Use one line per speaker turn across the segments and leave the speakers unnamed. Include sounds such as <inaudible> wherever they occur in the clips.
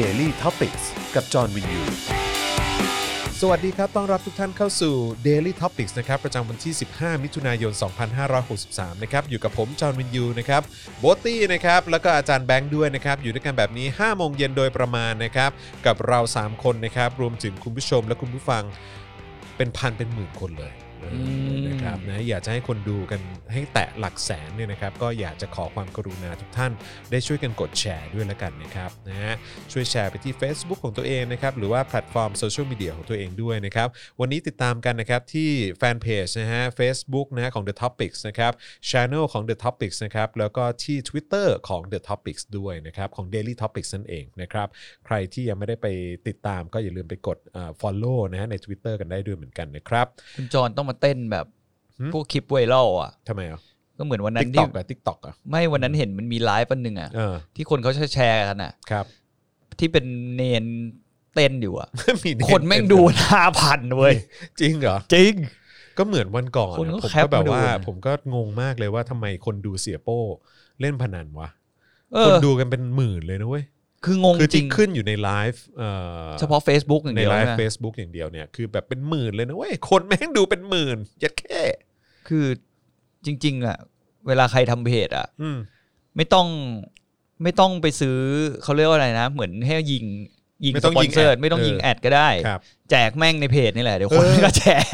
Daily t o p i c กกับจอห์นวินยู สวัสดีครับ ต้อนรับทุกท่านเข้าสู่ Daily Topics นะครับ ประจำวันที่ 15 มิถุนายน 2563 นะครับ อยู่กับผม จอห์นวินยู นะครับ โบทตี้ นะครับ แล้วก็อาจารย์แบงค์ด้วยนะครับ อยู่ด้วยกันแบบนี้ 5 โมงเย็นโดยประมาณนะครับ กับเรา 3 คนนะครับ รวมถึงคุณผู้ชมและคุณผู้ฟัง เป็นพันเป็นหมื่นคนเลยเออ
ม
นะครับนะอยากจะให้คนดูกันให้แตะหลักแสนเนี่ยนะครับ ก็อยากจะขอความกรุณาทุกท่าน ได้ช่วยกันกดแชร์ด้วยละกันนะครับนะฮะช่วยแชร์ไปที่ Facebook ของตัวเองนะครับ หรือว่าแพลตฟอร์มโซเชียลมีเดียของตัวเองด้วยนะครับ วันนี้ติดตามกันนะครับที่แฟนเพจนะฮะ Facebook นะฮะของ The Topics นะครับ Channel ของ The Topics นะครับ แล้วก็ที่ Twitter ของ The Topics ด้วยนะครับ ของ Daily Topics นั่นเองนะครับ ใครที่ยังไม่ได้ไปติดตามก็อย่าลืมไปกดเอ่อ follow นะฮะใน Twitter กันได้ด้วยเหมือนกันนะครับ
คุณจอนต้องมาเต้นแบบ
หืม
พวกคลิปไวรัลอ่ะ
ทำไมอ่ะ
ก็เหมือนวันนั้น
TikTok
ที่
อ่ะ TikTok อ่ะ
ไม่วันนั้นเห็นมันมีไลฟ์อันหนึ่งอ่ะ
เออ
ที่คนเขาแชร์กันอ่ะ
ครับ <laughs>
ที่เป็นเนนเต้นอยู่อ่ะ
เด็ก
คนแม่งดูห้าพันเว้ย
จริงเหรอ
จริง
ก็เหมือนวันก่อน
คน
นะผม
ก็แค
ก็
ป
แบบว่า
มาดูนะ
ผมก็งงมากเลยว่าทำไมคนดูเสียโป้เล่นพนันวะ
เอ
คน
อ
ดูกันเป็นหมื่นเลยนะเว้ย
คืองง
คือ
จริ
ที่
ง
ขึ้นอยู่ในไลฟ์เอ่อ
เฉพาะ Facebook อย่าง
ใน
เดียว
ไลฟ์
นะ
Facebook อย่างเดียวเนี่ยคือแบบเป็นหมื่นเลยนะเว้ย คนแม่งดูเป็นหมื่นยัดแค่
คือจริง ๆ อ่ะ เวลาใครทำเพจอ่ะ
อืม
ไม่ต้องไม่ต้องไปซื้อเขาเรียกว่าอะไรนะ เหมือนให้ยิงยิง
ไม่
ส
ต้อง
ปอน
ยิง
เซอร์
แอด
ไม่ต้องยิง
เออ
แอดก็ได้
ครับ
แจกแม่งในเพจนี่แหละเดี๋ยวคน
เออ
ก็แชร์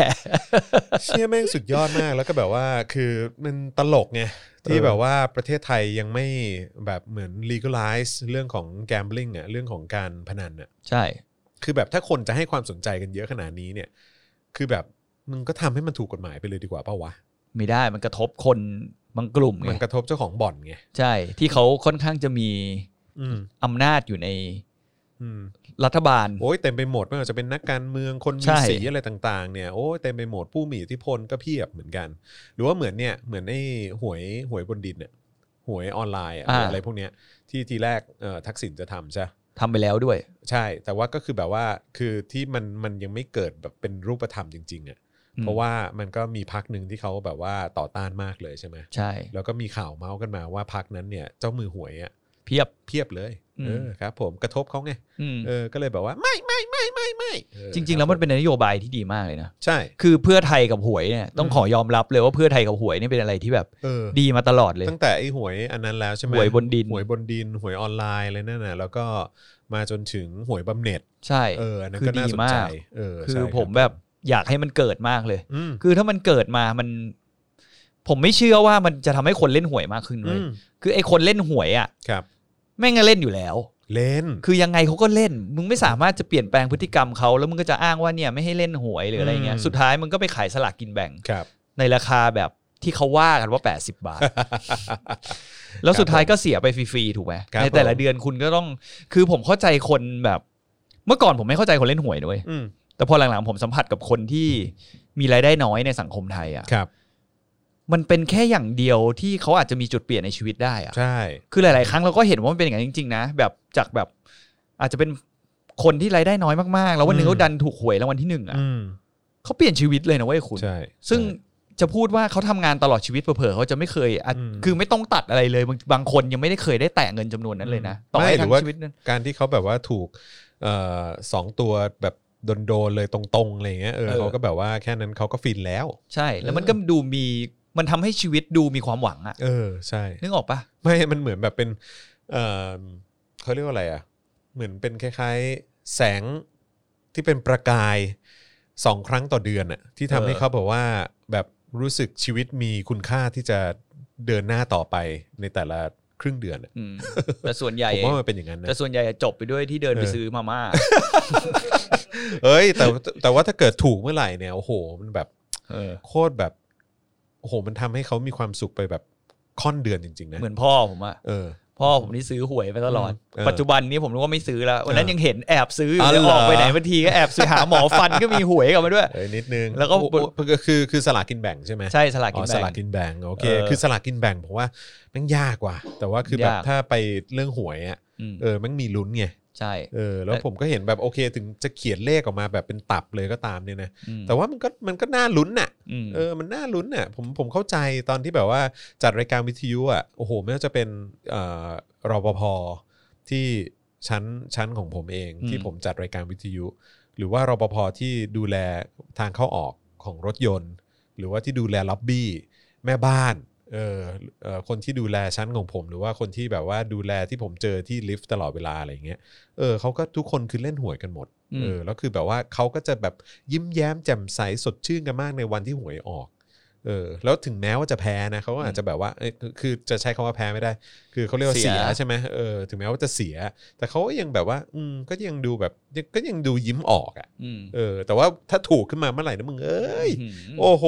เชี่ยแม่งสุดยอดมากแล้วก็แบบว่าคือมันตลกไงที่
เออ
แบบว่าประเทศไทยยังไม่แบบเหมือน legalize เรื่องของ gambling อ่ะเรื่องของการพนันอ่ะ
ใช่
คือแบบถ้าคนจะให้ความสนใจกันเยอะขนาดนี้เนี่ย คือแบบมึงก็ทำให้มันถูกกฎหมายไปเลยดีกว่าเปล่าวะ
ไม่ได้มันกระทบคนบางกลุ่มไง
มันกระทบเจ้าของบ่อนไง
ใช่ ที่เขาค่อนข้างจะมี
อืม
อำนาจอยู่ใน
อืม
รัฐบาล
โอ้ยเต็มไปหมดไม่ว่าจะเป็นนักการเมืองคน
ใช่
มีสีอะไรต่างๆเนี่ยโอ้ยเต็มไปหมดผู้มีอิทธิพลก็เพียบเหมือนกัน หรือว่าเหมือนเนี่ยเหมือนไอ้หวยหวยบนดินเนี่ยหวยออนไลน์อะหรืออะไรพวกเนี้ยที่ทีแรกเอ่อทักษิณจะทำใช่
ทำไปแล้วด้วย
ใช่ แต่ว่าก็คือแบบว่าคือที่มันมันยังไม่เกิดแบบเป็นรูปธรรมจริงๆอะ่ะ
อืม
เพราะว่ามันก็มีพักหนึ่งที่เขาแบบว่าต่อต้านมากเลยใช่ไหม
ใช่
แล้วก็มีข่าวเมาส์กันมาว่าพักนั้นเนี่ยเจ้ามือหวยอะ่ะ
เพียบ
เพียบเลย
อืม
เออครับ ผมกระทบเขาไง
อืม
เออก็เลยแบบว่าไม่ไม่ไม่ไม่ไม่เออ
จริง ๆ แล้วมันเป็นนโยบายที่ดีมากเลยนะ
ใช่
คือเพื่อไทยกับหวยเนี่ยต้อง
อืม
ขอยอมรับเลยว่าเพื่อไทยกับหวยเนี่ยเป็นอะไรที่แบบ
เออ
ดีมาตลอดเลย
ตั้งแต่ไอ้หวยอันนั้นแล้วใช่ไหม
หวยบนดิน
หวยบนดินหวยออนไลน์อะไรนั่นน่ะแล้วก็มาจนถึงหวยบำเหน็จ
ใช่
เอออันนั้น
คือ
ก็น่า
ดี
สนใจ
มาก
เออ
คื
ใช่
อ
รับ
ผมแบบอยากให้มันเกิดมากเลย
อืม
คือถ้ามันเกิดมามัน ผมไม่เชื่อว่ามันจะทำให้คนเล่นหวยมากขึ้นเล
อื
ย
ม
คือไอ้คนเล่นหวยอ่ะ
ครับ
แม่งก็เล่นอยู่แล้ว
เล่น
คือยังไงเขาก็เล่น มึงไม่สามารถจะเปลี่ยนแปลงพฤติกรรมเขาแล้วมึงก็จะอ้างว่าเนี่ยไม่ให้เล่นหวยหรืออะไรเงี้ย
อืม
สุดท้ายมึงก็ไปขายสลากกินแบ่ง
ครับ
ในราคาแบบที่เขาว่ากันว่า 80 บาท แล้วสุดท้ายก็เสียไปฟรีๆถูกไหม
ครับ
ในแต่ละ
ผม
เดือนคุณก็ต้อง คือผมเข้าใจคนแบบ เมื่อก่อนผมไม่เข้าใจคนเล่นหวยด้วย
อืม
แต่พอหลังๆผมสัมผัสกับคนที่มีรายได้น้อยในสังคมไทยอ่ะ
ครับ
มันเป็นแค่อย่างเดียวที่เขาอาจจะมีจุดเปลี่ยนในชีวิตได้อ่ะ
ใช่
คือหลาย ๆ ครั้งเราก็เห็นว่ามันเป็นอย่างนั้นจริง ๆ นะ แบบจากแบบอาจจะเป็นคนที่รายได้น้อยมาก ๆ แล้ววันหนึ่ง
อืม
เขาดันถูกหวยรางวัลที่หนึ่งอ่ะ
อืม
เขาเปลี่ยนชีวิตเลยนะเว้ยคุณ
ใช่
ซึ่ง
ใช่
จะพูดว่าเขาทำงานตลอดชีวิตเผลอๆเขาจะไม่เคยอ่ะ
อืม
คือไม่ต้องตัดอะไรเลยบางบางคนยังไม่ได้เคยได้แตะเงินจำนวนนั้นเลยนะต่อให้
ไม่หรื
ทั้
อง ว่า
ชีวิตนั้น
การที่เขาแบบว่าถูกเอ่อสองตัวแบบโดนๆเลยตรงๆอะไรอย่างเงี้ยเออ
เออ
เขาก็แบบว่าแค่นั้นเขาก็ฟินแล้ว
ใช่ แล้วมันก็ดูมีมันทำให้ชีวิตดูมีความหวังอ่ะ
เออใช่
นึกออกปะ
ไม่มันเหมือนแบบเป็นเอ่อเขาเรียกว่าอะไรอ่ะ เหมือนเป็นคล้ายๆแสงที่เป็นประกายสองครั้งต่อเดือนอ่ะที่ทำให้เขาแบบว่าแบบรู้สึกชีวิตมีคุณค่าที่จะเดินหน้าต่อไปในแต่ละครึ่งเดือนอะ
อืมแต่ส่วนใหญ่
ผมว่ามันเป็นอย่างนั้นนะ
แต่ส่วนใหญ่จะจบไปด้วยที่เดินไป
เออ
ซื้อมาม่า
เอ้ยแต่แต่ว่าถ้าเกิดถูกเมื่อไหร่เนี่ยโอ้โหมันแบบ
เออ
โคตรแบบโอ้โหมันทำให้เขามีความสุขไปแบบค่อนเดือนจริง ๆ นะ
เหมือนพ่อผมอ่ะ
เออ
พ่อผมนี่ซื้อหวยมาตลอด
เออ
ปัจจุบันนี้ผมรู้ว่าไม่ซื้อแล้ว วันนั้นยังเห็นแอบซื้ออยู่
อ๋อ
เลย
เหรอ
ออกไปไหนบางทีก็แอบซื้อหาหมอฟันก็มีหวยกลับมาด้วย
เอ้ยนิดนึง
แล้วก็
โอ้โหคือคือสลากกินแบ่งใช่ไหม
ใช่สลาก
อ๋
กิ
อน ส
แบ่
ลาก
ง
กินแบ่งโอเค
เออ
คือสลากกินแบ่งผมว่าแมันยากกว่า แต่ว่าคือแบบ
ยาก
ถ้าไปเรื่องหวยอ่ะ
อืม
เออแมันมีลุ้นไง
ใช่
เออแล้ว
แต่
ผมก็เห็นแบบโอเคถึงจะเขียนเลขออกมาแบบเป็นตับเลยก็ตามเนี่ยนะ
อืม
แต่ว่ามันก็มันก็น่าลุ้นน่ะ
ม
เออ มันน่าลุ้นน่ะ ผม ผมเข้าใจตอนที่แบบว่าจัดรายการวิทยุอ่ะ โอ้โห ไม่ว่าจะเป็นเอ่อรปภที่ ชั้นชั้นของผมเอง
อืม
ที่ผมจัดรายการวิทยุ หรือว่ารปภที่ดูแลทางเข้าออกของรถยนต์ หรือว่าที่ดูแลล็อบบี้แม่บ้านเออเออคนที่ดูแลชั้นของผม หรือว่าคนที่แบบว่าดูแลที่ผมเจอที่ลิฟต์ตลอดเวลาอะไรอย่างเงี้ยเออเขาก็ทุกคนคือเล่นหวยกันหมด
อืม
เออแล้วคือแบบว่าเขาก็จะแบบยิ้มแย้มแจ่มใสสดชื่นกันมากในวันที่หวยออก เออแล้วถึงแม้ว่าจะแพ้นะเขาก็อาจจะแบบว่าเอ้ยคือคือจะใช้คำว่าแพ้ไม่ได้ คือเขาเรียกว่า
เสี
เสี
ย
ยใช่ไหมเออถึงแม้ว่าจะเสีย แต่เขาก็ยังแบบว่า อืมก็ยังดูแบบยังก็ยังดูยิ้มออกอ่ะ
อืม
เออ แต่ว่าถ้าถูกขึ้นมาเมื่อไหร่นะมึงเอ้ย
โอ้
โอ้โห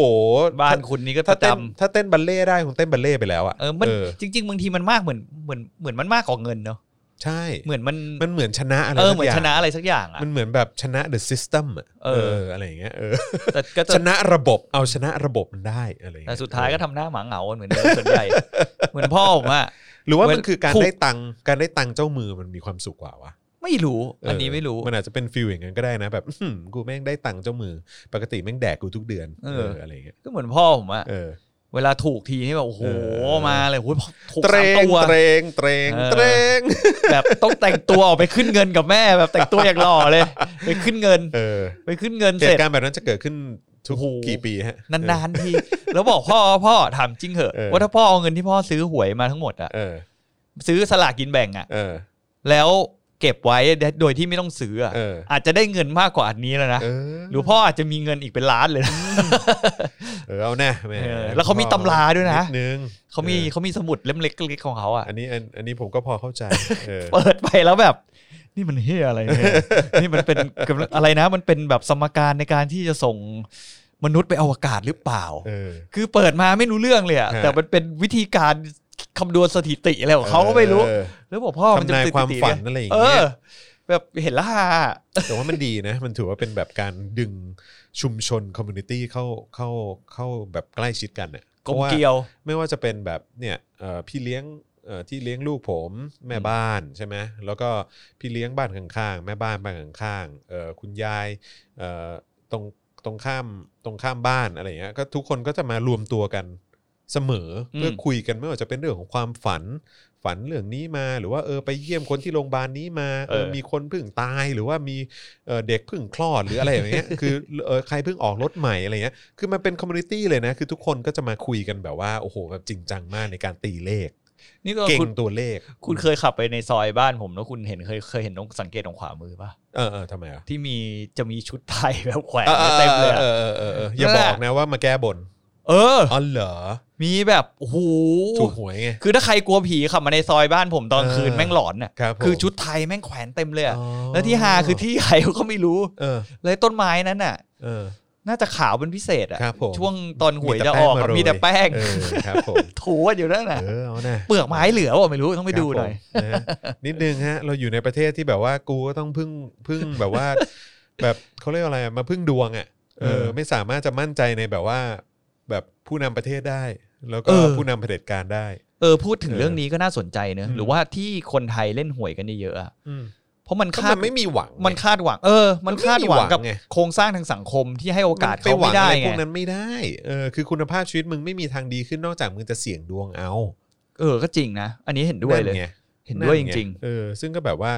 บ้านคุณนี่ก็
ถ้า
จ
เต้นถ้าเต้นบัลเล่ต์ได้คงเต้นบัลเล่ต์ไปแล้วอ่ะ
ำเออมันจริง ๆบางทีมันมากเหมือนเหมือนเหมือนมันมากกว่าเงินเนาะ
ใช่
เหมือนมัน
มันเหมือนชนะอะไร
เออ
สัก
เหมือน
ย่าง
ชนะอะไรสักอย่างอ่ะ
มันเหมือนแบบชนะ the system อะ
เออ
อะไรอย่างเงี้ยเออ
แต่ก็จะ
ชนะระบบเอาชนะระบบมันได้อะไรอย่าง
แต่
เงี้ย
สุดท้ายก็ทำหน้าหมาเหงาเหมือนเดิมส่วนใหญ่ เหมือนพ่อผมอะ
หรือว่า
เว้
มัน
น
คือการ
ถูก
ได้ตังค์การได้ตังค์เจ้ามือมันมีความสุขกว่าวะ
ไม่รู้
เ
อันนี้ไม่รู้
มันอาจจะเป็นฟิลอย่างนั้นก็ได้นะแบบ อื้อหือกูแม่งได้ตังค์เจ้ามือ ปกติแม่งแดกกูทุกเดือน
เออ
ไรย่างเงี้ย
ก็เหมือนพ่อผมอะ
เออ
เวลาถูกทีนี่แบบโอ้โห
เออ
มาเลยโอ้ยถูก
เตร
สา
ง
มตัว
เตรงเตรง
เออ
เตรง
แบบต้องแต่งตัวออกไปขึ้นเงินกับแม่แบบแต่งตัวอย่างหล่อเลย ไปขึ้นเงิน
เออ
ไปขึ้นเงิน
เห
เสร็จ
ตุการณ์แบบนั้นจะเกิดขึ้นทุก
โอ้โห
กี่ปีฮะ
นานๆที แล้วบอกพ่อพ่อถามจริงเหอะ
เออ
ว่าถ้าพ่อเอาเงินที่พ่อซื้อหวยมาทั้งหมดอะ
เออ
ซื้อสลากกินแบ่งอะ
เออ
แล้วเก็บไว้โดยที่ไม่ต้องซื้ออะ
เออ
อาจจะได้เงินมากกว่าอันนี้แล้วนะ
เออ
หรือพ่ออาจจะมีเงินอีกเป็นล้านเลยนะ
เออเอาแน่แม่
เออแล้วเขามีตำราด้วยนะ
ดนึง
เขามี
ออ
เขามีสมุดเล่มเล็กๆของเขาอ่ะ
อันนี้อันอันนี้ผมก็พอเข้าใจเออ
เปิดไปแล้วแบบ นี่มันเฮียอะไรเนี่ย นี่มันเป็นกำลังอะไรนะ มันเป็นแบบสมการในการที่จะส่งมนุษย์ไปอวกาศหรือเปล่า
เออ
คือเปิดมาไม่รู้เรื่องเลยอะ
ฮะ
แต่มันเป็นวิธีการคำนวณสถิติอะไรของเขาก็ไม่รู้
เออ
แล้วบอกพ่อมัน
ทำ
จะ
นาย
ติด
ความ
ติด
ฝัน
เย
อะไรอย่าง
เอ
เงี้
อย แบบเห็นและฮา
แต่ว่ามันดีนะ มันถือว่าเป็นแบบการดึงชุมชนคอมมูนิตี้เข้าเข้าเข้าแบบใกล้ชิดกันเนี่ย
กลมเกลียว
ไม่ว่าจะเป็นแบบเนี่ยเอ่อพี่เลี้ยงเอ่อที่เลี้ยงลูกผมแม่บ้านใช่ไหมแล้วก็พี่เลี้ยงบ้านข้างๆ แม่บ้านบ้านข้างๆเอ่อคุณยายเอ่อตรงตรงข้ามตรงข้ามบ้านอะไรอย่างเงี้ยก็ทุกคนก็จะมารวมตัวกันเสมออ
ม
เพื่อคุยกันไม่ว่าจะเป็นเรื่องของความฝัน ฝันเรื่องนี้มาหรือว่าเออไปเยี่ยมคนที่โรงพยาบาลนี้มาเออ
เออ
มีคนเพิ่งตายหรือว่ามีเออเด็กเพิ่งคลอดหรืออะไรอย่างเงี้ย <laughs> คือเออใครเพิ่งออกรถใหม่อะไรเงี้ยคือมันเป็นคอมมูนิตี้เลยนะ คือทุกคนก็จะมาคุยกันแบบว่าโอ้โหแบบจริงจังมากในการตีเลข
นี่ก็
เก่ง
คุณ
ตัวเลข
คุณเคยขับไปในซอยบ้านผมแล้วคุณเห็นเคยเคยเห็นตรงสังเกตตรงขวามือป่ะ
เออเออทำไมอ่ะ
ที่มีจะมีชุดไทยแบบแขวนไว้เต็มเลยอะ
เออเออเออเอออย่าบอกนะว่ามาแก้บน
เออ
อ๋อเหรอ
มีแบบโอ้โห
ถูกหวยไง
คือถ้าใครกลัวผีขับมาในซอยบ้านผมตอน
เออ
คืนแม่งหลอนน่ะ
ครับผม
คือชุดไทยแม่งแขวนเต็มเลยอะ
อ๋อ
แล้วที่ฮาคือที่ใครก็ไม่รู้
เออ
เลยต้นไม้นั้นน่ะ
เออ
น่าจะขาวเป็นพิเศษอ่ะ
ครับผม
ช่วงตอนหวยจะออกอะมีแต่แป้ง
เออครับผม
ถูกันอยู่นั่นน่ะ
เออเอานะ
เปลือกไม้เหลือว่ะไม่รู้ต้องไปดูหน่อย
ครับผมนะฮะนิดนึงฮะ เราอยู่ในประเทศที่แบบว่ากูก็ต้องพึ่งพึ่งแบบว่า <laughs> แบบเขาเรียกว่าอะไรอะมาพึ่งดวงอ่ะเอ
เอ
อ
อ
ไม่สามารถจะมั่นใจในแบบว่า แบบผู้นำประเทศได้ แล้วก็
เออ
ผู้นำเผด็จการได้
เออพูดถึง
เออ
เรื่องนี้ก็น่าสนใจเนอะ
อืม
หรือว่าที่คนไทยเล่นหวยกันเยอะๆอะ
อืม
เพราะมัน
ก็
คา
มั
ด
นไม่มีหวัง
มันคาดหวัง เออ มันคาดหวังกับ
ไ
โครงสร้างทางสังคมที่ให้โอกาส
ป
เขา
หวั
ไม่
ง
ได้
อะไรพ
ไง
วกนั้นไม่ได้เออคือคุณภาพชีวิตมึงไม่มีทางดีขึ้นนอกจากมึงจะเสี่ยงดวงเอา
เออก็จริงนะอันนี้เห็นด้วยเลย
ไง
เห็นด้วยจ
ไ
ริง
เออซึ่งก็แบบว่า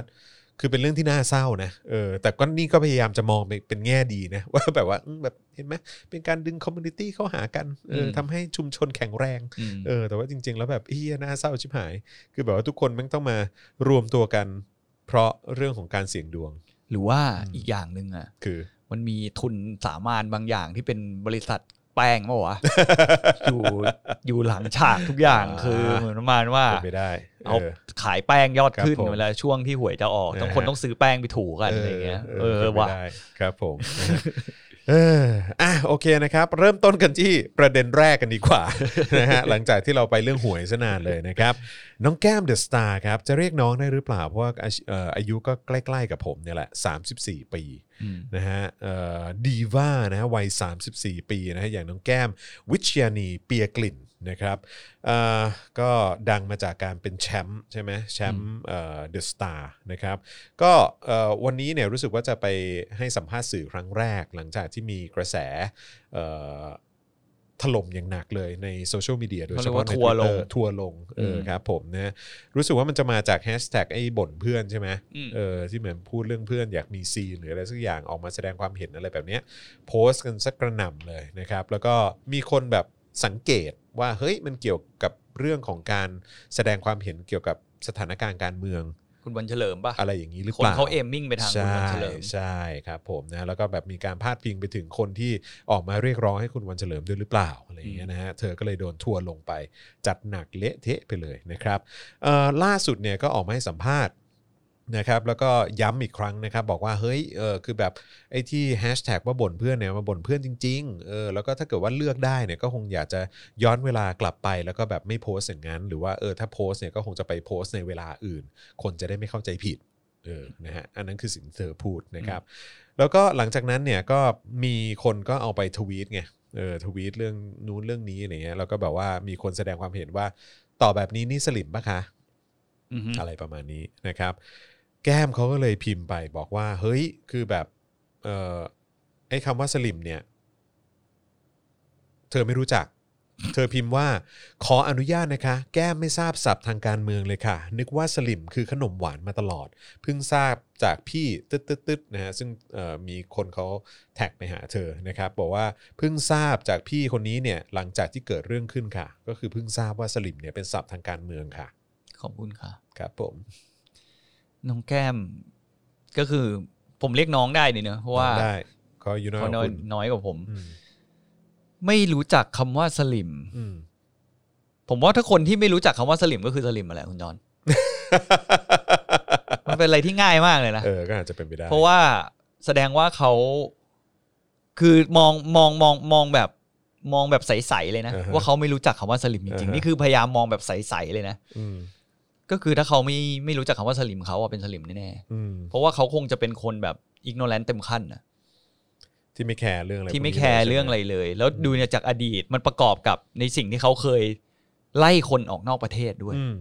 คือเป็นเรื่องที่น่าเศร้านะเออแต่ก็นี่ก็พยายามจะมองไปเป็นแง่ดีนะ <laughs> ว่าแบบว่าอืมแบบเห็นไหมเป็นการดึงคอมมูนิตี้เข้าหากันเออ
อืม
ทำให้ชุมชนแข็งแรง
ๆอืม
เออแต่ว่าจริง ๆ แล้วแบบเฮียน่าเศร้าชิบหาย คือแบบว่าทุกคนแม่งต้องมารวมตัวกัน เพราะเรื่องของการเสี่ยงดวง
หรือว่า
อืม
อีกอย่างหนึ่งอ่ะ
คือ
มันมีทุนสามานบางอย่างที่เป็นบริษัทแป้งเมื่อ
<laughs>
วะ อยู่อยู่หลังฉากทุกอย่าง
อ่า
คือเหมือนประมาณว่า
เป็นไปได้
เอา
เออ
ขายแป้งยอดขึ้น
ครับผม
เวลาช่วงที่หวยจะออกต้องคน
นะฮะ
ต้องซื้อแป้งไปถูกันอะไรเงี้ยเออ
ป็นไป
ว่ะ
ได้ครับ
<laughs>
ผมนะฮะเอออ่ะโอเคนะครับ เริ่มต้นกันที่ประเด็นแรกกันดีกว่า <laughs> นะฮะหลังจากที่เราไปเรื่องหวยซะนานเลยนะครับ น้องแก้มเดอะสตาร์ครับจะเรียกน้องได้หรือเปล่า เพราะว่าอาชเอ่ออายุก็ใกล้ๆกับผมเนี่ยแหละ 34 ปี นะฮะดีว่านะฮะวัย 34 ปีนะฮะอย่างน้องแก้มวิชยานีเปียกลิ่นนะครับเอ่อก็ดังมาจากการเป็นแชมป์ใช่ไหมแชมป์เดอะสตาร์นะครับก็เอ่อวันนี้เนี่ยรู้สึกว่าจะไปให้สัมภาษณ์สื่อครั้งแรก หลังจากที่มีกระแสเอ่อ ถล่มอย่างหนักเลยในโซเชียลมีเดียโดย
เขา
เฉ
เรียก
พาะ
ว่า
ใน
ทัวร์
Twitter
ลง
ทัวร์ลงเอออ
ม
ครับผมนะรู้สึกว่ามันจะมาจากแฮชแท็กไอ้บ่นเพื่อนใช่ไหม
อืม
เออที่เหมือนพูดเรื่องเพื่อนอยากมีซีนหรืออะไรสักอย่างออกมาแสดงความเห็นอะไรแบบเนี้ยโพสต์กันสักกระหน่ำเลยนะครับ แล้วก็มีคนแบบสังเกตว่าเฮ้ยมันเกี่ยวกับเรื่องของการแสดงความเห็นเกี่ยวกับสถานการณ์การเมือง
คุณวันเฉลิมป่ะ
อะไรอย่างนี้หรือ
คน
เปล่า
เขาเอมมิ่งไปทางคุณวันเฉลิม
ใช่ครับผมนะแล้วก็แบบมีการพาดพิงไปถึงคนที่ออกมาเรียกร้องให้คุณวันเฉลิมด้วยหรือเปล่าอะไรอย่างเงี้ยนะฮะเธอก็เลยโดนทัวร์ลงไป จัดหนักเละเทะไปเลยนะครับเอ่อล่าสุดเนี่ยก็ออกมาให้สัมภาษณ์นะครับแล้วก็ย้ำอีกครั้งนะครับ บอกว่าเฮ้ยเออคือแบบไอ้ที่แฮชแท็กว่าบ่นเพื่อนเนี่ยมาบ่นเพื่อนจริงๆเออแล้วก็ถ้าเกิดว่าเลือกได้เนี่ยก็คงอยากจะย้อนเวลากลับไป แล้วก็แบบไม่โพสต์อย่างนั้น หรือว่าเออถ้าโพสต์เนี่ยก็คงจะไปโพสต์ในเวลาอื่น คนจะได้ไม่เข้าใจผิด เออ นะฮะ อันนั้นคือสิ่งที่เธอพูดนะครับ แล้วก็หลังจากนั้นเนี่ยก็มีคนก็เอาไปทวีตไง เออ ทวีตเรื่องนู้นเรื่องนี้อะไรเงี้ย แล้วก็แบบว่ามีคนแสดงความเห็นว่าต่อบแบบนี้นี่สลิมปะคะ
อือฮึ
อะไรประมาณนี้นะครับ แก้มเขาก็เลยพิมพ์ไปบอกว่า เฮ้ย คือแบบ เออไอ้คำว่าสลิมเนี่ย เธอไม่รู้จัก เธอพิมพ์ว่า ขออนุญาตนะคะ แก้มไม่ทราบศัพท์ทางการเมืองเลยค่ะ นึกว่าสลิมคือขนมหวานมาตลอด เพิ่งทราบจากพี่ตึ๊ดตึ๊ดตึ๊ดนะฮะซึ่งเอ่อมีคนเขาแท็กไปหาเธอนะครับบอกว่าเพิ่งทราบจากพี่คนนี้เนี่ยหลังจากที่เกิดเรื่องขึ้นค่ะ ก็คือเพิ่งทราบว่าสลิมเนี่ยเป็นศัพท์ทางการเมืองค่ะ
ขอบคุณค่ะ
ครับผม
น้องแก้ม ก็คือผมเรียกน้องได้นี่เนอะเพราะว่า
ได้เขาอายู่น้อย
เขา
ก
น้
ว่า
อย
คุณ
น้อยกว่าผม
อืม
ไม่รู้จักคำว่าสลิม
อืม
ผมว่าถ้าคนที่ไม่รู้จักคำว่าสลิมก็คือสลิมมาแหละคุณจอน มันเป็นอะไรที่ง่ายมากเลยนะ
เออ ก็อาจจะเป็นไปได้
เพราะว่าแสดงว่าเขาคือมองมองมองมองแบบมองแบบใสๆเลยนะ
อ่าฮะ
ว่าเขาไม่รู้จักคำว่าสลิมจริง
อ่า
ๆ
ฮะ
นี่คือพยายามมองแบบใสๆเลยนะ
อืม
ก็คือถ้าเขาไม่ไม่รู้จักคำว่าสลิมเขาอะเป็นสลิมแน่
อืม
ๆเพราะว่าเขาคงจะเป็นคนแบบอิกโนแลนต์เต็มขั้นนะ
ที่ไม่แคร์เรื่องอะไร
ที่ไม่
พวก
แค
นี้ลย
ร์
ใช่หม
เรื่องอะไรเลย แล้วดูเนี่ยจากอดีตมันประกอบกับในสิ่งที่เขาเคยไล่คนออกนอกประเทศด้วย
อืม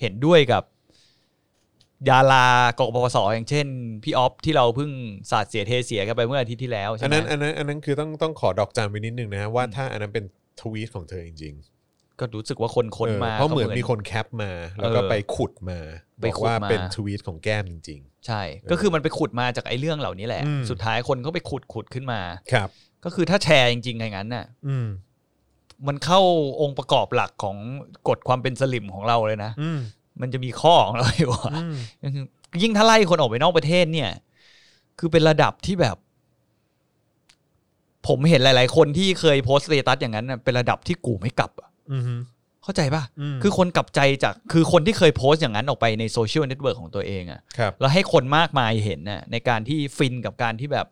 เห็นด้วยกับดารากปปสอย่างเช่น พี่ออฟที่เราเพิ่งสาดเสียเทเสียกันไปเมื่ออาทิตย์ที่แล้ว
อั
ใช่
น
ไหม
นั้นอันนั้นอันนั้นคือต้องต้องขอดอกจันไว้นิดนึงนะฮะว่าถ้าอันนั้นเป็นทวีตของเธอจริง
ก็รู้สึกว่าคน
ๆ
คน
ออ
มา
เพราะเหมือนมีคนแคปมา แล้วก็
เออ
ไปขุดมา
ไป
บอก
ขุด
ว่า
มา
เป็นทวีตของแก้มจริง
ใช่ ก็คือมันไปขุดมาจากไอ้เรื่องเหล่านี้แหละ
อืม
สุดท้ายคนก็ไปขุดขุดขึ้นมา
ๆ ครับ
ก็คือถ้าแชร์จริงๆอย่างนั้นน่ะ
อืม
มันเข้าองค์ประกอบหลักของกฎความเป็นสลิมของเราเลยนะ
อืม
มันจะมีข้อของเราอยู่อะ
อืม
ยิ่งถ้าไล่คนออกไปนอกประเทศเนี่ย คือเป็นระดับที่แบบ ผมเห็นหลาย ๆ คนที่เคยโพสต์สเตตัสอย่างนั้นน่ะเป็นระดับที่กูไม่กลับอะ
อืม
เข้าใจป่ะ
ม
คือคนกลับใจจากคือคนที่เคยโพสต์อย่างนั้นออกไปในโซเชียลเน็ตเวิร์กของตัวเองอะ
ครับ
แล้วให้คนมากมายเห็นน่ะในการที่ฟินกับการที่แบบ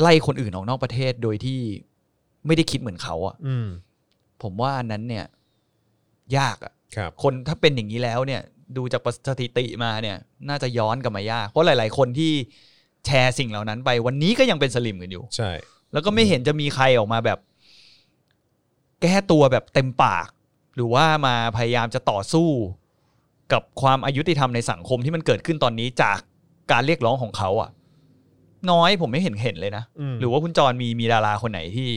ไล่คนอื่นออกนอกประเทศโดยที่ไม่ได้คิดเหมือนเขาอะ
อืม
ผมว่าอันนั้นเนี่ย ยากอะ
ครับ
คนถ้าเป็นอย่างนี้แล้วเนี่ย ดูจากสถิติมาเนี่ย น่าจะย้อนกลับมายาก เพราะหลาย ๆ คนที่แชร์สิ่งเหล่านั้นไปวันนี้ก็ยังเป็นสลิมกันอยู่
ใช่
แล้วก็ไม่เห็นจะมีใครออกมาแบบ แก้ตัวแบบเต็มปาก หรือว่ามาพยายามจะต่อสู้ กับความอายุติธรรมในสังคมที่มันเกิดขึ้นตอนนี้จากการเรียกร้องของเขาอะน้อยผมไม่เห็นเห็นเลยนะ
อืม
หรือว่าคุณจรมีมีดาราคนไหนที่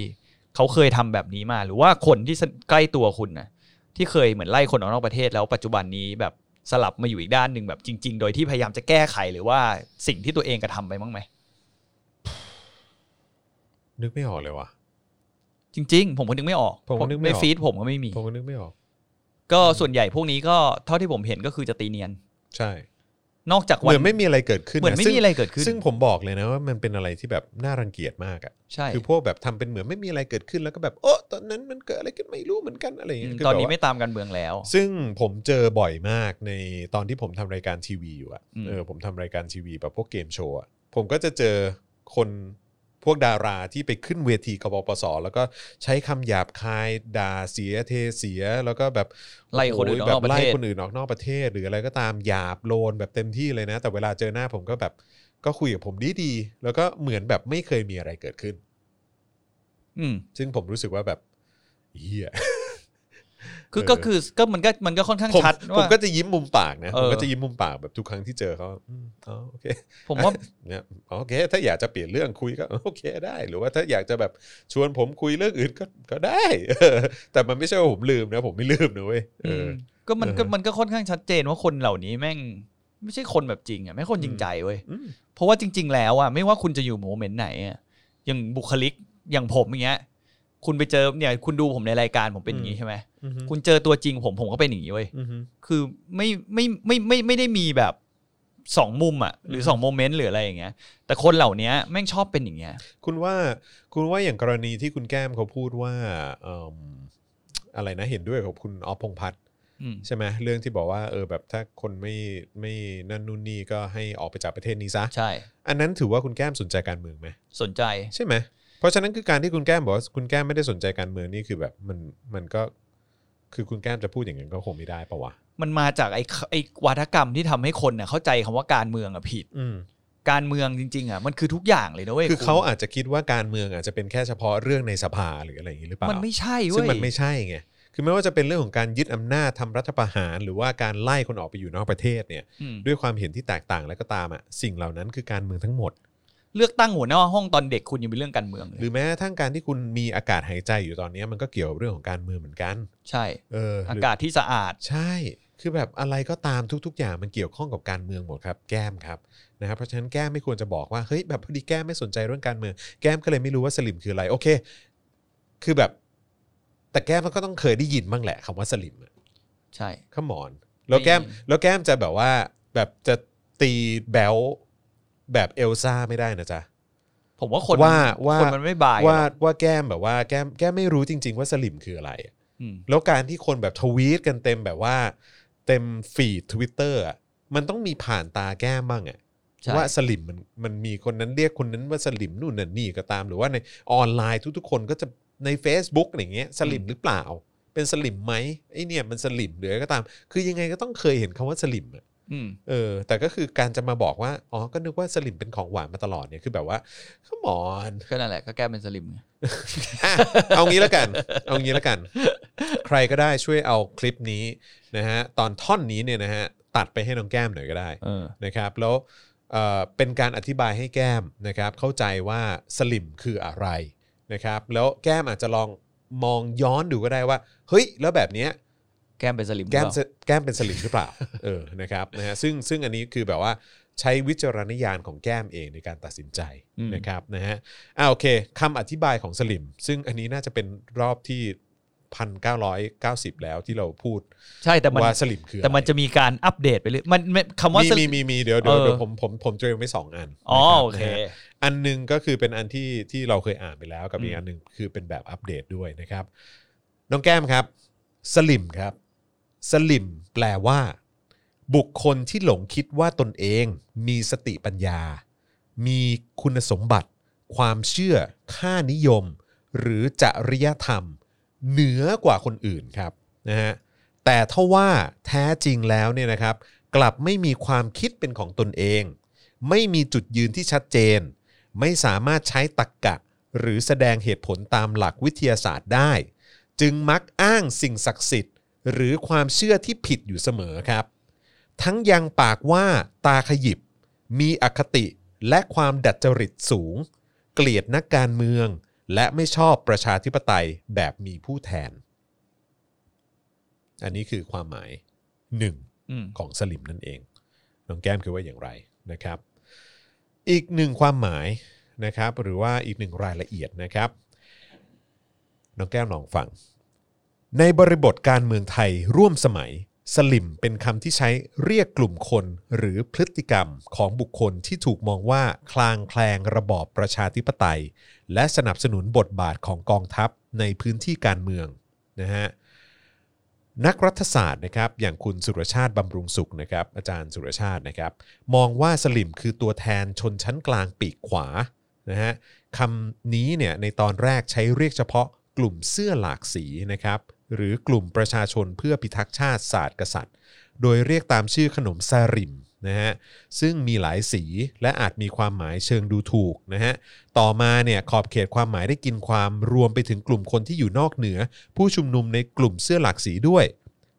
เขาเคยทำแบบนี้มา หรือว่าคนที่ใกล้ตัวคุณนะที่เคยเหมือนไล่คนออกนอกประเทศแล้วปัจจุบันนี้แบบสลับมาอยู่อีกด้านหนึ่งแบบจริง ๆ โดยที่พยายามจะแก้ไขหรือว่าสิ่งที่ตัวเองกระทำไปบ้างไหม
นึกไม่ออกเลยว่ะ
จริงๆ ผมก็นึกไม่ออก
ผมก็นึกไม่ออก
ในฟีดผมก็ไม่มี
ผมก็นึกไม่ออก
ก็ส่วนใหญ่พวกนี้ก็เท่าที่ผมเห็นก็คือจะตีเนียน
ใช่
นอกจาก
เห
วัน
มือนไม่มีอะไรเกิดขึ้น
เหมือน
นะ
ไม่
ซึ่ง
มีอะไรเกิดขึ้น
ซึ่งผมบอกเลยนะว่ามันเป็นอะไรที่แบบน่ารังเกียจมากอะ
ใช่
คือพวกแบบทำเป็นเหมือนไม่มีอะไรเกิดขึ้นแล้วก็แบบโอ้ตอนนั้นมันเกิดอะไรขึ้นไม่รู้เหมือนกันอะไรอย่าง
อื
เงี้
ม
ยคื
ตอน
แบบ
นี้
ว่า
ไม่ตามการเมืองแล้ว
ซึ่งผมเจอบ่อยมากในตอนที่ผมทำรายการทีวีอยู่อะ
อืม
เออผมทำรายการทีวีแบบพวกเกมโชว์อะผมก็จะเจอคนพวกดาราที่ไปขึ้นเวทีกบปสแล้วก็ใช้คำหยาบคายด่าเสียเทเสียแล้วก็แบบ
ไล่คนอื่นอ
โโห
อก
แบ
นอบ กประ
ไล่
เทศ
คนอื่นออกนอกประเทศ หรืออะไรก็ตามหยาบโลนแบบเต็มที่เลยนะ แต่เวลาเจอหน้าผมก็แบบ ก็คุยกับผมดีๆ แล้วก็เหมือนแบบไม่เคยมีอะไรเกิดขึ้น
อืม
ซึ่งผมรู้สึกว่าแบบเฮีย
คือก็คือก็มันก็มันก็ค่อนข้าง
ผม
ชัด
ผม
ว่า
ก็จะยิ้มมุมปากนะ
เอ
ผ
อ
มก็จะยิ้มมุมปากแบบทุกครั้งที่เจอเขาอืมอ๋อโอเค
ผมว่า
เนี่ยอ๋อโอเค ถ้าอยากจะเปลี่ยนเรื่องคุยก็โอเคได้ หรือว่าถ้าอยากจะแบบชวนผมคุยเรื่องอื่นก็ก็ได้ <laughs> แต่มันไม่ใช่ว่าผมลืมนะผมไม่ลืมนะเว้ยเอออ
มก็มันก็
เออ
มันก็ค่อนข้างชัดเจนว่าคนเหล่านี้แม่ง ไม่ใช่คนแบบจริงอ่ะไม่ใช่คนจริงใจเว้ย
อืม
เพราะว่าจริง ๆ แล้วอ่ะไม่ว่าคุณจะอยู่โมเมนต์ไหนอ่ะอย่างบุคลิกอย่างผมอย่างเงี้ย คุณไปเจอเนี่ย คุณดูผมในรายการผมเป็นอย่างงี้ใช่ไหม
อืม
คุณเจอตัวจริงผมผมก็เป็นอย่างงี้เว้ย
อืม
คือไม่ไม่ไม่ไม่ไม่ได้มีแบบสองมุมอ่ะหรือ
ม
สองโมเมนต์หรืออะไรอย่างเงี้ย แต่คนเหล่านี้แม่งชอบเป็นอย่างเงี้ย
คุณว่าคุณว่าอย่างกรณีที่คุณแก้มเขาพูดว่าเอิ่มอะไรนะเห็นด้วยกับคุณออฟพงษ์พัฒน์
อืม
ใช่ไหมเรื่องที่บอกว่าเออแบบถ้าคนไม่ไม่นั่นนู่นนี่ก็ให้ออกไปจากประเทศนี้ซะ
ใช่
อันนั้นถือว่าคุณแก้มสนใจการเมืองไหม
สนใจ
ใช่ไหมเพราะฉะนั้นคือการที่คุณแก้มบอกว่าคุณแก้มไม่ได้สนใจการเมืองนี่คือแบบมันมันก็คือคุณแก้มจะพูดอย่างนั้นก็คงไม่ได้ปะวะ
มันมาจากไอ้ไอ้วาทกรรมที่ทำให้คนเน่ะเข้าใจคำว่าการเมืองอ่ะผิด
อืม
การเมืองจริง ๆอ่ะมันคือทุกอย่างเลยนะเว้ย
คือ
ณ
เขาอาจจะคิดว่าการเมืองอาจจะเป็นแค่เฉพาะเรื่องในสภาหรืออะไรอย่างนี้หรือเปล่า
มันไม่ใช่
ซึ่
เว้
ง
ย
มันไม่ใช่ไง คือไม่ว่าจะเป็นเรื่องของการยึดอำนาจทำรัฐประหาร หรือว่าการไล่คนออกไปอยู่นอกประเทศเนี่ย
อืม
ด้วยความเห็นที่แตกต่างแล้วก็ตามอ่ะ สิ่งเหล่านั้นคือการเมืองทั้งหมด
เลือกตั้งหัวหน้าห้องตอนเด็กคุณยังเป็นเรื่องการเมืองเล
หรื
ย
อแม้กระทั้งการที่คุณมีอากาศหายใจอยู่ตอนเนี้ยมันก็เกี่ยวกับเรื่องของการเมืองเหมือนกัน
ใช่
เออห
อา
รื
กาศที่สะอาด
ใช่ คือแบบอะไรก็ตามทุก ๆ อย่างมันเกี่ยวข้องกับการเมืองหมดครับ แก้มครับนะครับ เพราะฉะนั้นแก้มไม่ควรจะบอกว่าเฮ้ยแบบพอดีแก้มไม่สนใจเรื่องการเมือง แก้มก็เลยไม่รู้ว่าสลิมคืออะไร โอเค คือแบบ แต่แก้มมันก็ต้องเคยได้ยินบ้างแหละคำว่าสลิมอะ
ใช่
ขมอนแล้วแก้ม
ไม่
แล้วแก้มจะแบบว่าแบบจะตีแบลแบบเอลซ่าไม่ได้นะจ๊ะ
ผมว่าคน
ว่าว่า
คนมันไม่บาย
ว่าว่าแก้มแบบว่าแก้มแก้มไม่รู้จริง ๆ ว่าสลิมคืออะไร
อืม
แล้วการที่คนแบบทวีตกันเต็มแบบว่า เต็มฟีดทวิตเตอร์มันต้องมีผ่านตาแก้มบ้างอะ
ใช่
ว่าสลิมมันมันมีคนนั้นเรียกคนนั้นว่าสลิมนู่นนั่นนี่ก็ตาม หรือว่าในออนไลน์ทุกๆ คนก็จะใน Facebook อะไรอย่างเงี้ยสลิมหรือเปล่า เป็นสลิมไหมไอเนี่ยมันสลิมหรืออะไรก็ตาม คือยังไงก็ต้องเคยเห็นคำว่าสลิมอะ
อืม
เออแต่ก็คือการจะมาบอกว่า อ๋อ ก็นึกว่าสลิมเป็นของหวานมาตลอดเนี่ยคือแบบว่าขมอน
ก็นั่นแหละก็แก้เป็นสลิมไง
อ่ะเอางี้แล้วกัน เอางี้แล้วกัน ใครก็ได้ช่วยเอาคลิปนี้นะฮะตอนท่อนนี้เนี่ยนะฮะตัดไปให้น้องแก้มหน่อยก็ได้
เออ
นะครับ แล้วเอ่อเป็นการอธิบายให้แก้มนะครับ เข้าใจว่าสลิมคืออะไรนะครับ แล้วแก้มอาจจะลองมองย้อนดูก็ได้ว่าเฮ้ยแล้วแบบเนี้ย
แก้มเป็นสลิม
แก้ม
หรือเปล่า
แก้มเป็นสลิมหรือเปล่า เออ นะครับ นะฮะ ซึ่ง ซึ่งอันนี้คือแบบว่าใช้วิจารณญาณของแก้มเองในการตัดสินใจ
อืม
นะครับ นะฮะ อ่าโอเคคำอธิบายของสลิม ซึ่งอันนี้น่าจะเป็นรอบที่ 1990 แล้วที่เราพูด
ใช่แต่มัน
ว่าสลิมคืออไร
แต่มันจะมีการอัปเดตไปเรื่อยมันมันคำว่าส
มี
ลิ
มีมีมีเดี๋ยวเดี๋ยว
เออ
เดี๋ยวผมผมผมเตรียมไว้สองอัน
อ๋อ
นะครับ
โอเค
นะฮะ อันหนึงก็คือเป็นอันที่ที่เราเคยอ่านไปแล้วกับอีกอันหนึ่งคือเป็นแบบอัปเดตด้วยนะครับ น้องแก้มครับ สลิมครับ สลิมแปลว่า บุคคลที่หลงคิดว่าตนเอง มีสติปัญญา มีคุณสมบัติ ความเชื่อ ค่านิยม หรือจริยธรรม เหนือกว่าคนอื่นครับนะฮะแต่ถ้าว่าแท้จริงแล้วเนี่ยนะครับ กลับไม่มีความคิดเป็นของตนเอง ไม่มีจุดยืนที่ชัดเจน ไม่สามารถใช้ตรกกะ หรือแสดงเหตุผลตามหลักวิทยาศาสตร์ได้ จึงมักอ้างสิ่งศักดิ์สิทธิ์ หรือความเชื่อที่ผิดอยู่เสมอครับ ทั้งยังปากว่าตาขยิบ มีอคติและความดัดจริตสูง เกลียดนักการเมือง และไม่ชอบประชาธิปไตยแบบมีผู้แทน อันนี้คือความหมายหนึ่ง
อืม
ของสลิมนั่นเอง น้องแก้มคิดว่าอย่างไรนะครับ อีกหนึ่งความหมายนะครับ หรือว่าอีกหนึ่งรายละเอียดนะครับ น้องแก้มลองฟัง ในบริบทการเมืองไทยร่วมสมัย สลิมเป็นคำที่ใช้เรียกกลุ่มคนหรือพฤติกรรมของบุคคลที่ถูกมองว่าคลางแคลงระบอบประชาธิปไตย และสนับสนุนบทบาทของกองทัพในพื้นที่การเมืองนะฮะ นักรัฐศาสตร์นะครับอย่างคุณสุรชาติบำรุงสุขนะครับอาจารย์สุรชาตินะครับมองว่าสลิมคือตัวแทนชนชั้นกลางปีกขวานะฮะคำนี้เนี่ยในตอนแรกใช้เรียกเฉพาะกลุ่มเสื้อหลากสีนะครับหรือกลุ่มประชาชนเพื่อพิทักษ์ชาติศาสตร์กษัตริย์ โดยเรียกตามชื่อขนมสลิม นะฮะซึ่งมีหลายสีและอาจมีความหมายเชิงดูถูกนะฮะต่อมาเนี่ยขอบเขตความหมายได้กินความรวมไปถึงกลุ่มคนที่อยู่นอกเหนือ ผู้ชุมนุมในกลุ่มเสื้อหลากสีด้วย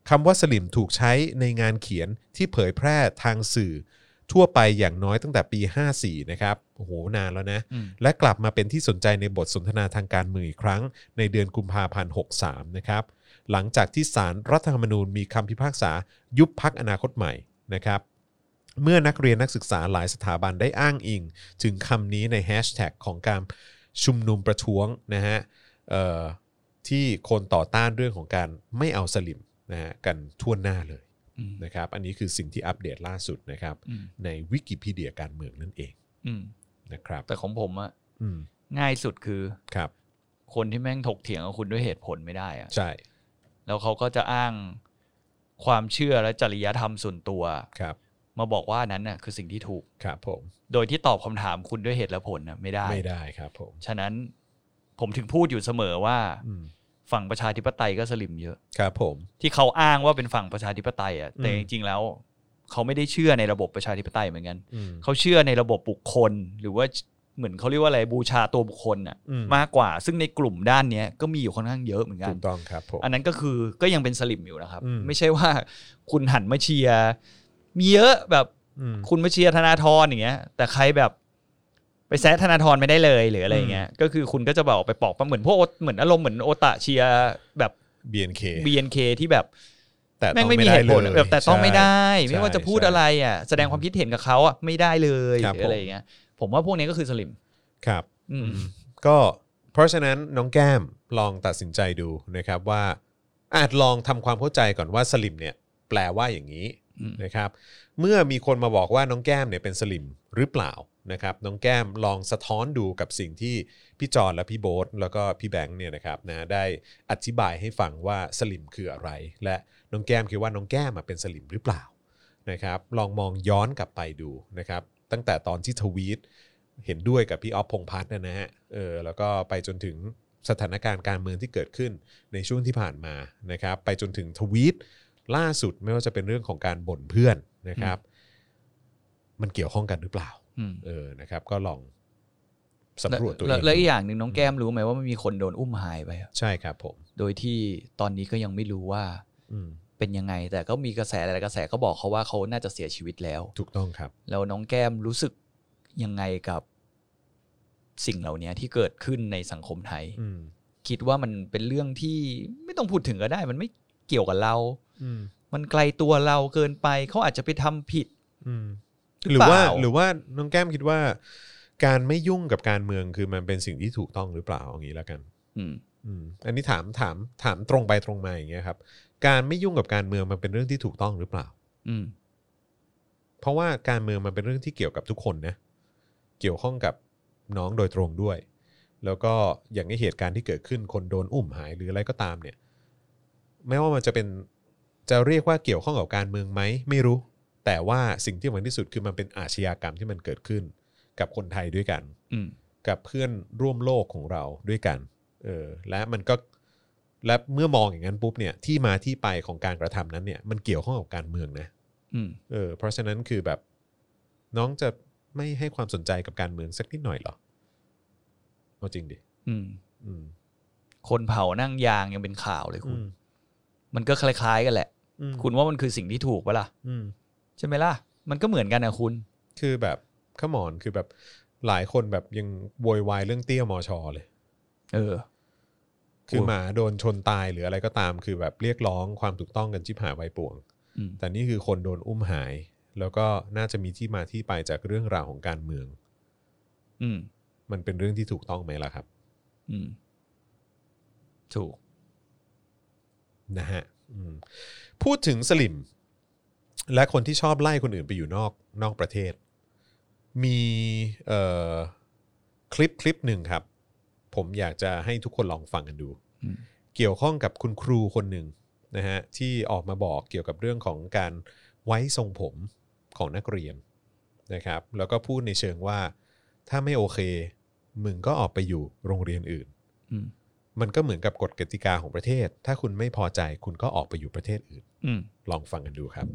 คำว่าสลิมถูกใช้ในงานเขียนที่เผยแพร่ทางสื่อ ทั่วไปอย่างน้อยตั้งแต่ปี 54 นะครับโอ้โหนานแล้วนะ
อืม
และกลับมาเป็นที่สนใจในบทสนทนาทางการเมืองอีกครั้ง ในเดือนกุมภาพันธ์ 63 นะครับ หลังจากที่สารรัฐธรรมนูญมีคำพิพากษายุบพักอนาคตใหม่นะครับ เมื่อนักเรียนนักศึกษาหลายสถาบันได้อ้างอิง ถึงคำนี้ในแฮชแท็กของการชุมนุมประท้วงนะฮะเอ่อที่คนต่อต้านเรื่องของการไม่เอาสลิมนะฮะกันทั่วหน้าเลย
อืม
นะครับ อันนี้คือสิ่งที่อัปเดตล่าสุดนะครับ
อืม
ในวิกิพีเดียการเมืองนั่นเอง
อืม
นะครับ
แต่ของผมอะ
อืม
ง่ายสุดคือ
ครับ
คนที่แม่งถกเถียงกับคุณด้วยเหตุผลไม่ได้อะ
ใช่
แล้วเขาก็จะอ้างความเชื่อและจริยธรรมส่วนตัว
ครับ
มาบอกว่านั้นน่ะคือสิ่งที่ถูก
ครับผม
โดยที่ตอบคำถามคุณด้วยเหตุและผลน่ะไม่ได้
ไม่ได้ครับผม
ฉะนั้นผมถึงพูดอยู่เสมอว่า
อืม
ฝั่งประชาธิปไตยก็สลิมเยอะ
ครับผม
ที่เขาอ้างว่าเป็นฝั่งประชาธิปไตยอ่ะแต่
อืม
จริงๆแล้ว เขาไม่ได้เชื่อในระบบประชาธิปไตยเหมือนกัน
อืม
เขาเชื่อในระบบบุคคล หรือว่าเหมือนเขาเรียกว่าอะไรบูชาตัวบุคคลน่ะ
อืม
มากกว่า ซึ่งในกลุ่มด้านเนี้ยก็มีอยู่ค่อนข้างเยอะเหมือนกั
ถู
น
กต้องครับผม
อันนั้นก็คือก็ยังเป็นสลิมอยู่นะครับ
อืม
ไม่ใช่ว่าคุณหันมาเชียร์มีเยอะแบบ
อืม
คุณมาเชียร์ธนาธรอย่างเงี้ย แต่ใครแบบไปแซะธนาธรไม่ได้เลยหรืออะไรอย่างเงี้ยก็คือคุณก็จะแบบออกไปปอกปะเหมือนพวกโอเหมือนอารมณ์เหมือนโอตะเชียร์แบบ
BNK
BNK ที่แบบ
แต่
แม่
ต้อง ง
ไม่มีเหตุผล
ด้ย
แบบแต่ต้องไม่
ใช่
ได้
ใช่
ไม่ว่าจะพูด
ใช่
อะไรอ่ะแสดงความคิดเห็นกับเขาอ่ะไม่ได้เลย
ครับ
หรืออะไร
ผม
อย่างเงี้ยผมว่าพวกนี้ก็คือสลิม
ครับ
อืม
ก็เพราะฉะนั้นน้องแก้มลองตัดสินใจดูนะครับว่าอาจลองทำความเข้าใจก่อนว่าสลิมเนี่ยแปลว่าอย่างนี้
อืม
นะครับ เมื่อมีคนมาบอกว่าน้องแก้มเนี่ยเป็นสลิมหรือเปล่านะครับน้องแก้มลองสะท้อนดูกับสิ่งที่พี่จอนและพี่โบ๊ทแล้วก็พี่แบงค์เนี่ยนะครับนะได้อธิบายให้ฟังว่าสลิมคืออะไร และน้องแก้มคิดว่าน้องแก้มอะเป็นสลิมหรือเปล่า นะครับลองมองย้อนกลับไปดูนะครับ ตั้งแต่ตอนที่ทวีตเห็นด้วยกับพี่ออฟพงษ์พัฒน์เนยนะฮะเออแล้วก็ไปจนถึงสถานการณ์การเมืองที่เกิดขึ้นในช่วงที่ผ่านมานะครับ ไปจนถึงทวีตล่าสุดไม่ว่าจะเป็นเรื่องของการบ่นเพื่อนนะครับ มันเกี่ยวข้องกันหรือเปล่า
อืม
เออนะครับ ก็ลองสำรวจตัวเอ
แล้
ง
แล้วอีกอย่างหนึ่งน้องแก้มรู้ไหมว่ามันมีคนโดนอุ้มหายไปอะ
ใช่ครับผม
โดยที่ตอนนี้ก็ยังไม่รู้ว่า
อืม
เป็นยังไง แต่ก็มีกระแสหลายๆกระแสก็บอกเขาว่าเขาน่าจะเสียชีวิตแล้ว
ถูกต้องครับ
แล้วน้องแก้มรู้สึกยังไงกับสิ่งเหล่านี้ที่เกิดขึ้นในสังคมไทย
อืม
คิดว่ามันเป็นเรื่องที่ไม่ต้องพูดถึงก็ได้ มันไม่เกี่ยวกับเรา
อืม
มันไกลตัวเราเกินไปเขาอาจจะไปทำผิด
อืมห
หรื
รือ อ
เป
ว่า
ล่า
หรือว่าน้องแก้มคิดว่า การไม่ยุ่งกับการเมืองคือมันเป็นสิ่งที่ถูกต้องหรือเปล่าอย่างนี้แล้วกัน
อืม
อืมอันนี้ถามถามถามตรงไปตรงมาอย่างเงี้ยครับ การไม่ยุ่งกับการเมืองมันเป็นเรื่องที่ถูกต้องหรือเปล่า
อืม
เพราะว่าการเมืองมันเป็นเรื่องที่เกี่ยวกับทุกคนนะเกี่ยวข้องกับน้องโดยตรงด้วย แล้วก็อย่างในเหตุการณ์ที่เกิดขึ้นคนโดนอุ้มหายหรืออะไรก็ตามเนี่ยไม่ว่ามันจะเป็นจะเรียกว่าเกี่ยวข้องกับการเมืองไหมไม่รู้ แต่ว่าสิ่งที่สำคัญที่สุดคือมันเป็นอาชญากรรมที่มันเกิดขึ้น กับคนไทยด้วยกัน
อืม
กับเพื่อนร่วมโลกของเราด้วยกัน เออ และมันก็ และเมื่อมองอย่างนั้นปุ๊บเนี่ย ที่มาที่ไปของการกระทำนั้นเนี่ย มันเกี่ยวข้องกับการเมืองนะ
อืม
เออ เพราะฉะนั้นคือแบบน้องจะไม่ให้ความสนใจกับการเมืองสักนิดหน่อยเหรอเอาจริงดิ
อืม
อืม
คนเผานั่งยางยังเป็นข่าวเลย
อื
คุณ
ม
มันก็คล้ายๆกันแหละ
อืม
คุณว่ามันคือสิ่งที่ถูกปะล่ะ
อืม
ใช่ไหมล่ะ มันก็เหมือนกันนะคุณ
คือแบบขมอน คือแบบหลายคนแบบยังโวยวายเรื่องเตี้ยมอชอเลย
เออ
คือ
โอ้
หมาโดนชนตายหรืออะไรก็ตาม คือแบบเรียกร้องความถูกต้องกันชิบหายไวป่วง
อืม
แต่นี่คือคนโดนอุ้มหาย แล้วก็น่าจะมีที่มาที่ไปจากเรื่องราวของการเมือง
อืม
มันเป็นเรื่องที่ถูกต้องไหมล่ะครับ
อืม ถูก
นะฮะอืมพูดถึงสลิม และคนที่ชอบไล่คนอื่นไปอยู่นอกนอกประเทศ มีเอ่อคลิปคลิปหนึ่งครับ ผมอยากจะให้ทุกคนลองฟังกันดู
อืม
เกี่ยวข้องกับคุณครูคนหนึ่งนะฮะที่ออกมาบอกเกี่ยวกับเรื่องของการไว้ทรงผมของนักเรียนนะครับ แล้วก็พูดในเชิงว่าถ้าไม่โอเค มึงก็ออกไปอยู่โรงเรียนอื่น
อืม
มันก็เหมือนกับกฎกติกาของประเทศ ถ้าคุณไม่พอใจคุณก็ออกไปอยู่ประเทศอื่น
อืม
ลองฟังกันดูครับ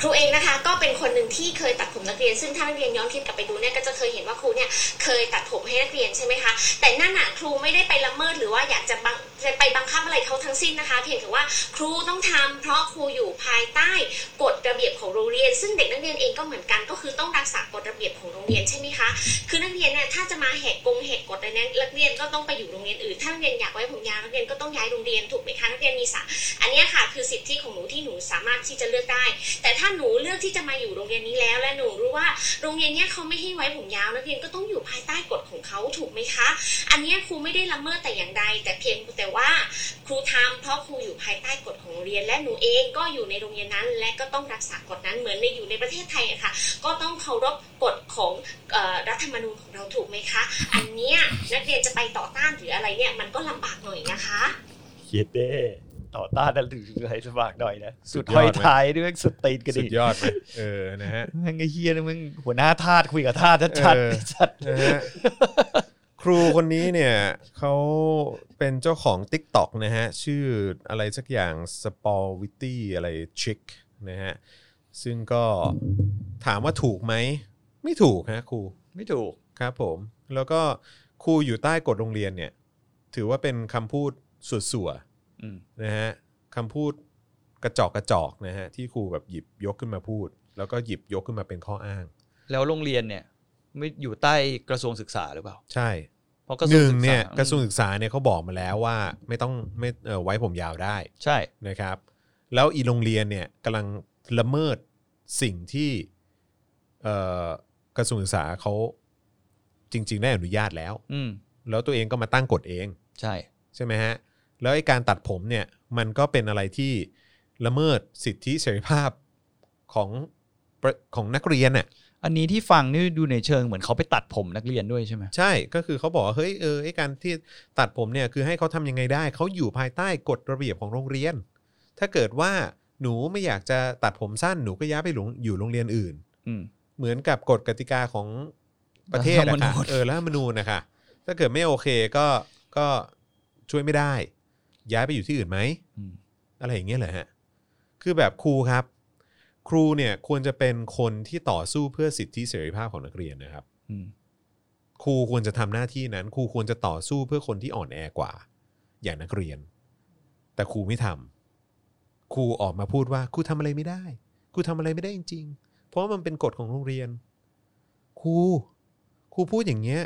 ครูเองนะคะก็เป็นคนหนึ่งที่เคยตัดผมนักเรียน ซึ่งถ้านักเรียนย้อนคลิปกลับไปดูเนี่ยก็จะเคยเห็นว่าครูเนี่ยเคยตัดผมให้นักเรียนใช่ไหมคะแต่นั่นน่ะครูไม่ได้ไปละเมิดหรือว่าอยากจะบังจะไปบังคับอะไรเขาทั้งสิ้นนะคะ เพียงแต่ว่าครูต้องทำเพราะครูอยู่ภายใต้กฎระเบียบของโรงเรียน ซึ่งเด็กนักเรียนเองก็เหมือนกันก็คือต้องรักษากฎระเบียบของโรงเรียนใช่ไหมคะ คือนักเรียนเนี่ยถ้าจะมาแหกกงแหกกฎอะไรเนี่ยนักเรียนก็ต้องไปอยู่โรงเรียนอื่น ถ้านักเรียนอยากไว้ผมยาวนักเรียนก็ต้องย้ายโรงเรียนถูกไหมคะนักเรียนมีสาอันเนี้ยค่ะคือสิทธิของหนูที่หนูสามารถที่จะเลือกได้ แต่ถ้าหนูเลือกที่จะมาอยู่โรงเรียนนี้แล้ว และหนูรู้ว่าโรงเรียนเนี้ยเขาไม่ให้ไว้ผมยาวนักเรียนก็ต้องอยู่ภายใต้กฎของเขาถูกไหมคะ อันเนี้ยครูไม่ได้ละเมิดแต่อย่างใด แต่เพียงแต่ว่าครูทำเพราะครูอยู่ภายใต้กฎของโรงเรียน และหนูเองก็อยู่ในโรงเรียนนั้น และก็ต้องรักษากฎนั้นเหมือนในอยู่ในประเทศไทยอะค่ะ ก็ต้องเคารพกฎของเอ่อรัฐธรรมนูญของเราถูกไหมคะ อันเนี้ยนักเรียนจะไปต่อต้านหรืออะไรเนี่ยมันก็ลำบากหน่อยนะคะ
เฮียเด้ต่อต้านดันถึงไรสมากหน่อยนะ
สุ
สุ
ด
ด
ยอด
ห้อยท้ายด้วยสุดตีนกัน
สุ
ดิ
ดยอดไหมเออนะฮะ
แม่งไอ้เฮียนะมึงหัวหน้าทาสคุยกับทาสชัด
เออ
ๆไอ้สัตว์
นะ
<laughs>
ฮะครูคนนี้เนี่ยเขาเป็นเจ้าของ TikTok นะฮะ ชื่ออะไรสักอย่าง s p o r w i t y อะไร Chick นะฮะ ซึ่งก็ถามว่าถูกไหม ไม่ถูกฮะครู
ไม่ถูก
ครับผม แล้วก็ครูอยู่ใต้กฎโรงเรียนเนี่ย ถือว่าเป็นคำพูดส่วๆ
อืม
นะฮะคำพูดกระจอกกระจอกนะฮะที่ครูแบบหยิบยกขึ้นมาพูด แล้วก็หยิบยกขึ้นมาเป็นข้ออ้าง
แล้วโรงเรียนเนี่ย ไม่อยู่ใต้กระทรวงศึกษาหรือเปล่า
ใช่
เพราะกระท
ห
รวง
นึ่ง
ศึกษา
เนี่ยกระทรวงศึกษาเนี่ยเขาบอกมาแล้วว่าไม่ต้องไม่เอ่อไว้ผมยาวได้
ใช่
นะครับ แล้วอีโรงเรียนเนี่ยกำลังละเมิดสิ่งที่เอ่อกระทรวงศึกษาเขาจริง ๆ ได้อนุญาตแล้ว
อืม
แล้วตัวเองก็มาตั้งกฎเอง
ใช่
ใช่ไหมฮะ แล้วไอ้การตัดผมเนี่ย มันก็เป็นอะไรที่ละเมิดสิทธิเสรีภาพของประของนักเรียนน่ะ
อันนี้ที่ฟังนี่ดูในเชิงเหมือนเขาไปตัดผมนักเรียนด้วยใช่ไหม
ใช่ก็คือเขาบอกว่าเฮ้ยเออไอ้การที่ตัดผมเนี่ยคือให้เขาทำยังไงได้ เขาอยู่ภายใต้กฎระเบียบของโรงเรียน ถ้าเกิดว่าหนูไม่อยากจะตัดผมสั้นหนูก็ย้ายไปหลงอยู่โรงเรียนอื่น
อืม
เหมือนกับกฎกติกาของประเทศ
รัฐธรรมนู
นะคะ
ญ
เออรัฐธรรมนูญนะคะถ้าเกิดไม่โอเคก็ก็ช่วยไม่ได้ ย้ายไปอยู่ที่อื่นไหม
อืม
อะไรอย่างเงี้ยเหรอฮะ คือแบบครูครับ ครูเนี่ยควรจะเป็นคนที่ต่อสู้เพื่อสิทธิเสรีภาพของนักเรียนนะครับ
อืม
ครูควรจะทำหน้าที่นั้น ครูควรจะต่อสู้เพื่อคนที่อ่อนแอกว่า อย่างนักเรียน แต่ครูไม่ทำครูออกมาพูดว่าครูทำอะไรไม่ได้ ครูทำอะไรไม่ได้จริง ๆ เพราะว่ามันเป็นกฎของโรงเรียน ครู ครูพูดอย่างเงี้ย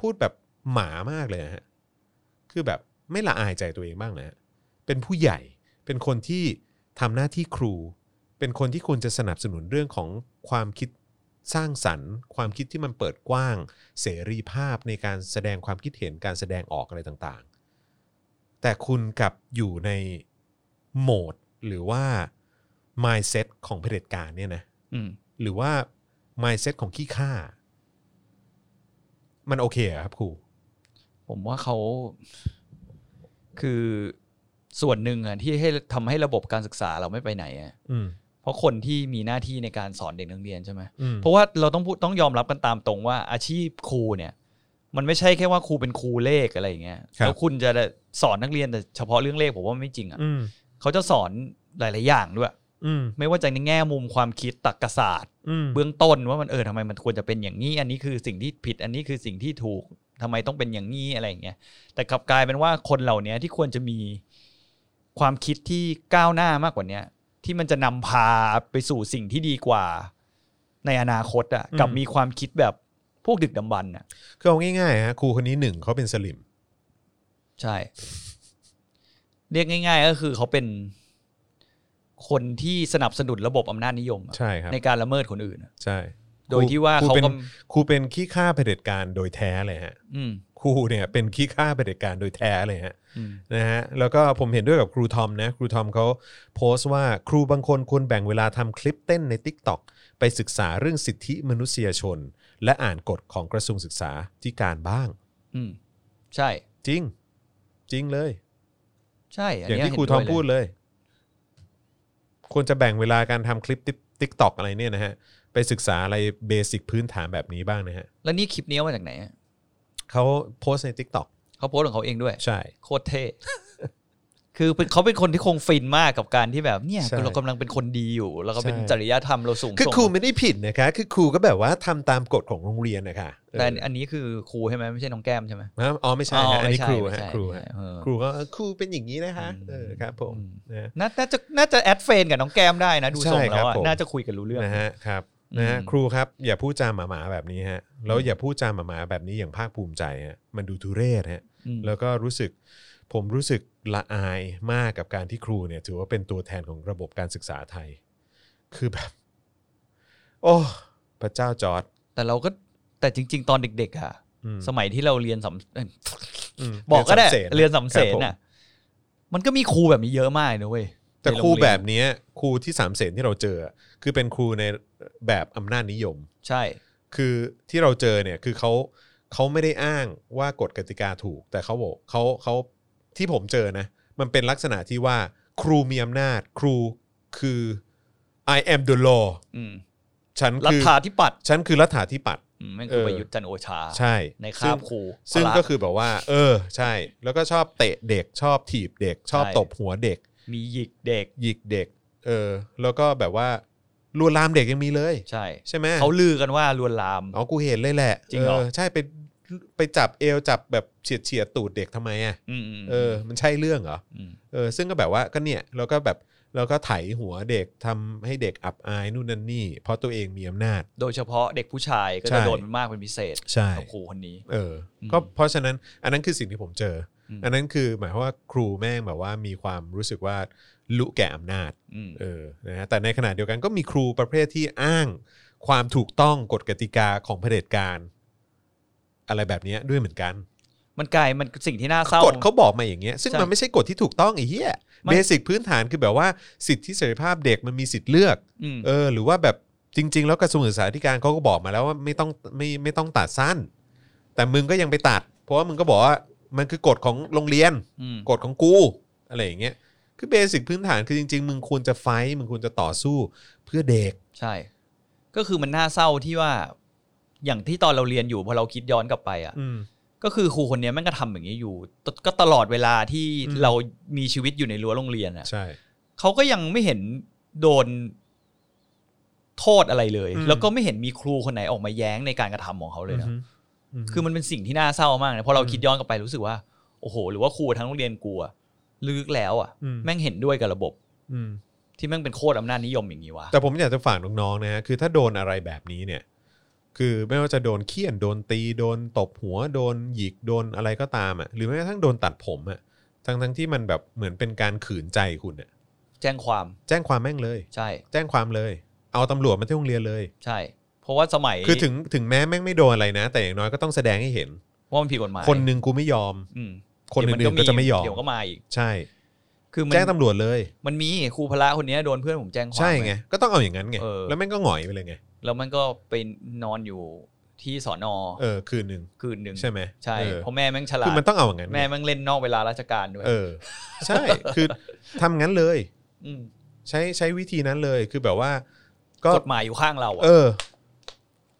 พูดแบบหมามากเลยนะฮะ คือแบบไม่ละอายใจตัวเองบ้างนะฮะเป็นผู้ใหญ่ เป็นคนที่ทำหน้าที่ครู เป็นคนที่ควรจะสนับสนุนเรื่องของความคิดสร้างสรรค์ ความคิดที่มันเปิดกว้าง เสรีภาพในการแสดงความคิดเห็นการแสดงออกอะไรต่างๆ แต่คุณกลับอยู่ในโหมดหรือว่า mindset ของเผด็จการเนี่ยนะ
อืม
หรือว่า mindset ของขี้ข้า มันโอเคเหรอครับครู
ผมว่าเขาคือส่วนหนึ่งอ่ะที่ให้ทำให้ระบบการศึกษาเราไม่ไปไหนอ่ะ
อืม
เพราะคนที่มีหน้าที่ในการสอนเด็กนักเรียนใช่ไหม
อืม
เพราะว่าเราต้องพูดต้องยอมรับกันตามตรงว่าอาชีพครูเนี่ย มันไม่ใช่แค่ว่าครูเป็นครูเลขอะไรอย่างเงี้ย
ครับ
แล้วคุณจะสอนนักเรียนแต่เฉพาะเรื่องเลขผมว่าไม่จริงอ่ะ
อืม
เขาจะสอนหลาย ๆ อย่างด้วย
อืม
ไม่ว่าจะในแง่มุมความคิดตรรกศาสตร์
อืม
เบื้องต้นว่ามันเออทำไมมันควรจะเป็นอย่างนี้ อันนี้คือสิ่งที่ผิดอันนี้คือสิ่งที่ถูกทำไมต้องเป็นอย่างนี้อะไรอย่างเงี้ยแต่กลับกลายเป็นว่าคนเหล่านี้ที่ควรจะมีความคิดที่ก้าวหน้ามากกว่าเนี้ยที่มันจะนำพาไปสู่สิ่งที่ดีกว่า ในอนาคตอะ
อืม
กับมีความคิดแบบพวกดึกดำบรรพ์อะ
คือเอาง่ายๆฮะครูคนนี้หนึ่งเขาเป็นสลิม
ใช่ เรียกง่าย ๆ ก็คือเขาเป็นคนที่สนับสนุนระบบอำนาจนิยมอะ
ใช่ครับ
ในการละเมิดคนอื่นอะ
ใช่
โดยที่ว่า
ครู
เขา
เป็น
ก็
ครูเป็นขี้ข้าเผด็จการโดยแท้เลยฮะ
อืม
ครูเนี่ยเป็นขี้ข้าเผด็จการโดยแท้เลยฮะ
อืม
นะฮะแล้วก็ผมเห็นด้วยกับครูทอมนะครูทอมเขาโพสต์ว่าครูบางคนควรแบ่งเวลาทำคลิปเต้นใน TikTok ไปศึกษาเรื่องสิทธิมนุษยชน และอ่านกฎของกระทรวงศึกษาที่การบ้าง
อืม ใช่
จริง จริงเลย
ใช่น
อย่าง
เนี้
ที่
เห็น
ครูทอม
วย
พูดเลย ควรจะแบ่งเวลาการทำคลิปติ๊กต็อกอะไรเนี่ยนะฮะ ไปศึกษาอะไรเบสิกพื้นฐานแบบนี้บ้างนะฮะ
แล้วนี่คลิปนี้เอามาจากไหนอะ
เขาโพสต์ใน TikTok
เขาโพสต์ของเขาเองด้วย
ใช่
<laughs> โคตรเท่ คือเป็นเขาเป็นคนที่คงฟินมากกับการที่แบบเนี่ย
ใช่
เรากำลังเป็นคนดีอยู่ แล้วก็เป็น
ใช่
จริยธรรมเราสูง
คือ
ส่ง
ครูไม่ได้ผิดนะคะ คือครูก็แบบว่าทำตามกฎของโรงเรียนนะคะเออ
แต่อันอันนี้คือครูใช่ไหมไม่ใช่น้องแก้มใช่ไหม
ฮะอ๋อไม่ใช่ฮะอัน
ไม่
นี้
ใช่
ครู
ไม่
ฮะ
ใช่
ครูฮะ
ไม่ใช่เออ
ครูก็ครูเป็นอย่างนี้นะคะ
อืม
เออครับผมนะ
น่าน่าจะน่าจะแอดเฟรนกับน้องแก้มได้นะ ดู
ใช่
ทรงแล้ว
ครั
อะ
บผม
น่าจะคุยกันรู้เรื่อง
นะฮะครับนะฮะ
อืม
ครูครับอย่าพูดจาหมาหมาๆแบบนี้ฮะแล้วอย่าพูดจาหมาหมาๆแบบนี้อย่างภาคภูมิใจฮะมันดูทุเรศฮะ
อืม
แล้วก็รู้สึกผมรู้สึกละอายมากกับการที่ครูเนี่ยถือว่าเป็นตัวแทนของระบบการศึกษาไทย คือแบบ โอ้พระเจ้าจอร์ด
แต่เราก็แต่จริง ๆ ตอนเด็ก ๆ อ่ะ
อืม
สมัยที่เราเรียนสำเอ้ย
ม
บอกก็ได้
สำส
เรียนสำเส
ค
น
รับ
น่ะมันก็มีครูแบบนี้เยอะมากนะเว้ย
ผมแต่ค
ในโง
รู
เยน
แบบเนี้ยครูที่สามเสนที่เราเจอ คือเป็นครูในแบบอำนาจนิยม
ใช่
คือที่เราเจอเนี่ยคือเขาเขาไม่ได้อ้างว่ากฎกติกาถูก แต่เขาบอกเขาเขาที่ผมเจอนะ มันเป็นลักษณะที่ว่าครูมีอำนาจ ครูคือ I am the law
อืม
ฉัน
รั
คือ
ฐาธิปัตย์
ฉันคือรัฐาธิปัตย์
อืมแม่ง
เอ
คือ
อ
ประยุทธ์จันทร์โอชา
ใช่
ในคา
ซึ่
บ
ง
ครู
ซึ่ง
พละ
ก็คือแบบว่า เออ ใช่ แล้วก็ชอบเตะเด็กชอบถีบเด็ก ชอบ
ใช่
ตบหัวเด็ก
มีหยิกเด็ก
หยิกเด็ก เออ แล้วก็แบบว่าลวนลามเด็กยังมีเลย
ใช่
ใช่ไหม
เขาลือกันว่าลวนลาม
อ๋อกูเห็นเลยแหละ
จริงเหรอ
ใช่ไปไปจับเอวจับแบบเฉียดเฉียดตูดเด็กทำไมอ่ะ
อืมอืม
เออมันใช่เรื่องเหรอ
ม
เออซึ่งก็แบบว่าก็เนี่ยเราก็แบบเราก็ไถหัวเด็กทำให้เด็กอับอายนู่นนั่นนี่ เพราะตัวเองมีอำนาจ
โดยเฉพาะเด็กผู้ชายก็
ใช่
จะโดนมากเป็นพิเศษ
ใช่
กับครูคนนี้
เอออ
ม
ก็เพราะฉะนั้นอันนั้นคือสิ่งที่ผมเจออ
ม
อันนั้นคือหมายความว่าครูแม่งแบบว่ามีความรู้สึกว่าลุแก่อำนาจ
อืม
เออ นะฮะแต่ในขณะเดียวกันก็มีครูประเภทที่อ้างความถูกต้องกฎกติกาของเผด็จการ อะไรแบบเนี้ยด้วยเหมือนกัน
มันกลายมันสิ่งที่น่าเศร้า
กฎเขาบอกมาอย่างเงี้ย ซึ่ง
ใช่
มันไม่ใช่กฎที่ถูกต้องไอ้เหี้ย
มัน
เบสิกพื้นฐานคือแบบว่าสิทธิเสรีภาพเด็กมันมีสิทธิเลือก
อืม
เออ หรือว่าแบบจริง ๆ แล้วกระทรวงศึกษาธิการเขาก็บอกมาแล้วว่าไม่ต้องไม่ไม่ต้องตัดสั้น แต่มึงก็ยังไปตัด เพราะว่ามึงก็บอกว่ามันคือกฎของโรงเรียน
ม
กฎของกู อะไรอย่างเงี้ยคือเบสิกพื้นฐานคือจริง ๆ มึงควรจะไฟท์มึงควรจะต่อสู้เพื่อเด็ก
ใช่ ก็คือมันน่าเศร้าที่ว่า อย่างที่ตอนเราเรียนอยู่พอเราคิดย้อนกลับไปอ่ะ
อืม
ก็คือครูคนเนี้ยแม่งก็ทำอย่างนี้อยู่ตก็ตลอดเวลาที่
อืม
เรามีชีวิตอยู่ในรั้วโรงเรียนอ่ะ
ใช่
เขาก็ยังไม่เห็นโดนโทษอะไรเลย
อืม
แล้วก็ไม่เห็นมีครูคนไหนออกมาแย้งในการกระทำของเขาเลยนะ
ม
คือมันเป็นสิ่งที่น่าเศร้ามากนะพอเรา
อืม
คิดย้อนกลับไปรู้สึกว่า โอ้โห หรือว่าครูทั้งโรงเรียนกูอะลึกแล้วอะ
อืม
แม่งเห็นด้วยกับระบบ
อืม
ที่แม่งเป็นโคตรอำนาจนิยมอย่างนี้วะ
<laughs> แต่ผมอยากจะฝากน้องๆนะฮะคือถ้าโดนอะไรแบบนี้เนี่ย คือไม่ว่าจะโดนเคี่ยนโดนตีโดนตบหัวโดนหยิกโดนอะไรก็ตามอ่ะหรือแม้กระทั่งโดนตัดผมอ่ะทั้งทั้งๆที่มันแบบเหมือนเป็นการขืนใจคุณอ่ะ
แจ้งความ
แจ้งความแม่งเลย
ใช่
แจ้งความเลย เอาตำรวจมาที่โรงเรียนเลย
ใช่ เพราะว่าสมัย
คือถึงถึงแม้แม่งไม่โดนอะไรนะ แต่อย่างน้อยก็ต้องแสดงให้เห็น
ว่ามันผิดกฎหมาย
คนหนึ่งกูไม่ยอม
อืม
คนอื่นๆก็จะไม่ยอม
เดี๋ยวก็มาอีก
ใช่
คือมัน
แจ้งตำรวจเลย
มันมีครูพละคนเนี้ยโดนเพื่อนผมแจ้งความ
ใช่
ว้
ไง ก็ต้องเอาอย่างนั้นไง
เออ
แล้วแม่งก็หงอยไปเลยไง
แล้วมันก็ไปนอนอยู่ที่สอนอ
เออ คืนหนึ่ง
คืนหนึ่ง
ใช่ไหม
ใช่
เออ
เพราะแม่แม่งฉลา
คือ
ด
มันต้องเอาอย่างนั้นไง
แม่แม่งเล่นนอกเวลาราชการด้วย
เออ ใช่ คือทำงั้นเลย
ม
ใช้ใช้วิธีนั้นเลย คือแบบว่า ก็
กฎหมายอยู่ข้างเราอะ
เออ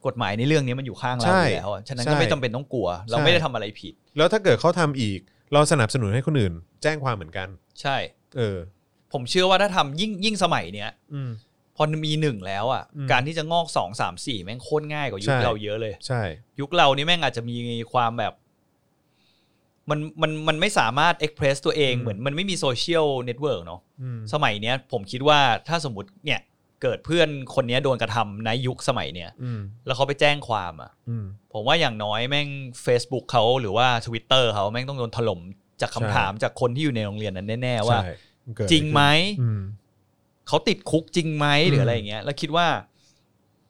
กฎหมายในเรื่องนี้มันอยู่ข้างเรา
ใช่
อยู่แล้วอะฉะนั้นก็ไม่
ใช่
จำเป็นต้องกลัว เรา
ใช่
ไม่ได้ทำอะไรผิด
แล้วถ้าเกิดเขาทำอีก เราสนับสนุนให้คนอื่น แจ้งความเหมือนกัน
ใช่
เออ
ผมเชื่อว่าถ้าทำยิ่งยิ่งสมัยเนี้ย
อืม
พอมีหนึ่งแล้วอ่ะ
อืม
การที่จะงอกสองสามสี่แม่งโคตรง่ายกว่ายุ
ใช่
คเราเยอะเลย
ใช่
ยุคเรานี่แม่งอาจจะมีความแบบ มันมันมันไม่สามารถเอ็กเพรสตัวเอง
อืม
เหมือนมันไม่มีโซเชียลเน็ตเวิร์กเนาะ
อืม
สมัยเนี้ย ผมคิดว่าถ้าสมมติเนี่ยเกิดเพื่อนคนเนี้ยโดนกระทำในยุคสมัยเนี้ย
อืม
แล้วเขาไปแจ้งความอ่ะ
อืม
ผมว่าอย่างน้อยแม่ง Facebook เขาหรือว่า Twitter เขาแม่งต้องโดนถล่มจากคำ
ใช่
ถามจากคนที่อยู่ในโรงเรียนนั้นแน่ ๆ ว่า
ใช่มันเกิดอะ
จริงไหม
อืม
เขาติดคุกจริงไหม
อืม
หรืออะไรอย่างเงี้ย แล้วคิดว่า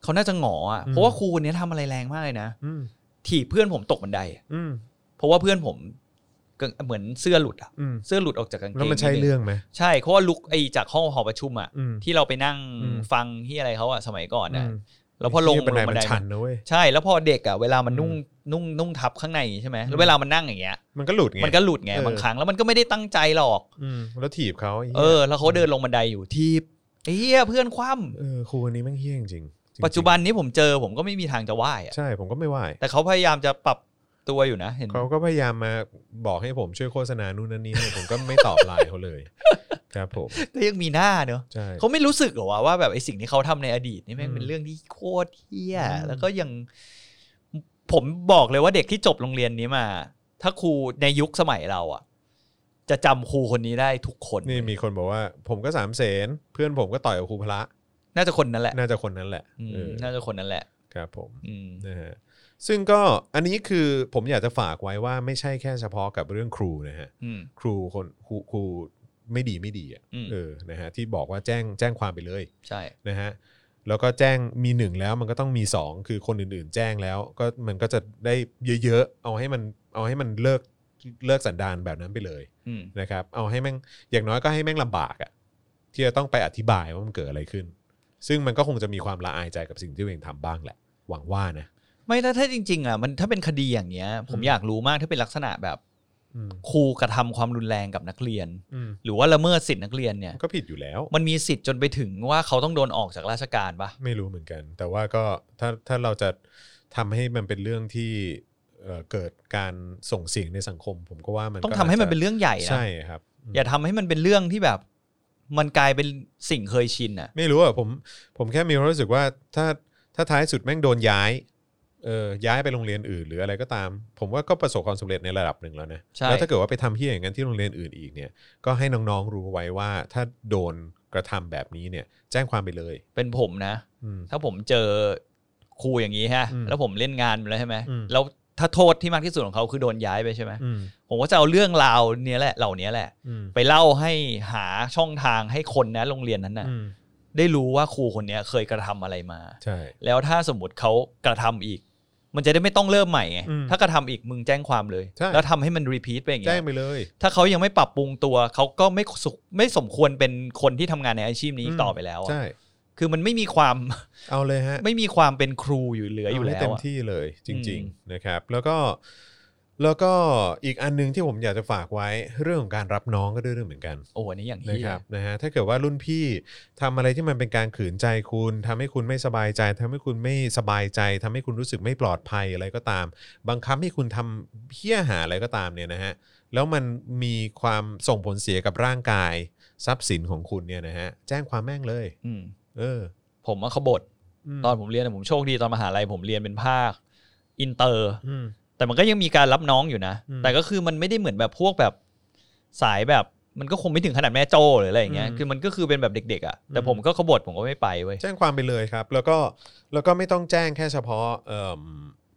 เขาน่าจะหงออะ
อืม
เพราะว่าครูคนเนี้ยทำอะไรแรงมากเลยนะ
อืม
ถีบเพื่อนผมตกบันไดอะ
อืม
เพราะว่าเพื่อนผมเกิดเหมือนเสื้อหลุดอะ
อืม
เสื้อหลุดออกจากกางเกง
แล้วมันใช่
ดง
เรื่องไหม
ใช่เพราะว่าลุกไอจากห้องหอประชุมอะ
อืม
ที่เราไปนั่ง
อืม
ฟังที่อะไรเขาอะสมัยก่อนอะ
ม
แล้วพอลง
ที่บันได
ลง
มันชันนะเว้ย
ใช่แล้วพอเด็กอะเวลามันนุ่ง
อืม
นุ่งนุ่งทับข้างในอย่างงี้ใช่ไหม
อื
แล้ว
ม
เวลามันนั่งอย่างเงี้ย
มันก็หลุดไง
มันก็หลุดไง
เออ
บางครั้งแล้วมันก็ไม่ได้ตั้งใจหรอก
อืมแล้วถีบเขาไหี้ย
เออ แล้วเขาเดินลงบันไดอยู่ทีบไอ้เฮียเพื่อนคว่
เออครูคนนี้แม่งเฮี้ยจริงๆจริง
ำ
ๆ
ปัจจุบันนี้ผมเจอผมก็ไม่มีทางจะไหว้อะ
ใช่ผมก็ไม่ไหว
แต่เขาพยายามจะปรับ ตัวอยู่นะ เห็น
เขาก็พยายามมาบอกให้ผมช่วยโฆษณานู่นนั่นนี่ให้ผมก็ไม่ตอบไลน์เขา
<laughs>
เลย ครับผม
ก็ยังมีหน้าเนอะ
ใช่
เขาไม่รู้สึกเหรอวะว่าแบบไอ้สิ่งที่เขาทำในอดีตนี่แม่ง
อืม
เป็นเรื่องที่โคตรเฮี้ย
อืม
แล้วก็ยังผมบอกเลยว่าเด็กที่จบโรงเรียนนี้มา ถ้าครูในยุคสมัยเราอ่ะ จะจำครูคนนี้ได้ทุกคน
นี่มีคนบอกว่าผมก็สามเสนเพื่อนผมก็ต่อยกับครูพระ
น่าจะคนนั้นแหละ
น่าจะคนนั้นแหละ
อืม
เออ
น่าจะคนนั้นแหละ
ครับผม
อืม
นะฮะซึ่งก็อันนี้คือผมอยากจะฝากไว้ว่าไม่ใช่แค่เฉพาะกับเรื่องครูนะฮะ
อืม
ครูคนครูครูไม่ดีไม่ดีอ่ะ
อืม
เออนะฮะที่บอกว่าแจ้งแจ้งความไปเลย
ใช่
นะฮะแล้วก็แจ้งมีหนึ่งแล้วมันก็ต้องมีสองคือคนอื่นๆ แจ้งแล้ว ก็มันก็จะได้เยอะๆเอาให้มันเอาให้มันเลิกเลิกสันดานแบบนั้นไปเลย
อืม
นะครับ เอาให้แม่งอย่างน้อยก็ให้แม่งลำบากอ่ะที่จะต้องไปอธิบายว่ามันเกิดอะไรขึ้น ซึ่งมันก็คงจะมีความละอายใจกับสิ่งที่ตัวเองทำบ้างแหละ หวังว่านะ
ไม่ถ้าถ้าจริง ๆอ่ะมันถ้าเป็นคดีอย่างเงี้ย ผม
อืม
อยากรู้มากถ้าเป็นลักษณะแบบ
อืม
ครูกระทำความรุนแรงกับนักเรียน
อืม
หรือว่าละเมิดสิทธินักเรียนเนี่ย
มันก็ผิดอยู่แล้ว
มันมีสิทธิ์จนไปถึงว่าเขาต้องโดนออกจากราชการปะ
ไม่รู้เหมือนกัน แต่ว่าก็ถ้าถ้าเราจะทำให้มันเป็นเรื่องที่เอ่อเกิดการส่งเสียงในสังคม ผมก็ว่ามัน
ต้องทำให้มันเป็นเรื่องใหญ่นะ
ใช่ครับอืม
อย่าทำให้มันเป็นเรื่องที่แบบ มันกลายเป็นสิ่งเคยชินอ่ะ
ไม่รู้อ่ะผมผมแค่มีความรู้สึกว่าถ้าถ้าท้ายสุดแม่งโดนย้ายเออย้ายไปโรงเรียนอื่น หรืออะไรก็ตาม ผมว่าก็ประสบความสำเร็จในระดับหนึ่งแล้วนะ
ใช่
แล้วถ้าเกิดว่าไปทำเฮี้ยอย่างนั้นที่โรงเรียนอื่นอีกเนี่ย ก็ให้น้องๆรู้ไว้ว่าถ้าโดนกระทำแบบนี้เนี่ย แจ้งความไปเลย
เป็นผมนะ
อืม
ถ้าผมเจอครูอย่างนี้ฮะ
อืม
แล้วผมเล่นงานไปแล้วใช่ไหม
อืม
แล้วถ้าโทษที่มากที่สุดของเขาคือโดนย้ายไปใช่ไหม
อืม
ผมก็จะเอาเรื่องราวเนี้ยแหละเหล่านี้แหละ
อืม
ไปเล่าให้หาช่องทางให้คนนะโรงเรียนนั้นน่ะ
อืม
ได้รู้ว่าครูคนเนี้ยเคยกระทำอะไรมา
ใช่
แล้วถ้าสมมติเขากระทำอีก มันจะได้ไม่ต้องเริ่มใหม่ไง
อืม
ถ้ากระทำอีกมึงแจ้งความเลย
ใช่
แล้วทำให้มันรีพีทไปอย่าง
แจ้
เงี้
ง
ย
ไปเลย
ถ้าเขายังไม่ปรับปรุงตัวเขาก็ไม่สุขไม่สมควรเป็นคนที่ทำงานในอาชีพนี้อีก
อืม
ต่อไปแล้วอะ
ใช่
คือมันไม่มีความ <laughs>
เอาเลยฮะ
ไม่มีความเป็นครูอยู่เหลืออยู่แล้
เาให้
ว
เต็ม
อะ
ที่เลยจริง
อืม
ๆนะครับ แล้วก็แล้วก็อีกอันหนึงที่ผมอยากจะฝากไว้เรื่องของการรับน้องก็ด้วยเรื่องเหมือนกัน
โอ้อันนี้อย่าง
นะ
เฮี
ค
ย
รับนะฮะถ้าเกิดว่ารุ่นพี่ทำอะไรที่มันเป็นการขืนใจคุณทำให้คุณไม่สบายใจทำให้คุณไม่สบายใจทำให้คุณรู้สึกไม่ปลอดภัยอะไรก็ตาม บังคับให้คุณทำเพี้ยหาอะไรก็ตามเนี่ยนะฮะแล้วมันมีความส่งผลเสียกับร่างกายทรัพย์สินของคุณเนี่ยนะฮะแจ้งความแม่งเลย
อืม
เออ
ผมว่าขบฏ
ม
ตอนผมเรียนอะผมโชคดีตอนมหาลัยผมเรียนเป็นภาคอินเตอร์
อืม
แต่มันก็ยังมีการรับน้องอยู่นะ
อืม
แต่ก็คือมันไม่ได้เหมือนแบบพวกแบบสายแบบ มันก็คงไม่ถึงขนาดแม่โจ้หรืออะไรอย่างเงี้ย
อืม
คือมันก็คือเป็นแบบเด็กๆอ่ะ แต่
อืม
ผมก็ขบฏผมก็ไม่ไปเว้ย
แจ้งความไปเลยครับ แล้วก็แล้วก็ไม่ต้องแจ้งแค่เฉพาะเอ่ม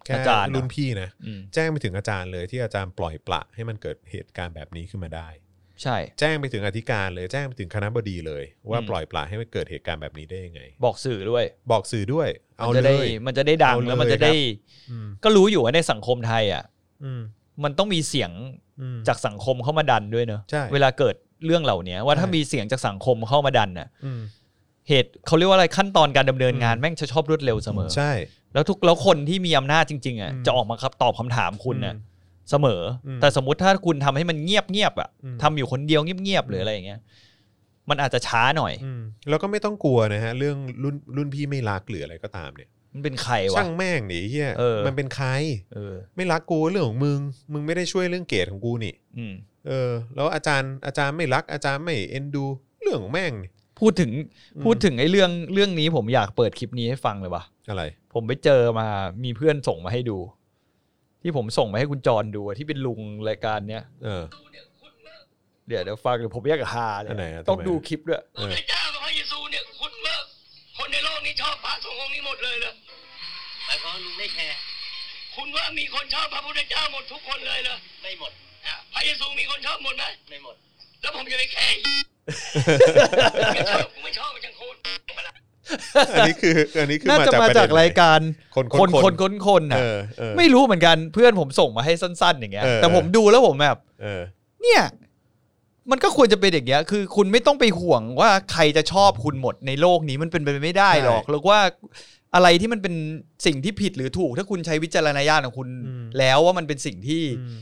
แค่
อาจารย์เหรอ
รุ่นพี่นะ
อืม
แจ้งไปถึงอาจารย์เลยที่อาจารย์ปล่อยปละให้มันเกิดเหตุการณ์แบบนี้ขึ้นมาได้
ใช่
แจ้งไปถึงอธิการเลยแจ้งไปถึงคณะบดีเลย ว่า
อืม
ปล่อยปละให้มันเกิดเหตุการณ์แบบนี้ได้ยังไง
บอกสื่อด้วย
บอกสื่อด้วย เอา
มัน
เล
จะได้
ย
มันจะได้ดัง
เอาเลย
แล้วมันจะได้
ครั อืม
ก็รู้อยู่ว่าในสังคมไทยอ่ะ
อืม
มันต้องมีเสียง
อืม
จากสังคมเข้ามาดันด้วยเนอะ
ใช่
เวลาเกิดเรื่องเหล่านี้ว่าถ้า
ใช่
มีเสียงจากสังคมเข้ามาดันน่ะ
อืม
เหตุเขาเรียกว่าอะไรขั้นตอนการดำเนินงาน
อืม
แม่งจะชอบรวดเร็วเสมอ
ใช่
แล้วทุกแล้วคนที่มีอำนาจจริงๆอ่ะ
อืม
จะออกมาครับตอบคำถามคุณน่ะ
อืม
เสมออ
ม
แต่สมมติถ้าคุณทำให้มันเงียบเงียบๆอ่ะ
อืม
ทำอยู่คนเดียวเงียบเงียบๆหรืออะไรอย่างเงี้ย มันอาจจะช้าหน่อย
อืมแล้วก็ไม่ต้องกลัวนะฮะเรื่องรุ่นรุ่นพี่ไม่รักหรืออะไรก็ตามเนี่ย
มันเป็นใครวะ
ช่างแม่งหนีเฮีย
เออ
มันเป็นใคร
เออ
ไม่รักกูเรื่องของมึงมึงไม่ได้ช่วยเรื่องเกรดของกูนี่
อืม
เออแล้วอาจารย์อาจารย์ไม่รักอาจารย์ไม่เอ็นดู เรื่องของแม่งนี่
พูดถึง
อืม
พูดถึงไอ้เรื่องเรื่องนี้ผมอยากเปิดคลิปนี้ให้ฟังเลยว่ะ
อะไร
ผมไปเจอมามีเพื่อนส่งมาให้ดู ที่ผมส่งมาให้คุณจรดูอะที่เป็นลุงรายการเนี้ย
เออ
เดี๋ยวเดี๋ยวฟังเดี๋ยวผมอยากหาเล
อันไหน
ย
อะ
ต้อง
ทำไม
ดูคลิปด้วย
พระพุทธเจ้ากับพระเยซูเนี่ยคุณเมื่อคนในโลกนี้ชอบพระสงฆ์องค์นี้หมดเลยเลยหมายความลุงได้แชร์คุณว่ามีคนชอบพระพุทธเจ้าหมดทุกคนเลยเลยไม่หมดพระเยซูมีคนชอบหมดไหมไม่หมด แล้วผมจะไปแคร์
<laughs>
อีก ไม่ชอบกูไม่ชอบจังคุณ
<laughs> อันนี้คืออันนี้คือ
น่าจะมาจาก
ประเด็นไหน
รายการ
คน
คน
ๆๆ
คนคนคน
เอ
อ่ะ
อเออ
ไม่รู้เหมือนกันเพื่อนผมส่งมาให้สั้น ๆ อย่างเงี้ย
เออ
แต่ผมดูแล้วผมแบบ
เออ
เนี่ยมันก็ควรจะเป็นอย่างเงี้ยคือคุณไม่ต้องไปห่วงว่าใครจะชอบคุณหมดในโลกนี้มันเป็นไปไม่ได้หรอก
ใช่
หรือว่าอะไรที่มันเป็นสิ่งที่ผิดหรือถูก ถ้าคุณใช้วิจารณญาณของคุณ
อืม
แล้วว่ามันเป็นสิ่งที่
อืม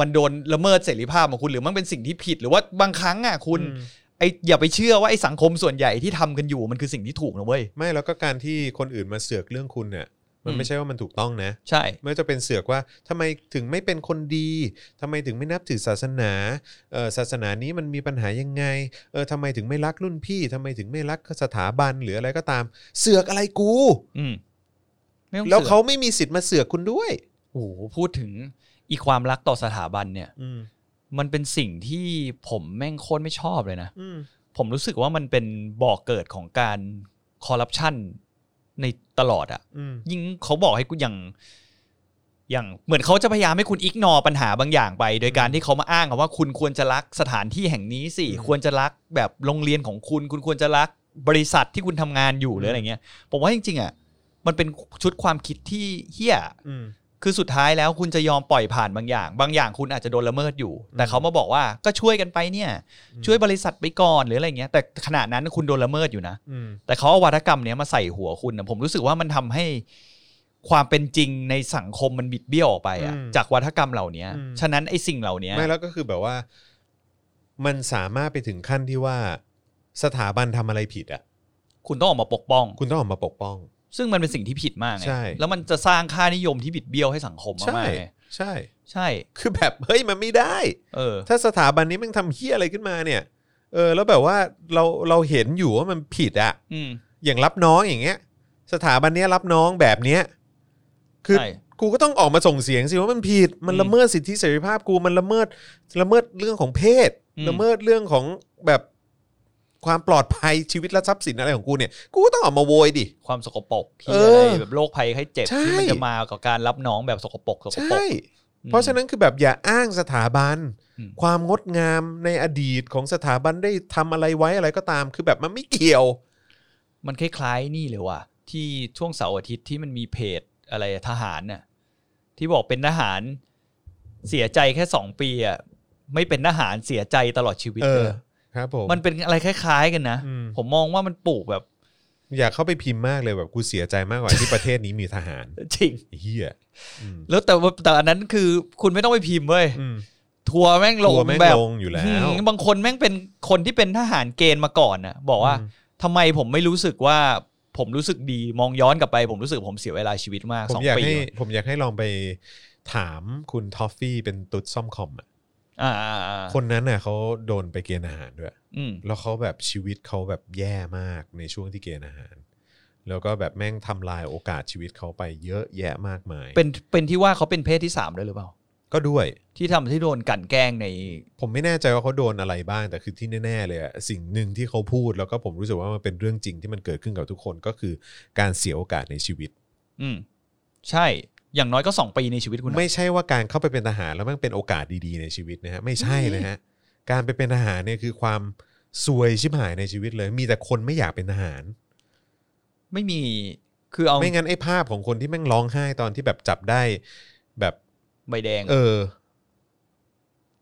มันโดนละเมิดเสรีภาพของคุณหรือมันเป็นสิ่งที่ผิดหรือว่าบางครั้งอ่ะคุณ
อืม
ไออย่าไปเชื่อว่าไอสังคมส่วนใหญ่ที่ทำกันอยู่มันคือสิ่งที่ถูกนะเว้ย
ไม่แล้วก็การที่คนอื่นมาเสือกเรื่องคุณเนี่ย มันไม่ใช่ว่ามันถูกต้องนะ
ใช่
ไม่ว่าจะเป็นเสือกว่าทำไมถึงไม่เป็นคนดีทำไมถึงไม่นับถือศาสนาเอ่อศาสนานี้มันมีปัญหายังไงเออทำไมถึงไม่รักรุ่นพี่ทำไมถึงไม่รักสถาบันหรืออะไรก็ตาม เสือกอะไรกู
อืมไม่ต้อง
แล้ว
สือก
เขาไม่มีสิทธิ์มาเสือกคุณด้วย
โอ้โหพูดถึงอีความรักต่อสถาบันเนี่ย
อืม
มันเป็นสิ่งที่ผมแม่งโคตรไม่ชอบเลยนะ
อืม
ผมรู้สึกว่ามันเป็นบ่อกเกิดของการคอร์รัปชันในตลอดอะ
อืม
ยิ่งเขาบอกให้กูอย่างอย่างเหมือนเขาจะพยายามให้คุณอิกนอปัญหาบางอย่างไป โดยการที่เขามาอ้างว่าคุณควรจะรักสถานที่แห่งนี้สิควรจะรักแบบโรงเรียนของคุณ คุณควรจะรักบริษัทที่คุณทำงานอยู่หรืออะไรเงี้ย ผมว่าจริงๆอ่ะมันเป็นชุดความคิดที่เฮี้ย
อืม
คือสุดท้ายแล้วคุณจะยอมปล่อยผ่านบางอย่าง บางอย่างคุณอาจจะโดนละเมิดอยู่ แต่
อืม
เขามาบอกว่าก็ช่วยกันไปเนี่ย ช่วยบริษัทไปก่อนหรืออะไรเงี้ย แต่ขณะนั้นคุณโดนละเมิดอยู่นะ
อืม
แต่เขาเอาวัฒกรรมเนี้ยมาใส่หัวคุณนะผมรู้สึกว่ามันทำให้ความเป็นจริงในสังคมมันบิดเบี้ยวออกไปอะ
อืม
จากวัฒกรรมเหล่านี้
อืม
ฉะนั้นไอ้สิ่งเหล่านี้
ไม่แล้วก็คือแบบว่า มันสามารถไปถึงขั้นที่ว่า สถาบันทำอะไรผิดอ่ะ
คุณต้องออกมาปกป้อง
คุณต้องออกมาปกป้อง
ซึ่งมันเป็นสิ่งที่ผิดมากไง
ใช่
แล้วมันจะสร้างค่านิยมที่บิดเบี้ยวให้สังคมมาก
ใช่
ๆไง
ใช่
ใช่
คือแบบเฮ้ยมันไม่ได้
เออ
ถ้าสถาบันนี้มันทำเฮี้ยอะไรขึ้นมาเนี่ย เออ แล้วแบบว่าเราเราเห็นอยู่ว่ามันผิดอะ
อืม
อย่างรับน้องอย่างเงี้ย สถาบันเนี้ยรับน้องแบบเนี้ย คือ
ใช่
กูก็ต้องออกมาส่งเสียงสิว่ามันผิด มัน
อืม
ละเมิดสิทธิเสรีภาพกู มันละเมิด ละเมิดเรื่องของเพศ
อืม
ละเมิดเรื่องของแบบความปลอดภัยชีวิตและทรัพย์สินอะไรของกูเนี่ย กูก็ต้องออกมาโวยดิ
ความสกปรกที่
เอออ
อะไรแบบโรคภัยไข้เจ็บ
ใช่
ที่มันจะมากับการรับน้องแบบสกปรกสก
ใช่
ปรก
เพราะฉะนั้นคือแบบอย่าอ้างสถาบัน
อืม
ความงดงามในอดีตของสถาบันได้ทำอะไรไว้อะไรก็ตาม คือแบบมันไม่เกี่ยว
มันคล้ายๆนี่เลยว่ะที่ช่วงเสาร์อาทิตย์ที่มันมีเพจอะไรทหารน่ะที่บอกเป็นทหารเสียใจแค่สองปีอ่ะไม่เป็นทหารเสียใจตลอดชีวิต
เอ
เล
อย ครับผม
มันเป็นอะไรคล้าย ๆ กันนะ
อืม
ผมมองว่ามันปลูกแบบ
อยากเข้าไปพิมพ์มากเลยแบบกูเสียใจมากกว่าที่ประเทศนี้มีทหาร
จริง
เฮียอืม
แล้วแต่ว่าแต่อันนั้นคือคุณไม่ต้องไปพิมพ์เว้ย
อืม
ทัวร์แม่งลง
ตัวแม่ง
แบบ
ลงอยู่แล้ว
หืมบางคนแม่งเป็นคนที่เป็นทหารเกณฑ์มาก่อนน่ะ บอกว่า
อืม
ทำไมผมไม่รู้สึกว่าผมรู้สึกดีมองย้อนกลับไป ผมรู้สึกผมเสียเวลาชีวิตมาก
ผม
สอง
อยาก
ปี
ให้
ว่ะ
ผมอยากให้ลองไปถามคุณทอฟฟี่เป็นตุ๊ดซ่อมคอมอะ
อ่าๆๆ
คนนั้นน่ะเขาโดนไปเกณฑ์อาหารด้วย
อืม
แล้วเขาแบบชีวิตเขาแบบแย่มากในช่วงที่เกณฑ์อาหาร แล้วก็แบบแม่งทำลายโอกาสชีวิตเขาไปเยอะแยะมากมาย
เป็นเป็นที่ว่าเขาเป็นเพศที่สามด้วยหรือเปล่า
ก็ด้วย
ที่ทำที่โดนกลั่นแกล้งใน
ผมไม่แน่ใจว่าเขาโดนอะไรบ้างแต่คือที่แน่ๆเลยอะสิ่งหนึ่งที่เขาพูดแล้วก็ผมรู้สึกว่ามันเป็นเรื่องจริงที่มันเกิดขึ้นกับทุกคนก็คือการเสียโอกาสในชีวิต
อืม ใช่อย่างน้อยก็สองปีในชีวิตคุณนะ
ไม่ใช่ว่าการเข้าไปเป็นทหารแล้วมันเป็นโอกาสดีๆในชีวิตนะฮะไม่ใช่นะฮะการไปเป็นทหารเนี่ยคือความซวยชิบหายในชีวิตเลย มีแต่คนไม่อยากเป็นทหาร
ไม่มีคือเอา
ไม่งั้นไอ้ภาพของคนที่แม่งร้องไห้ตอนที่แบบจับได้แบบ
ใบแดง
เออ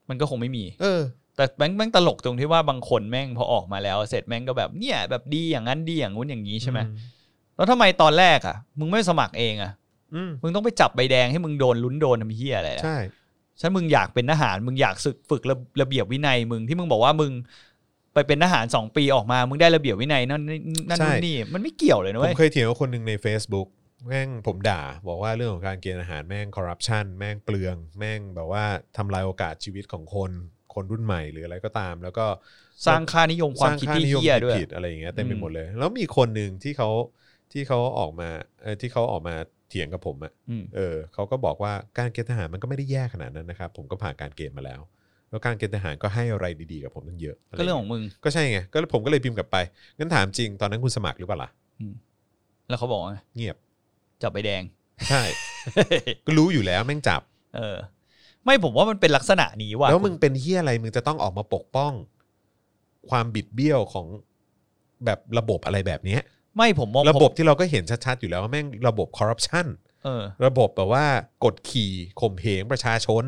มันก็คงไม่มี
เออ
แต่แม่งแม่งตลกตรงที่ว่าบางคนแม่งพอออกมาแล้ว เสร็จแม่งก็แบบเนี่ย แบบดีอย่างนั้นดีอย่างงู้นอย่างนี้ใช่ไหมแล้วทำไมตอนแรกอ่ะ มึงไม่สมัครเองอ่ะ
อืม
มึงต้องไปจับใบแดงให้มึงโดนลุ้นโดนทำเฮียอะไรอะ
ใช่
ฉะนันมึงอยากเป็นทหารมึงอยากศึกฝึกระระเบียบวินัยมึงที่มึงบอกว่ามึงไปเป็นทหารสองปีออกมา มึงได้ระเบียบวินัยนั่นนี่นั่น
ใช่
นู่นนี่มันไม่เกี่ยวเลยนะ
ผ
เว้
ม
ย
เคยเถียงกับคนหนึ่งใน Facebook แม่งผมด่า บอกว่าเรื่องของการเกณฑ์อาหารแม่งคอร์รัปชันแม่งเปลือง แม่งแบบว่าทำลายโอกาสชีวิตของคนคนรุ่นใหม่หรืออะไรก็ตาม แล้วก็
สร้างค่านิยมความคิดที่เหี้ยด้วย
ผิดๆอะไรอย่างเงี้ยเต็มไป
อืม
หมดเลย แล้วมีคนหนึ่งที่เขาที่เขาออกมาเออที่เขาออกมาเถียงกับผมอะ
อืม
เออเขาก็บอกว่าการเกณฑ์ทหารมันก็ไม่ได้แย่ขนาดนั้นนะครับ ผมก็ผ่านการเกณฑ์มาแล้ว แล้วการเกณฑ์ทหารก็ให้อะไรดีๆกับผมตั้งเยอะ
ก็เรื่องของมึง
ก็ใช่ไงก็ผมก็เลยพิมพ์กลับไปงั้นถามจริงตอนนั้นคุณสมัครหรือเปล่าล่ะ
แล้วเขาบอกว่าไง
เงียบ
จับใบแดง
ใช่
<laughs>
ก็รู้อยู่แล้วแม่งจับ
เออ ไม่ผมว่ามันเป็นลักษณะนี้ว่ะ
แล้วมึงเป็นเฮียอะไรมึงจะต้องออกมาปกป้อง ความบิดเบี้ยวของแบบระบบอะไรแบบเนี้ย
ไม่ผมมอง
ระบบที่เราก็เห็นชัดๆอยู่แล้วว่าแม่งระบบคอร์รัปชัน
เออ
ระบบแบบว่ากดขี่ข่มเหงประชาชน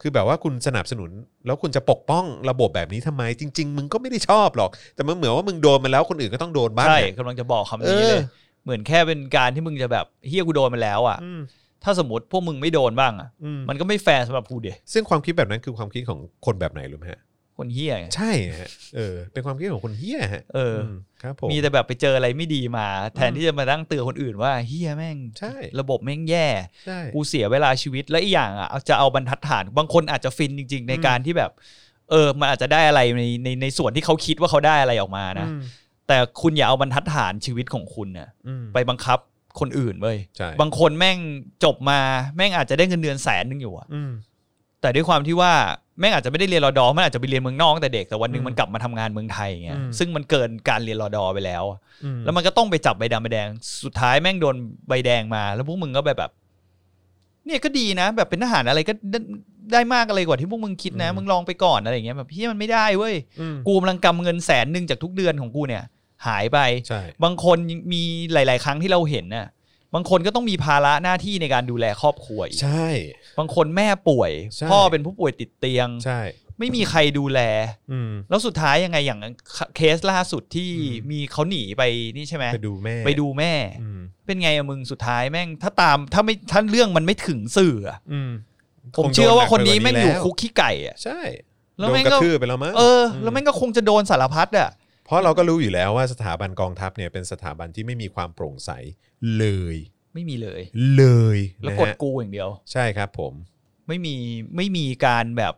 คือแบบว่าคุณสนับสนุน แล้วคุณจะปกป้องระบบแบบนี้ทำไม จริง ๆ มึงก็ไม่ได้ชอบหรอก แต่มันเหมือนว่ามึงโดนมาแล้วคนอื่นก็ต้องโดนบ้าง
ใช่
เนี่ย
กำลังจะบอกคำนี้เลย
เออ
เหมือนแค่เป็นการที่มึงจะแบบเฮียกูโดนมาแล้วอ่ะ
อืม
ถ้าสมมติพวกมึงไม่โดนบ้างอ่ะ
อืม
มันก็ไม่แฟร์สำหรับกูเดีย
ซึ่งความคิดแบบนั้นคือความคิดของคนแบบไหนรู้ไหมฮะ
คนเฮี้ย
ใช่ฮะเออ เป็นความคิดของคนเฮี้ยฮะ
เอออื
มครับผม
มีแต่แบบไปเจออะไรไม่ดีมา แทนที่จะมาตั้งเตือนคนอื่นว่าเฮียแม่ง
ใช่
ระบบแม่งแย่
ใช่
กูเสียเวลาชีวิตและอีกอย่างอ่ะจะเอาบรรทัดฐาน บางคนอาจจะฟินจริง ๆ ใน
อืม
การที่แบบ เออมันอาจจะได้อะไรในในในส่วนที่เขาคิดว่าเขาได้อะไรออกมานะ
อืม
แต่คุณอย่าเอาบรรทัดฐานชีวิตของคุณน่ะ
อืม
ไปบังคับคนอื่นเว้ย
ใช่
บางคนแม่งจบมาแม่งอาจจะได้เงินเดือนแสนนึงอยู่อะ
อืม
แต่ด้วยความที่ว่าแม่งอาจจะไม่ได้เรียนรอดอมันอาจจะไปเรียนเมืองนอกตั้งแต่เด็กแต่วันหนึ่
อื
ง
ม
มันกลับมาทำงานเมืองไทยอย่างเงี้ย
อืม
ซึ่งมันเกินการเรียนรอดอไปแล้วอะ
อืม
แล้วมันก็ต้องไปจับใบดำใบแดง สุดท้ายแม่งโดนใบแดงมา แล้วพวกมึงก็แบบแบบ เนี่ยก็ดีนะ แบบเป็นทหารอะไรก็ได้ได้มากอะไรกว่าที่พวกมึงคิดนะ มึงลองไปก่อนอะไรอย่างเงี้ยแบบพี่มันไม่ได้เว้ย
อืม
กูกำลังกำเงินแสนหนึ่งจากทุกเดือนของกูเนี่ย หายไป
ใช่
บางคนมีหลาย ๆ ครั้งที่เราเห็นน่ะ บางคนก็ต้องมีภาระหน้าที่ในการดูแลครอบครัวอีก
ใช่
บางคนแม่ป่วย
ใช่
พ่อเป็นผู้ป่วยติดเตียง
ใช่
ไม่มีใครดูแล
อืม
แล้วสุดท้ายยังไงอย่างเคสล่าสุดที่
อืม
มีเขาหนีไปนี่ใช่ไหม
ไปดูแม่
ไปดูแม่
อืม
เป็นไงอะมึงสุดท้ายแม่ง ถ้าตามถ้าไม่ถ้าเรื่องมันไม่ถึงสื่ออะ
อืม
ผมเชื่อว่าคนนี้
งโดหกไป
แม่งอยู่
แล้ว
คุกขี้ไก่อะ
ใช่
แล้
โด
วแม่
นก
งก็
ระทืบไปแล้วมั้ง
เออ แล้วแม่งก็คงจะโดนสารพัดอะ
เพราะเราก็รู้อยู่แล้วว่าสถาบันกองทัพเนี่ยเป็นสถาบันที่ไม่มีความโปร่งใสเลย
ไม่มีเลย
เลย
แล้
นะ
วกด
ฮะ
กูอย่างเดียว
ใช่ครับผม
ไม่มีไม่มีการแบบ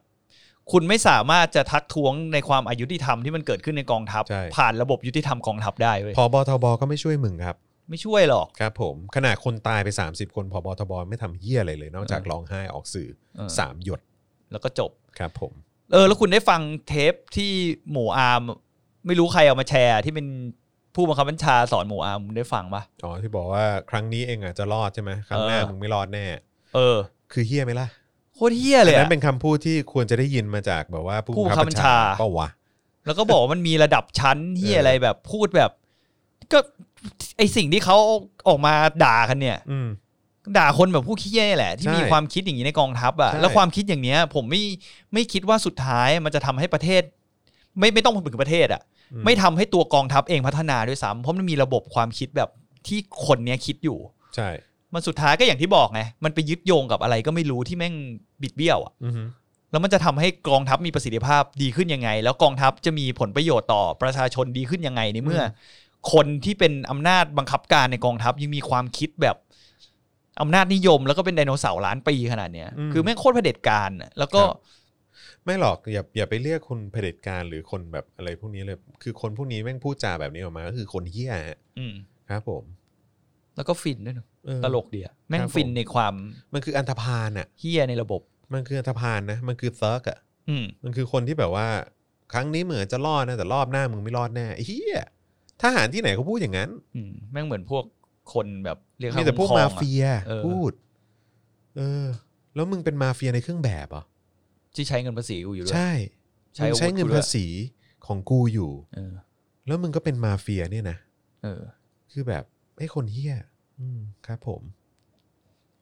คุณไม่สามารถจะทักท้วงในความอายุติธรรมที่มันเกิดขึ้นในกองทัพ
ใช่
ผ่านระบบยุติธรรมกองทัพได้เว้ย
พอบทบก็ไม่ช่วยมึงครับ
ไม่ช่วยหรอก
ครับผมขนาดคนตายไป 30 คนพอบทบไม่ทำเหี้ยอะไรเลย นอกจากร้องไห้ออกสื่อ
เออ
สามหยด
แล้วก็จบ
ครับผม
เออ แล้วคุณได้ฟังเทปที่หมูอาร์มไม่รู้ใครเอามาแชร์ ที่เป็นผู้บังคับบัญชาสอนหมูอาร์มคุณได้ฟังปะ
อ๋อที่บอกว่าครั้งนี้เองอาจจะรอดใช่ไหมครั้งหน้า
เออ
มึงไม่รอดแน่
เออ
คือเฮี้ยไหมล่ะ
โคตรเฮี้ยเลย
อัน
อะ
นั้นเป็นคำพูดที่ควรจะได้ยินมาจากแบบว่าผู้
ผู้บังคับบัญชา
เป้าวะ
แล้วก็บอกว่ามันมีระดับชั้นที่
เอออ
อะไรแบบพูดแบบ ก็ไอสิ่งที่เขาออกมาด่ากันเนี่ย
อืม
ด่าคนแบบผู้ขี้แย่แหละ ที่
ใช่
มีความคิดอย่างนี้ในกองทัพอะ
ใช่
แล้วความคิดอย่างเนี้ย ผมไม่ไม่คิดว่าสุดท้ายมันจะทำให้ประเทศ ไม่ไม่ต้องพูดถึงประเทศอะ
อื
ไม่ทำให้ตัวกองทัพเองพัฒนาด้วยซ้ำเพราะมันมีระบบความคิดแบบที่คนเนี้ยคิดอยู่
ใช่
มันสุดท้ายก็อย่างที่บอกไงมันไปยึดโยงกับอะไรก็ไม่รู้ที่แม่งบิดเบี้ยวอะ
อือฮึ
แล้วมันจะทำให้กองทัพมีประสิทธิภาพดีขึ้นยังไง แล้วกองทัพจะมีผลประโยชน์ต่อประชาชนดีขึ้นยังไงในเมื่ออคนที่เป็นอำนาจบังคับการในกองทัพยังมีความคิดแบบอำนาจนิยม แล้วก็เป็นไดโนเสาร์ล้านปีขนาดเนี้ย
อืม
คือแม่งโคตรเผด็จการน่ะแล้วก็
ครับ ไม่หรอกอย่าอย่าไปเรียกคนเผด็จการหรือคนแบบอะไรพวกนี้เลย คือคนพวกนี้แม่งพูดจาแบบนี้ออกมาก็คือคนเฮี้ยฮะ
อืม
ครับผม
แล้วก็ฟินด้วยเนอะ
เออ
ตลกเดียแม่
ค
ง
รับผม
ฟินในความ
มันคืออันธพาลอ่ะ
เฮี้ยในระบบ
มันคืออันธพาลนะ มันคือเซิร์กอ่ะ
อืม
มันคือคนที่แบบว่า ครั้งนี้เหมือนจะรอดนะ แต่รอบหน้ามึงไม่รอดแน่ไอ้เฮียทหารที่ไหนเขาพูดอย่างนั้น
อืมแม่งเหมือนพวกคนแบบเรียก
มีแต่พวก
ครอง
มา
อะ
เฟีย
เออ
พูด เออ แล้วมึงเป็นมาเฟียในเครื่องแบบเหรอ
ที่ใช้เงินภาษีกูอยู่ด้วย
ใช่
ใช้
มึงใช้
อาวุธ
เงิน
กูด้วย
ภาษีของกูอยู่
เออ
แล้วมึงก็เป็นมาเฟียเนี่ยนะ
เออ
คือแบบไอ้คนเฮียอืมครับผม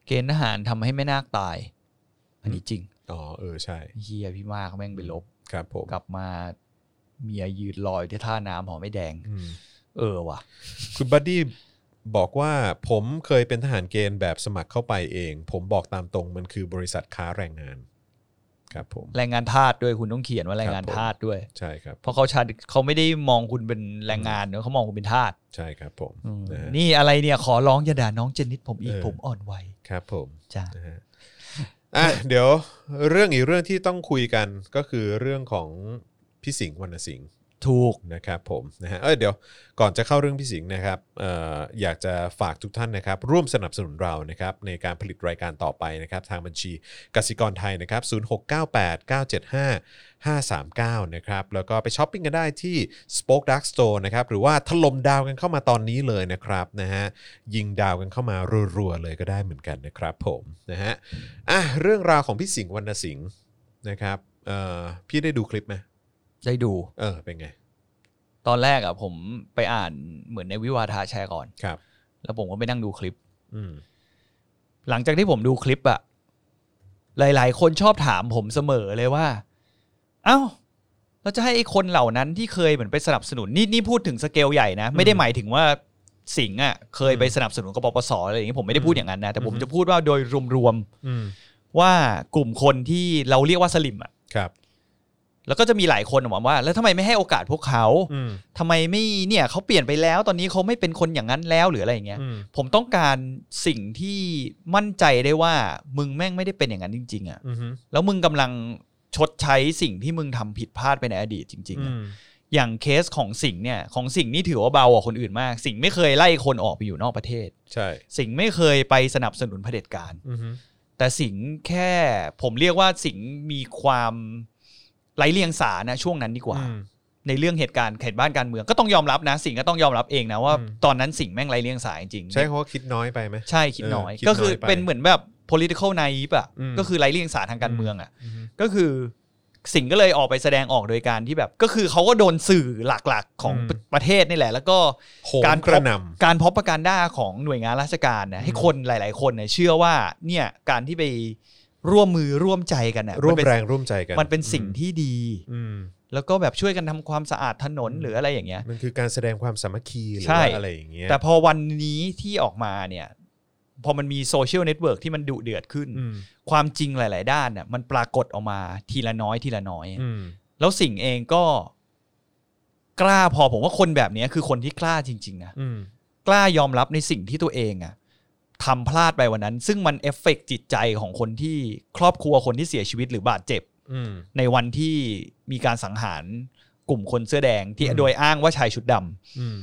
เกณฑ์ทหารทำให้แม่นาคตาย อันนี้จริง
อ๋อเออใช่
เฮียพี่มากแม่งไปลบ
ครับผม
กลับมาเมียยืนลอยที่ท่าน้ำหอไม่แดง
อืม
เออว่ะ
คุณบัดดี้บอกว่าผมเคยเป็นทหารเกณฑ์แบบสมัครเข้าไปเอง ผมบอกตามตรงมันคือบริษัทค้าแรงงาน ครับผม
แรงงานทาสด้วยคุณต้องเขียนว่าแรงงาน
ครับผม
ทาสด้วย
ใช่ครับ
เพราะเขาชาเขาไม่ได้มองคุณเป็นแรงงานเนอะเขามองคุณเป็นทาส
ใช่ครับผมนะฮะ
นี่อะไรเนี่ยขอร้องอย่าด่าน้องเจนนิดผมอีก
เออ
ผมอ่อนไหว
ครับผม
จ้า
นะฮะอ่ะเดี๋ยวเรื่องอีกเรื่องที่ต้องคุยกันก็คือเรื่องของพี่สิงห์วรรณสิงห์
ถูก
นะครับผมนะฮะเอ้ยเดี๋ยวก่อนจะเข้าเรื่องพี่สิงห์นะครับเอ่ออยากจะฝากทุกท่านนะครับ ร่วมสนับสนุนเรานะครับในการผลิตรายการต่อไปนะครับ ทางบัญชีกสิกรไทยนะครับ 0698975539 นะครับ แล้วก็ไปช้อปปิ้งกันได้ที่ Spoke Dark Store นะครับ หรือว่าถล่มดาวกันเข้ามาตอนนี้เลยนะครับนะฮะยิงดาวกันเข้ามารัวๆเลยก็ได้เหมือนกันนะครับผมนะฮะอ่ะเรื่องราวของพี่สิงห์วรรณสิงห์นะครับเอ่อพี่ได้ดูคลิปไหม
ได้ดู
เออเป็นไง
ตอนแรกอะผมไปอ่านเหมือนในวิวาทาแชร์ก่อน
ครับ
แล้วผมก็ไปนั่งดูคลิป
อืม
หลังจากที่ผมดูคลิปอะหลาย ๆ คนชอบถามผมเสมอเลยว่า เอ้า เราจะให้ไอ้คนเหล่านั้นที่เคยเหมือนไปสนับสนุน นี่นี่พูดถึงสเกลใหญ่นะ ไม่ได้หมายถึงว่าสิงห์อะเคยไปสนับสนุนกบปสอะไรอย่างนี้ผมไม่ได้พูดอย่างนั้นนะ แต่ผม
อืม
จะพูดว่าโดยรวม
อืม
ๆ ว่ากลุ่มคนที่เราเรียกว่าสลิมอะ
ครับ
แล้วก็จะมีหลายคนบอกว่า แล้วทำไมไม่ให้โอกาสพวกเขา
อืม
ทำไมไม่เนี่ยเขาเปลี่ยนไปแล้ว ตอนนี้เขาไม่เป็นคนอย่างนั้นแล้วหรืออะไรอย่างเงี้ย
อืม
ผมต้องการสิ่งที่มั่นใจได้ว่ามึงแม่งไม่ได้เป็นอย่างนั้นจริงๆอะ่ะ
อืม
แล้วมึงกำลังชดใช้สิ่งที่มึงทำผิดพลาดไปในอดีตจริงๆ
อื
อะ
ม
อย่างเคสของสิงห์เนี่ยของสิงห์นี่ถือว่าเบากว่าคนอื่นมาก สิงห์ไม่เคยไล่คนออกไปอยู่นอกประเทศ
ใช่
สิงห์ไม่เคยไปสนับสนุนเผด็จการ
อืม
แต่สิงห์แค่ผมเรียกว่าสิงห์มีความไร้เลียงสานะช่วงนั้นดีกว่า
อืม
ในเรื่องเหตุการณ์เหตุบ้านการเมืองก็ต้องยอมรับนะ สิงห์ก็ต้องยอมรับเองนะว่า
อืม
ตอนนั้นสิงห์แม่งไร้เลียงสาจริงๆ
ใช้คำว่าคิดน้อยไปไหม
ใช่คิดน้อย
เออคิด
ก็คือ
น้อยไป
เป็นเหมือนแบบ political naive อ่ะ
อืม
ก็คือไร้เรียงสาทางการเมืองอ่ะ
อืม
ก็คือสิ่งก็เลยออกไปแสดงออกโดยการที่แบบ ก็คือเขาก็โดนสื่อหลักๆของ
อืม
ประประเทศนี่แหละ แล้วก็
โหม
การ
กระหน่
การพบประการด้าของหน่วยงานราชการนะให้คนหลาย ๆ คนเนี่ยเชื่อว่าเนี่ยการที่ไปร่วมมือร่วมใจกันน่ะ
ำร่วม
นเป็น
แรงร่วมใจกัน
มันเป็นสิ่งที่ดี
อืม
แล้วก็แบบช่วยกันทำความสะอาดถนน
อืม
หรืออะไรอย่างเงี้ย
มันคือการแสดงความสามัคคีหรือ
ใช่
ว่าอะไรอย่างเงี้ย
แต่พอวันนี้ที่ออกมาเนี่ยพอมันมีโซเชียลเน็ตเวิร์กที่มันดุเดือดขึ้น
อืม
ความจริงหลาย ๆ ด้านน่ะมันปรากฏออกมาทีละน้อยทีละน้อย
อืม
แล้วสิ่งเองก็ กล้าพอผมว่าคนแบบเนี้ยคือคนที่กล้าจริง ๆ นะ
อืม
กล้ายอมรับในสิ่งที่ตัวเองอะทำพลาดไปวันนั้น ซึ่งมันเอฟเฟกต์จิตใจของคนที่ครอบครัวคนที่เสียชีวิตหรือบาดเจ็บ
อืม
ในวันที่มีการสังหารกลุ่มคนเสื้อแดงที่
อืม
โดยอ้างว่าชายชุดดำ
อืม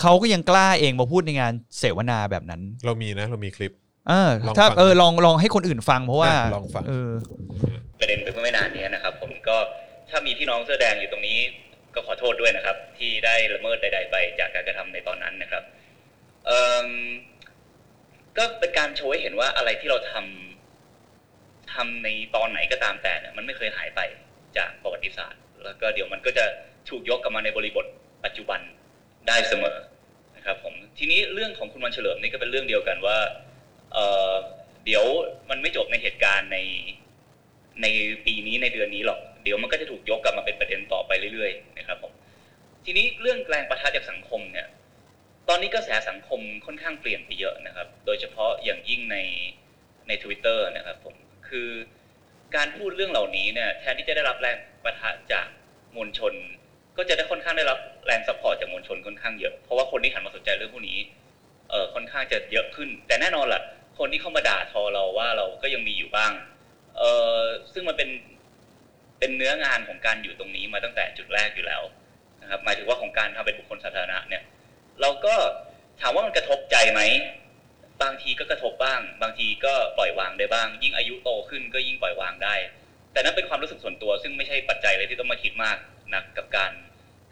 เขาก็ยังกล้าเองมาพูดในงานเสวนาแบบนั้น
เรามีนะ เรามีคลิป
เออ
ลอง
ถ้า
ฟัง
เออลองลองให้คนอื่นฟังเพราะว่า
อ่ะลองฟัง
เออ
ประเด็นไปเมื่อไม่นานนี้นะครับ ผมก็ถ้ามีพี่น้องเสื้อแดงอยู่ตรงนี้ก็ขอโทษด้วยนะครับ ที่ได้ละเมิดใด ๆ ไปจากการกระทำในตอนนั้นนะครับเอิ่มก็เป็นการโชว์ให้เห็นว่าอะไรที่เราทำทำในตอนไหนก็ตามแต่เนี่ยมันไม่เคยหายไปจากประวัติศาสตร์ แล้วก็เดี๋ยวมันก็จะถูกยกกลับมาในบริบทปัจจุบันได้เสมอนะครับ ผมทีนี้เรื่องของคุณวันเฉลิมนี่ก็เป็นเรื่องเดียวกันว่า เอ่อเดี๋ยวมันไม่จบในเหตุการณ์ใน ในปีนี้ในเดือนนี้หรอก เดี๋ยวมันก็จะถูกยกกลับมาเป็นประเด็นต่อไปเรื่อยๆนะครับผมทีนี้เรื่องแรงประทะจากสังคมเนี่ย ตอนนี้กระแสสังคมค่อนข้างเปลี่ยนไปเยอะนะครับ โดยเฉพาะอย่างยิ่งในใน Twitter นะครับผมคือการพูดเรื่องเหล่านี้เนี่ยแทนที่จะได้รับแรงประทะจากมวลชน ก็จะได้ค่อนข้างได้รับแรงซัพพอร์ตจากมวลชนค่อนข้างเยอะเพราะว่าคนที่หันมาสนใจเรื่องพวกนี้ เออค่อนข้างจะเยอะขึ้น แต่แน่นอนแหละคนที่เข้ามาด่าทอเราว่าเราก็ยังมีอยู่บ้าง เออซึ่งมันเป็นเป็นเนื้องานของการอยู่ตรงนี้มาตั้งแต่จุดแรกอยู่แล้วนะครับหมายถึงว่าของการทำเป็นบุคคลสาธารณะเนี่ย เราก็ถามว่ามันกระทบใจไหมบางทีก็กระทบบ้าง บางทีก็ปล่อยวางได้บ้าง ยิ่งอายุโตขึ้นก็ยิ่งปล่อยวางได้ แต่นั่นเป็นความรู้สึกส่วนตัว ซึ่งไม่ใช่ปัจจัยอะไรที่ต้องมาคิดมากนะกับการ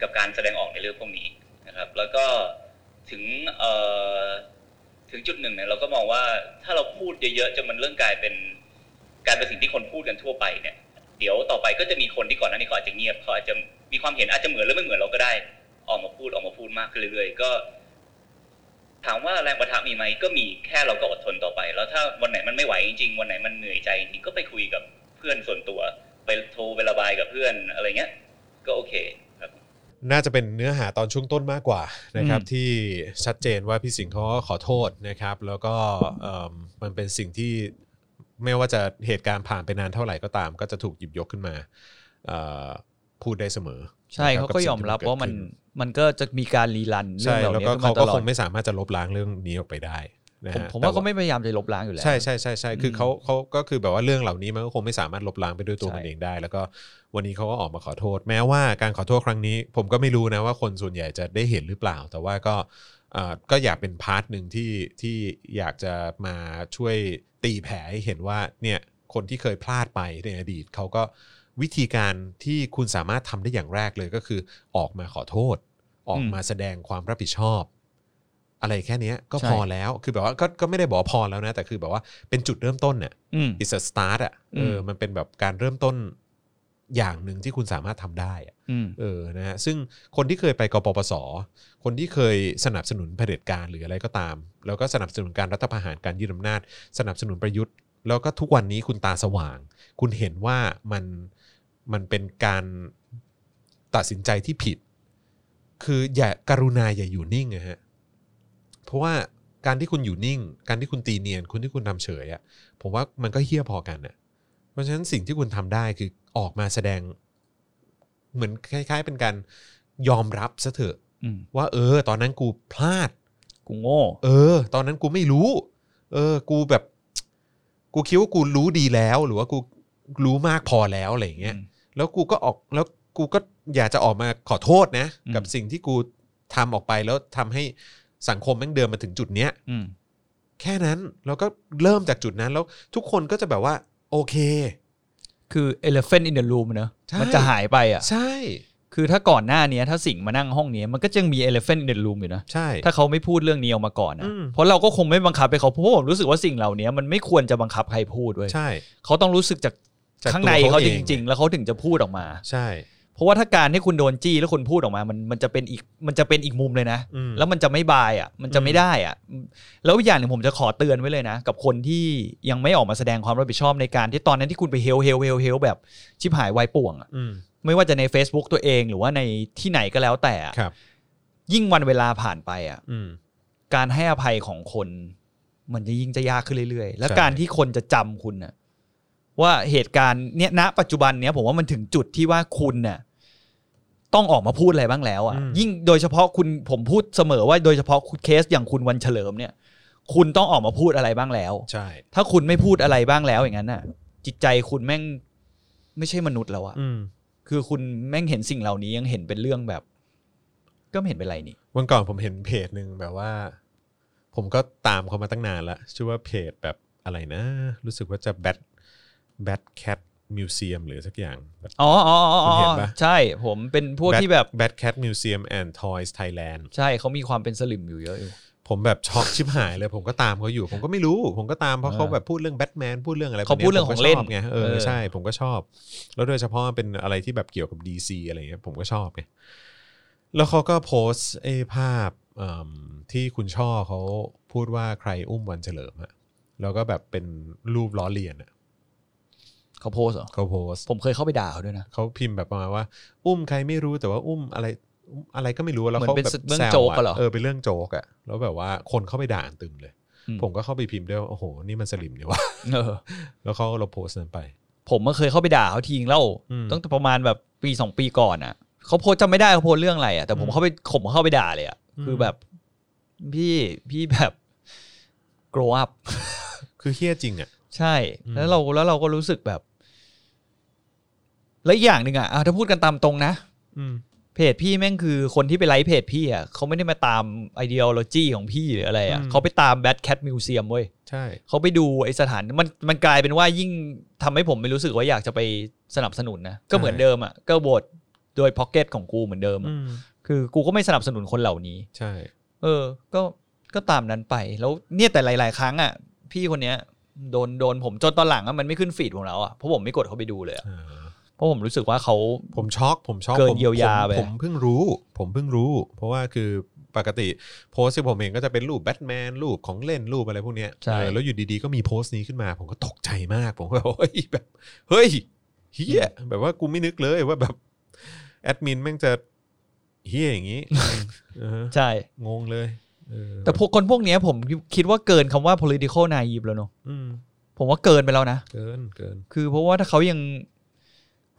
กับการแสดงออกในเรื่องพวกนี้นะครับ แล้วก็ถึงเอ่อถึงจุดหนึ่งเนี่ยเราก็มองว่าถ้าเราพูดเยอะๆจนมันเรื่องกลายเป็น การเป็นสิ่งที่คนพูดกันทั่วไปเนี่ย เดี๋ยวต่อไปก็จะมีคนที่ก่อนหน้านี้เขาอาจจะเงียบเขาอาจจะมีความเห็นอาจจะเหมือนหรือไม่เหมือนเราก็ได้ ออกมาพูดออกมาพูดมากขึ้นเรื่อยๆก็ ถามว่าแรงประทะมีไหมก็มีแค่เราก็อดทนต่อไป แล้วถ้าวันไหนมันไม่ไหวจริงๆวันไหนมันเหนื่อยใจจริงๆก็ไปคุยกับเพื่อนส่วนตัว ไปโทรไประบายกับเพื่อนอะไรเงี้ย ก็โอเคครับ
น่าจะเป็นเนื้อหาตอนช่วงต้นมากกว่านะครับ
อืม
ที่ชัดเจนว่าพี่สิงห์เขาก็ขอโทษนะครับ แล้วก็เอิ่มมันเป็นสิ่งที่ไม่ว่าจะเหตุการณ์ผ่านไปนานเท่าไหร่ก็ตาม ก็จะถูกหยิบยกขึ้นมาเอ่อพูดได้เสมอ
ใช่
นะค
เขาก็ยอมรับว่ามันมันก็จะมีการรีรันเรื่อ
ใช่
งเหล่า
แล้ว
นี้
ก็
ขึ้นมา
เขา
ต
ก็
ลอ
ค
ด
งไม่สามารถจะลบล้างเรื่องนี้ออกไปได้นะ
ผม
ฮะ
ผมว่า
แต่
ก็ไม่พยายามจะลบล้างอยู่แล้ว
ใช่ใช่ใช่ใช่คืออ
ม
เขาเขาก็คือแบบว่าเรื่องเหล่านี้มันก็คงไม่สามารถลบล้างไปด้วยตัว
ใช่
มันเองได้ แล้วก็วันนี้เขาก็ออกมาขอโทษ แม้ว่าการขอโทษครั้งนี้ ผมก็ไม่รู้นะว่าคนส่วนใหญ่จะได้เห็นหรือเปล่า แต่ว่าก็เอ่อก็อยากเป็นพาร์ทหนึ่งที่ที่อยากจะมาช่วยตีแผลให้เห็นว่าเนี่ยคนที่เคยพลาดไปในอดีตเขาก็วิธีการที่คุณสามารถทำได้อย่างแรกเลยก็คือออกมาขอโทษ ออกมาแสดงความรับผิดชอบ อะไรแค่เนี้ยก็
ใช่
พอแล้ว คือแบบว่าก็ก็ไม่ได้บอกว่าพอแล้วนะ แต่คือแบบว่าเป็นจุดเริ่มต้นเนี่ย
อืม
it's a start อ่ะเอออ
ม
มันเป็นแบบการเริ่มต้นอย่างหนึ่งที่คุณสามารถทำได้อะ
อืม
เออนะฮะซึ่งคนที่เคยไปกปปส คนที่เคยสนับสนุนเผด็จการหรืออะไรก็ตาม แล้วก็สนับสนุนการรัฐประหารการยึดอำนาจ สนับสนุนประยุทธ์ แล้วก็ทุกวันนี้คุณตาสว่าง คุณเห็นว่ามันมันเป็นการตัดสินใจที่ผิด คืออย่าการุณาอย่าอยู่นิ่งนะฮะเพราะว่าการที่คุณอยู่นิ่ง การที่คุณตีเนียนคุณที่คุณทำเฉยอะผมว่ามันก็เฮี้ยพอกันน่ะเพราะฉะนั้นสิ่งที่คุณทำได้คือออกมาแสดง เหมือนคล้าย ๆ เป็นการยอมรับซะเถอะ
อืม
ว่าเออ ตอนนั้นกูพลาด
กูโง่
เออ ตอนนั้นกูไม่รู้ เออ กูแบบ กูคิดว่ากูรู้ดีแล้ว หรือว่ากูรู้มากพอแล้วอะไรอย่างเงี้ย แล้วกูก็ออกแล้วกูก็อยากจะออกมาขอโทษนะ
อืม
กับสิ่งที่กูทำออกไปแล้วทำให้สังคมแม่งเดินมาถึงจุดเนี้ย
อืม
แค่นั้นแล้วก็เริ่มจากจุดนั้นแล้วทุกคนก็จะแบบว่า โอเค
คือ elephant in the room เนอะ
ใช่
มันจะหายไปอ่ะ
ใช่
คือถ้าก่อนหน้าเนี้ยถ้าสิงห์มานั่งห้องเนี้ยมันก็ยังมี elephant in the room อยู่นะ
ใช่
ถ้าเขาไม่พูดเรื่องนี้ออกมาก่อน
อื
นะ
ม
เพราะเราก็คงไม่บังคับไปเขาเพราะผมรู้สึกว่าสิ่งเหล่านี้มันไม่ควรจะบังคับใครพูดเว้ย
ใช่
เขาต้องรู้สึกจาก
จาก
ข้างใน
ตัวเขา
เขา
เอ
จ
ง
ริง ๆ แล้วเขาถึงจะพูดออกมา
ใช่
เพราะว่าถ้าการให้คุณโดนจี้แล้วคุณพูดออกมา มันมันจะเป็นอีกมันจะเป็นอีกมุมเลยนะ
อืม
แล้วมันจะไม่บายอ่ะ มันจะไม่ได้อ่ะ แล้วอีกอย่างหนึ่งผมจะขอเตือนไว้เลยนะ กับคนที่ยังไม่ออกมาแสดงความรับผิดชอบในการที่ตอนนั้นที่คุณไปเฮลเฮลเฮลเฮลแบบชิบหายวายป่วงอ่ะ
อืม
ไม่ว่าจะใน Facebook ตัวเองหรือว่าในที่ไหนก็แล้วแต่อะ
ครับ
ยิ่งวันเวลาผ่านไปอ่ะ
อืม
การให้อภัยของคนมันจะยิ่งจะยากขึ้นเรื่อยๆ แล้ว
ใช่
การที่คนจะจำคุณน่ะว่าเหตุการณ์เนี้ยณปัจจุบันเนี้ยผมว่ามันถึงจุดที่ว่าคุณน่ะต้องออกมาพูดอะไรบ้างแล้วอ่ะ
อืม
ยิ่งโดยเฉพาะคุณผมพูดเสมอว่าโดยเฉพาะเคสอย่างคุณวันเฉลิมเนี่ย คุณต้องออกมาพูดอะไรบ้างแล้ว
ใช่
ถ้าคุณไม่พูดอะไรบ้างแล้วอย่างนั้นน่ะ จิตใจคุณแม่งไม่ใช่มนุษย์แล้วอ่ะ
อืม
คือคุณแม่งเห็นสิ่งเหล่านี้ยังเห็นเป็นเรื่องแบบ ก็ไม่เห็นเป็นไรนี่
วันก่อนผมเห็นเพจหนึ่งแบบว่า ผมก็ตามเขามาตั้งนานละชื่อว่าเพจแบบอะไรนะ รู้สึกว่าจะแบทแบทแคทมิวเซียมหรือสักอย่าง
อ๋ออ๋ออ๋อ
คุณเห็น
อ๋
ปะ
อใช่ ผมเป็นพวกที่แบบ
แบทแคทมิวเซียมแอนด์ทอยส์ไทยแลนด์
ใช่เขามีความเป็นสลิมอยู่เยอะอยู่
ผมแบบช็อกชิบหายเลย ผมก็ตามเขาอยู่ ผมก็ไม่รู้ ผมก็ตามเพราะ
เออ
เขาแบบพูดเรื่องแบทแมนพูดเรื่องอะไร
เขาพูดเรื่องของเล่น
ผมก็ชบไงเอ
เอ
อ
อ
ใช่ ผมก็ชอบ แล้วโดยเฉพาะมันเป็นอะไรที่แบบเกี่ยวกับ DC อะไรเงี้ยผมก็ชอบไงแล้วเขาก็โพสต์ไอ้ภาพเอิ่มที่คุณช่อเขาพูดว่าใครอุ้มวันเฉลิมอะแล้วก็แบบเป็นรูปล้อเลียนอะ
เขาโพสเหรอ
เขาโพสต์
ผมเคยเข้าไปด่าเขาด้วยนะ
เขาพิมพ์แบบประมาณว่า อุ้มใครไม่รู้แต่ว่าอุ้มอะไรอุ้มอะไรก็ไม่รู้แล้ว
เหมื
เขา
อนเป็น
แบบ
เรื่อง
แซว
โจ๊ก
ะ
อะเหรอ
เออเป็นเรื่องโจ๊กอะแล้วแบบว่าคนเข้าไปด่าอันตึมเลย
อื
ผมก็เข้าไปพิมพ์ด้วยว่าโอ้โห นี่มันสลิมเนี่ยวะ <laughs>
เออ
แล้วเขาเราโพสต์นั้นไป
ผมก็เคยเข้าไปด่าเขาทีนึงแล้ว
อืม
ตั้งแต่ประมาณแบบปีสองปีก่อนอ่ะเขาโพสต์จำไม่ได้เขาโพสต์เรื่องอะไรอ่ะแต่ผม
อืม
เข้าไปผมเข้าไปด่าเลยอ่ะ
อืม
คือแบบ พี่พี่แบบ grow up
คือเฮี้ยจริงอะ
ใช่
อืม
แล้วเราแล้วเราก็รู้สึกแบบ และอีกอย่างหนึ่งอ่ะอ่ะถ้าพูดกันตามตรงนะ
อืม
เพจพี่แม่งคือคนที่ไปไลฟ์เพจพี่อ่ะเขาไม่ได้มาตามไอเดียโลจีของพี่หรืออะไรอ่ะ
อืม
เขาไปตามแบทแคทมิวเซียมเว้ย
ใช่
เขาไปดูไอสถานมันมันกลายเป็นว่ายิ่งทำให้ผมไม่รู้สึกว่าอยากจะไปสนับสนุนนะ ก็เหมือนเดิมอ่ะก็โหวตโดยพ็อกเก็ตของกูเหมือนเดิมอะ
อืม
คือกูก็ไม่สนับสนุนคนเหล่านี้
ใช่
เออ ก็ก็ตามนั้นไปแล้วเนี่ยแต่หลาย ๆ ครั้งอ่ะพี่คนเนี้ยโดนโดนผมจนตอนหลังอ่ะมันไม่ขึ้นฟีดผมแล้วอ่ะเพราะผมไม่กดเข้าไปดูเลยอะ
อ่า
เพราะผมรู้สึกว่าเขา
ผมช็อกผมช็อก
เกิน
ผม
เยียวยา
ผม
ไป
ผมเพิ่งรู้ ผมเพิ่งรู้ เพราะว่าคือปกติโพสต์ที่ผมเองก็จะเป็นรูปแบทแมนรูปของเล่นรูปอะไรพวกเนี้ย
ใช่
เออแล้วอยู่ดีๆก็มีโพสต์นี้ขึ้นมา ผมก็ตกใจมาก ผมก็แบบเฮ้ยแบบเฮ้ยเฮียแบบว่ากูไม่นึกเลยว่าแบบแอดมินแม่งจะเฮียอย่าง
<laughs>
นี้ เออ
ใช่
งงเลยเออ
แต่พวกคนพวกเนี้ยผมคิดว่าเกินคำว่า political naive แล้วเนอะ
อืม
ผมว่าเกินไปแล้วนะ
เกินเกิน
คือเพราะว่าถ้าเขายัง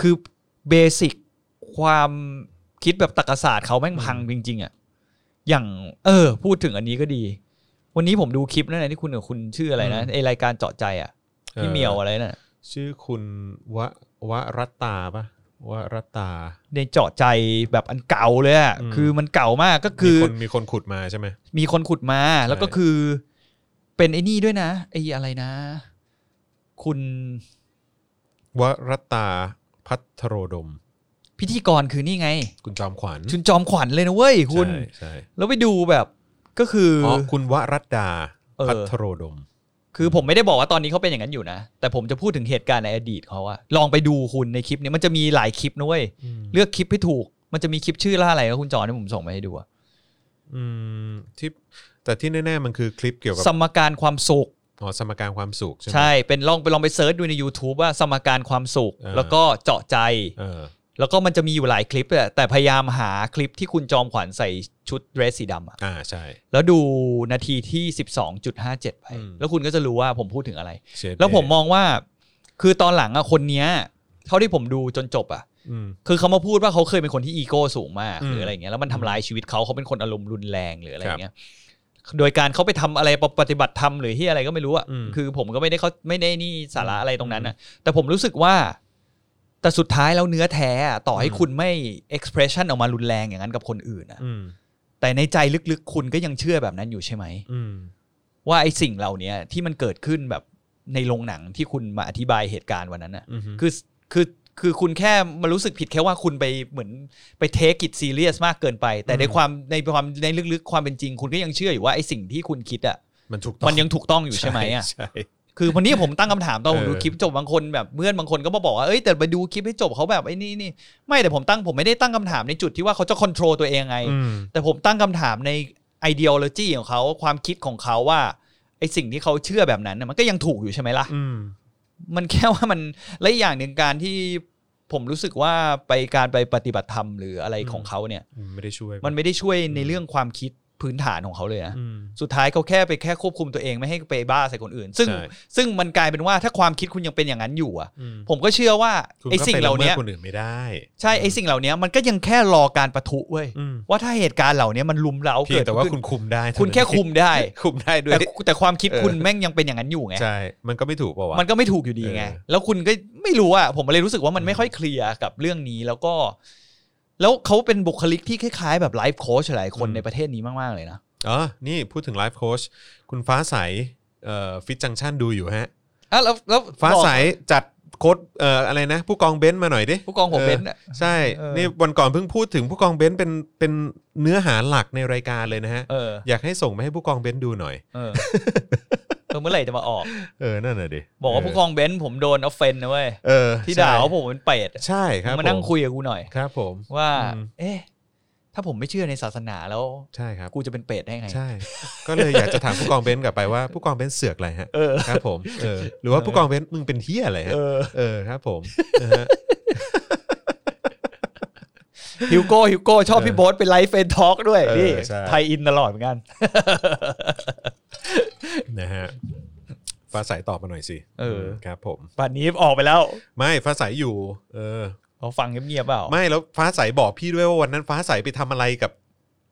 คือเบสิกความคิดแบบตรรกศาสตร์เขาแม่งพังจริง ๆอะ่ะอย่างเออ พูดถึงอันนี้ก็ดี วันนี้ผมดูคลิปนั่นแหละที่คุณกับคุณชื่ออะไรนะ
อืม
ไอรายการเจาะใจอะ่ะพี่เหมียวอะไรนะ่ะ
ชื่อคุณวะวรัตตาปะวรัตตา
ในเจาะใจแบบอันเก่าเลยอะ่ะ
อืม
คือมันเก่ามากก็คือ
มีคนมีคนขุดมาใช่ไหม
มีคนขุดมา แล้วก็
ใช่
คือเป็นไอ้นี่ด้วยนะไอ้อะไรนะ คุณ
วรัตตาพัทโรดม
พิธีกรคือนี่ไง
คุณจอมขวัญ
ชุนจอมขวัญเลยนะเว้ยคุณ
ใช่ใช่
แล้วไปดูแบบก็คือ
อ๋อคุณวรัตดา
เออ
พัทโรดม
คือผมไม่ได้บอกว่าตอนนี้เขาเป็นอย่างนั้นอยู่นะ แต่ผมจะพูดถึงเหตุการณ์ในอดีตเขาอะลองไปดูคุณในคลิปนี้มันจะมีหลายคลิปนะเว้ยเลือกคลิปให้ถูก มันจะมีคลิปชื่อล่าอะไรนะคุณจอที่ผมส่งมาให้ดูอะ
อืมที่แต่ที่แน่ ๆ มันคือคลิปเกี่ยวกับ
สมการความสุข
อ๋อสมการความสุขใช่ไหม
ใช่เป็นลองไปลองไปเซิร์ชดูใน YouTube ว่าสมการความสุข
อ่า
แล้วก็เจาะใจ
เออ
แล้วก็มันจะมีอยู่หลายคลิปแหละแต่พยายามหาคลิปที่คุณจอมขวัญใส่ชุดเดรสสีดำอะ
อ่าใช่
แล้วดูนาทีที่ 12.57 ไป
อืม
แล้วคุณก็จะรู้ว่าผมพูดถึงอะไร
Shade
แล้วผมมองว่าคือตอนหลังอะคนเนี้ยเท่าที่ผมดูจนจบอะ
อืม
คือเขามาพูดว่าเขาเคยเป็นคนที่อีโก้สูงมาก
อืม
หรืออะไรอย่างเงี้ยแล้วมันทำร้ายชีวิตเขาเขาเป็นคนอารมณ์รุนแรงหรืออะไรอ
ครับ
ย่างเงี้ยโดยการเขาไปทำอะไรปฏิบัติธรรมหรือที่อะไรก็ไม่รู้อ่ะ
อืม
คือผมก็ไม่ได้เขาไม่ได้นี่สาระอะไรตรงนั้นอ่ะ แต่ผมรู้สึกว่า แต่สุดท้ายแล้วเนื้อแท้อะต่อให้คุณไม่ expression ออกมารุนแรงอย่างนั้นกับคนอื่นอะ
อืม
แต่ในใจลึกๆ คุณก็ยังเชื่อแบบนั้นอยู่ใช่ไหม
อืม
ว่าไอ้สิ่งเหล่าเนี้ยที่มันเกิดขึ้นแบบในโรงหนังที่คุณมาอธิบายเหตุการณ์วันนั้นน่ะ
อือฮึ
คือคือคือคุณแค่มารู้สึกผิดแค่ว่าคุณไปเหมือนไปเทคกิจซีเรียสมากเกินไป แต่
อืม
ในความในความในลึกๆความเป็นจริง คุณก็ยังเชื่ออยู่ว่าไอ้สิ่งที่คุณคิดอ่ะ
มันถูกต้อง
มันยังถูกต้องอยู่ใช่ไหมอ่ะ
ใช่
คือวันนี้ผมตั้งคำถามตอนผม
เออ
ดูคลิปจบบางคนแบบเพื่อนบางคนก็มาบอกว่าเอ้ยแต่ไปดูคลิปให้จบเขาแบบไอ้นี่นี่ไม่แต่ผมตั้งผมไม่ได้ตั้งคำถามในจุดที่ว่าเขาจะควบคุมตัวเองไง
อืม
แต่ผมตั้งคำถามใน ideology ของเขาความคิดของเขาว่าไอสิ่งที่เขาเชื่อแบบนั้นน่ะมันก็ยังถูกอยู่ใช่ไหมล่ะ
อืม
มันแค่ว่ามันและอีกอย่างหนึ่งการที่ผมรู้สึกว่าไปการไปปฏิบัติธรรมหรืออะไรของเขาเนี่ย
ไม่ได้ช่วย
มันไม่ได้ช่วยในเรื่องความคิดพื้นฐานของเขาเลยนะ
อืม
สุดท้ายเขาแค่ไปแค่ควบคุมตัวเองไม่ให้ไปบ้าใส่คนอื่น ซึ่ง
ใช่
ซึ่งมันกลายเป็นว่าถ้าความคิดคุณยังเป็นอย่างนั้นอยู่อ่ะ
อืม
ผมก็เชื่อว่า
คุณ
ไอ
ก็
สิ่ง
ไป
เห
ละ
ล่า
มิด
เนี้ย
คนอื่นไม่ได้
ใช่ไอสิ่งเหล่าเนี้ยมันก็ยังแค่รอการประทุเว้ย
อืม
ว่าถ้าเหตุการณ์เหล่าเนี้ยมันลุมเร้า
เพีย
เกิ
ง
ด
แต่ว่า
ขึ้น
คุณคุมได้เท่านั้น
คุณแค่คุมได้
คุมได้ด้วย
แต่แต่ความคิด
เออ
คุณแม่งยังเป็นอย่างนั้นอยู่ไง
ใช่ มันก็ไม่ถูกเปล่าวะ
มันก็ไม่ถูกอยู่ดีไง
เออ
แล้วคุณก็ไม่รู้อะผมเลยรู้สึกว่ามัน
อืม
ไม่ค่อยเคลียร์กับเรื่องนี้แล้วก็ แล้วเขาเป็นบุคลิกที่คล้ายๆ แบบไลฟ์โค้ชหลายคนในประเทศนี้มากๆเลยนะ
อ๋อ นี่พูดถึงไลฟ์โค้ชคุณฟ้าใสเอ่อฟิตจังชันดูอยู่ฮะ
อ่ะแล้วแล้ว
ฟ้า
บอก
ใสจัดโค้ดเอ่ออะไรนะ ผู้กองเบนซ์มาหน่อยดิ
ผู้กองผมเป็นอะ
ใช่
เออ
นี่วันก่อนเพิ่งพูดถึงผู้กองเบนซ์เป็นเป็นเนื้อหาหลักในรายการเลยนะฮะ
เออ
อยากให้ส่งมาให้ผู้กองเบนซ์ดูหน่อย
เออ เออเมื่อไหร่จะมาออก
เออ นั่นน่ะดิ
บอกว่าผู้กองเบนซ์ผมโดนออฟเฟนนะเว้ย
เออ
ที่
ใช่
ด่าว่าผมเป็นเป็ด
ใช่ครับ
มานั่
ผ
งคุยกับกูหน่อย
ครับผม
ว่า
อืม
เอ๊ะถ้าผมไม่เชื่อในศาสนาแล้ว
ใช่ครับ
กูจะเป็นเป็ดได้ไง
ใช่ ก็เลยอยากจะถามผู้กองเบนซ์กลับไปว่าผู้กองเบนซ์เสือกอะไรฮะ
เออ
ครับผมเออหรือว่าผู้กองเบนซ์มึงเป็นเฮียอะไรฮะ
เออ
เออครับผมนะฮะ
ฮิวโก้ฮิวโก้ชอบ
เออ
พี่โบ๊ทเป็นไลฟ์เฟนทอล์กด้วย
เออ
นี่
ใช่
ไทยอินตลอดเหมือนกัน
นะฮะฟ้าใสตอบมาหน่อยสิ
เออ
ครับ ผม
ป่านนี้ออกไปแล้ว
ไม่ฟ้าใสอยู่ เออ
เขาฟังเงียบๆเปล่า
ไม่แล้วฟ้าใสบอกพี่ด้วยว่าวันนั้นฟ้าใสไปทำอะไรกับ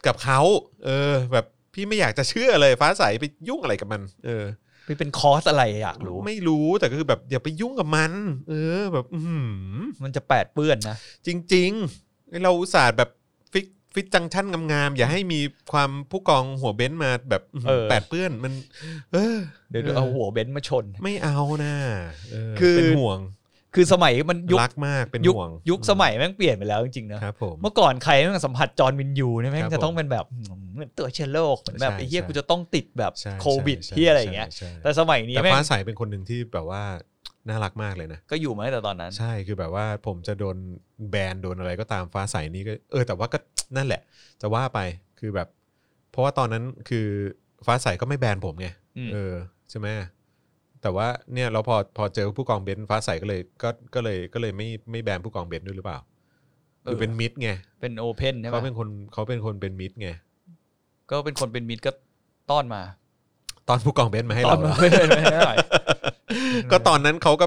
กับเขาเออ แบบพี่ไม่อยากจะเชื่อเลย ฟ้าใสไปยุ่งอะไรกับมัน เออ
ไปเป็นคอร์สอะไรอยากรู้
ไม่รู้แต่ก็คือแบบอย่าไปยุ่งกับมัน เออ แบบ อือหือ
มันจะแปดเปื้อนนะ
จริงๆ เราอุตส่าห์แบบฟิกฟิตจังชั่นงามๆ อย่าให้มีความผู้กองหัวเบ้นซ์มาแบบอื้อหือ
เออ
แปดเปื้อนมัน เออ
เดี๋ยวเอาหัวเบนซ์มาชน
ไม่เอานะเ
คือ
เป็นห่วง
คือสมัยมันยุค
รักมากเป็น
ยุค
ห่วง
ยุคสมัยแม่งเปลี่ยนไปแล้วจริงๆนะครับ
ผม
เมื่อก่อนใครแม่งสัมผัสจอร์นวินยูเนี่ยแม่
ครั
ง
บ
จะต้อง
ผม
เป็นแบบเหมือนตัวเชื้อโรคเหมือนแบบ
ใช่
ไอ้เหี้ย
ใช่
กูจะต้องติดแบบ
ใช่
โควิด
ใช่
ที่อะไรอย่างเงี้ย
ใช่
แต่
ใช่
สมัยนี้
แต่
แม่ง
ฟ้าใสเป็นคนหนึ่งที่แบบว่าน่ารักมากเลยนะ
ก็อยู่มาตั้งแต่ตอนนั้น
ใช่คือแบบว่าผมจะโดนแบนโดนอะไรก็ตามฟ้าใสนี้ก็เออแต่ว่าก็ นั่นแหละ จะว่าไปคือแบบ เพราะว่าตอนนั้นคือฟ้าใสก็ไม่แบนผมไง
อืม
เออใช่ไหมแต่ว่าเนี่ยเราพอพอเจอผู้กองเบนซ์ฟ้าใสก็เลยก็ก็เลยก็เลยไม่ไม่แบนผู้กองเบนซ์ด้วยหรือเปล่าหรือเป็นมิดไง
เป็นโอเพนใช่ไหม
เขาเป็นคนเขาเป็นคนเป็นมิดไง
ก็เป็นคนเป็นมิดก็ต้อนมา
ตอนผู้กองเบนซ์มาให้
ต้อน <laughs>
เรา
มา
อะ
ไม่ไม่ไม่ไม่
ก็ตอนนั้นเขาก็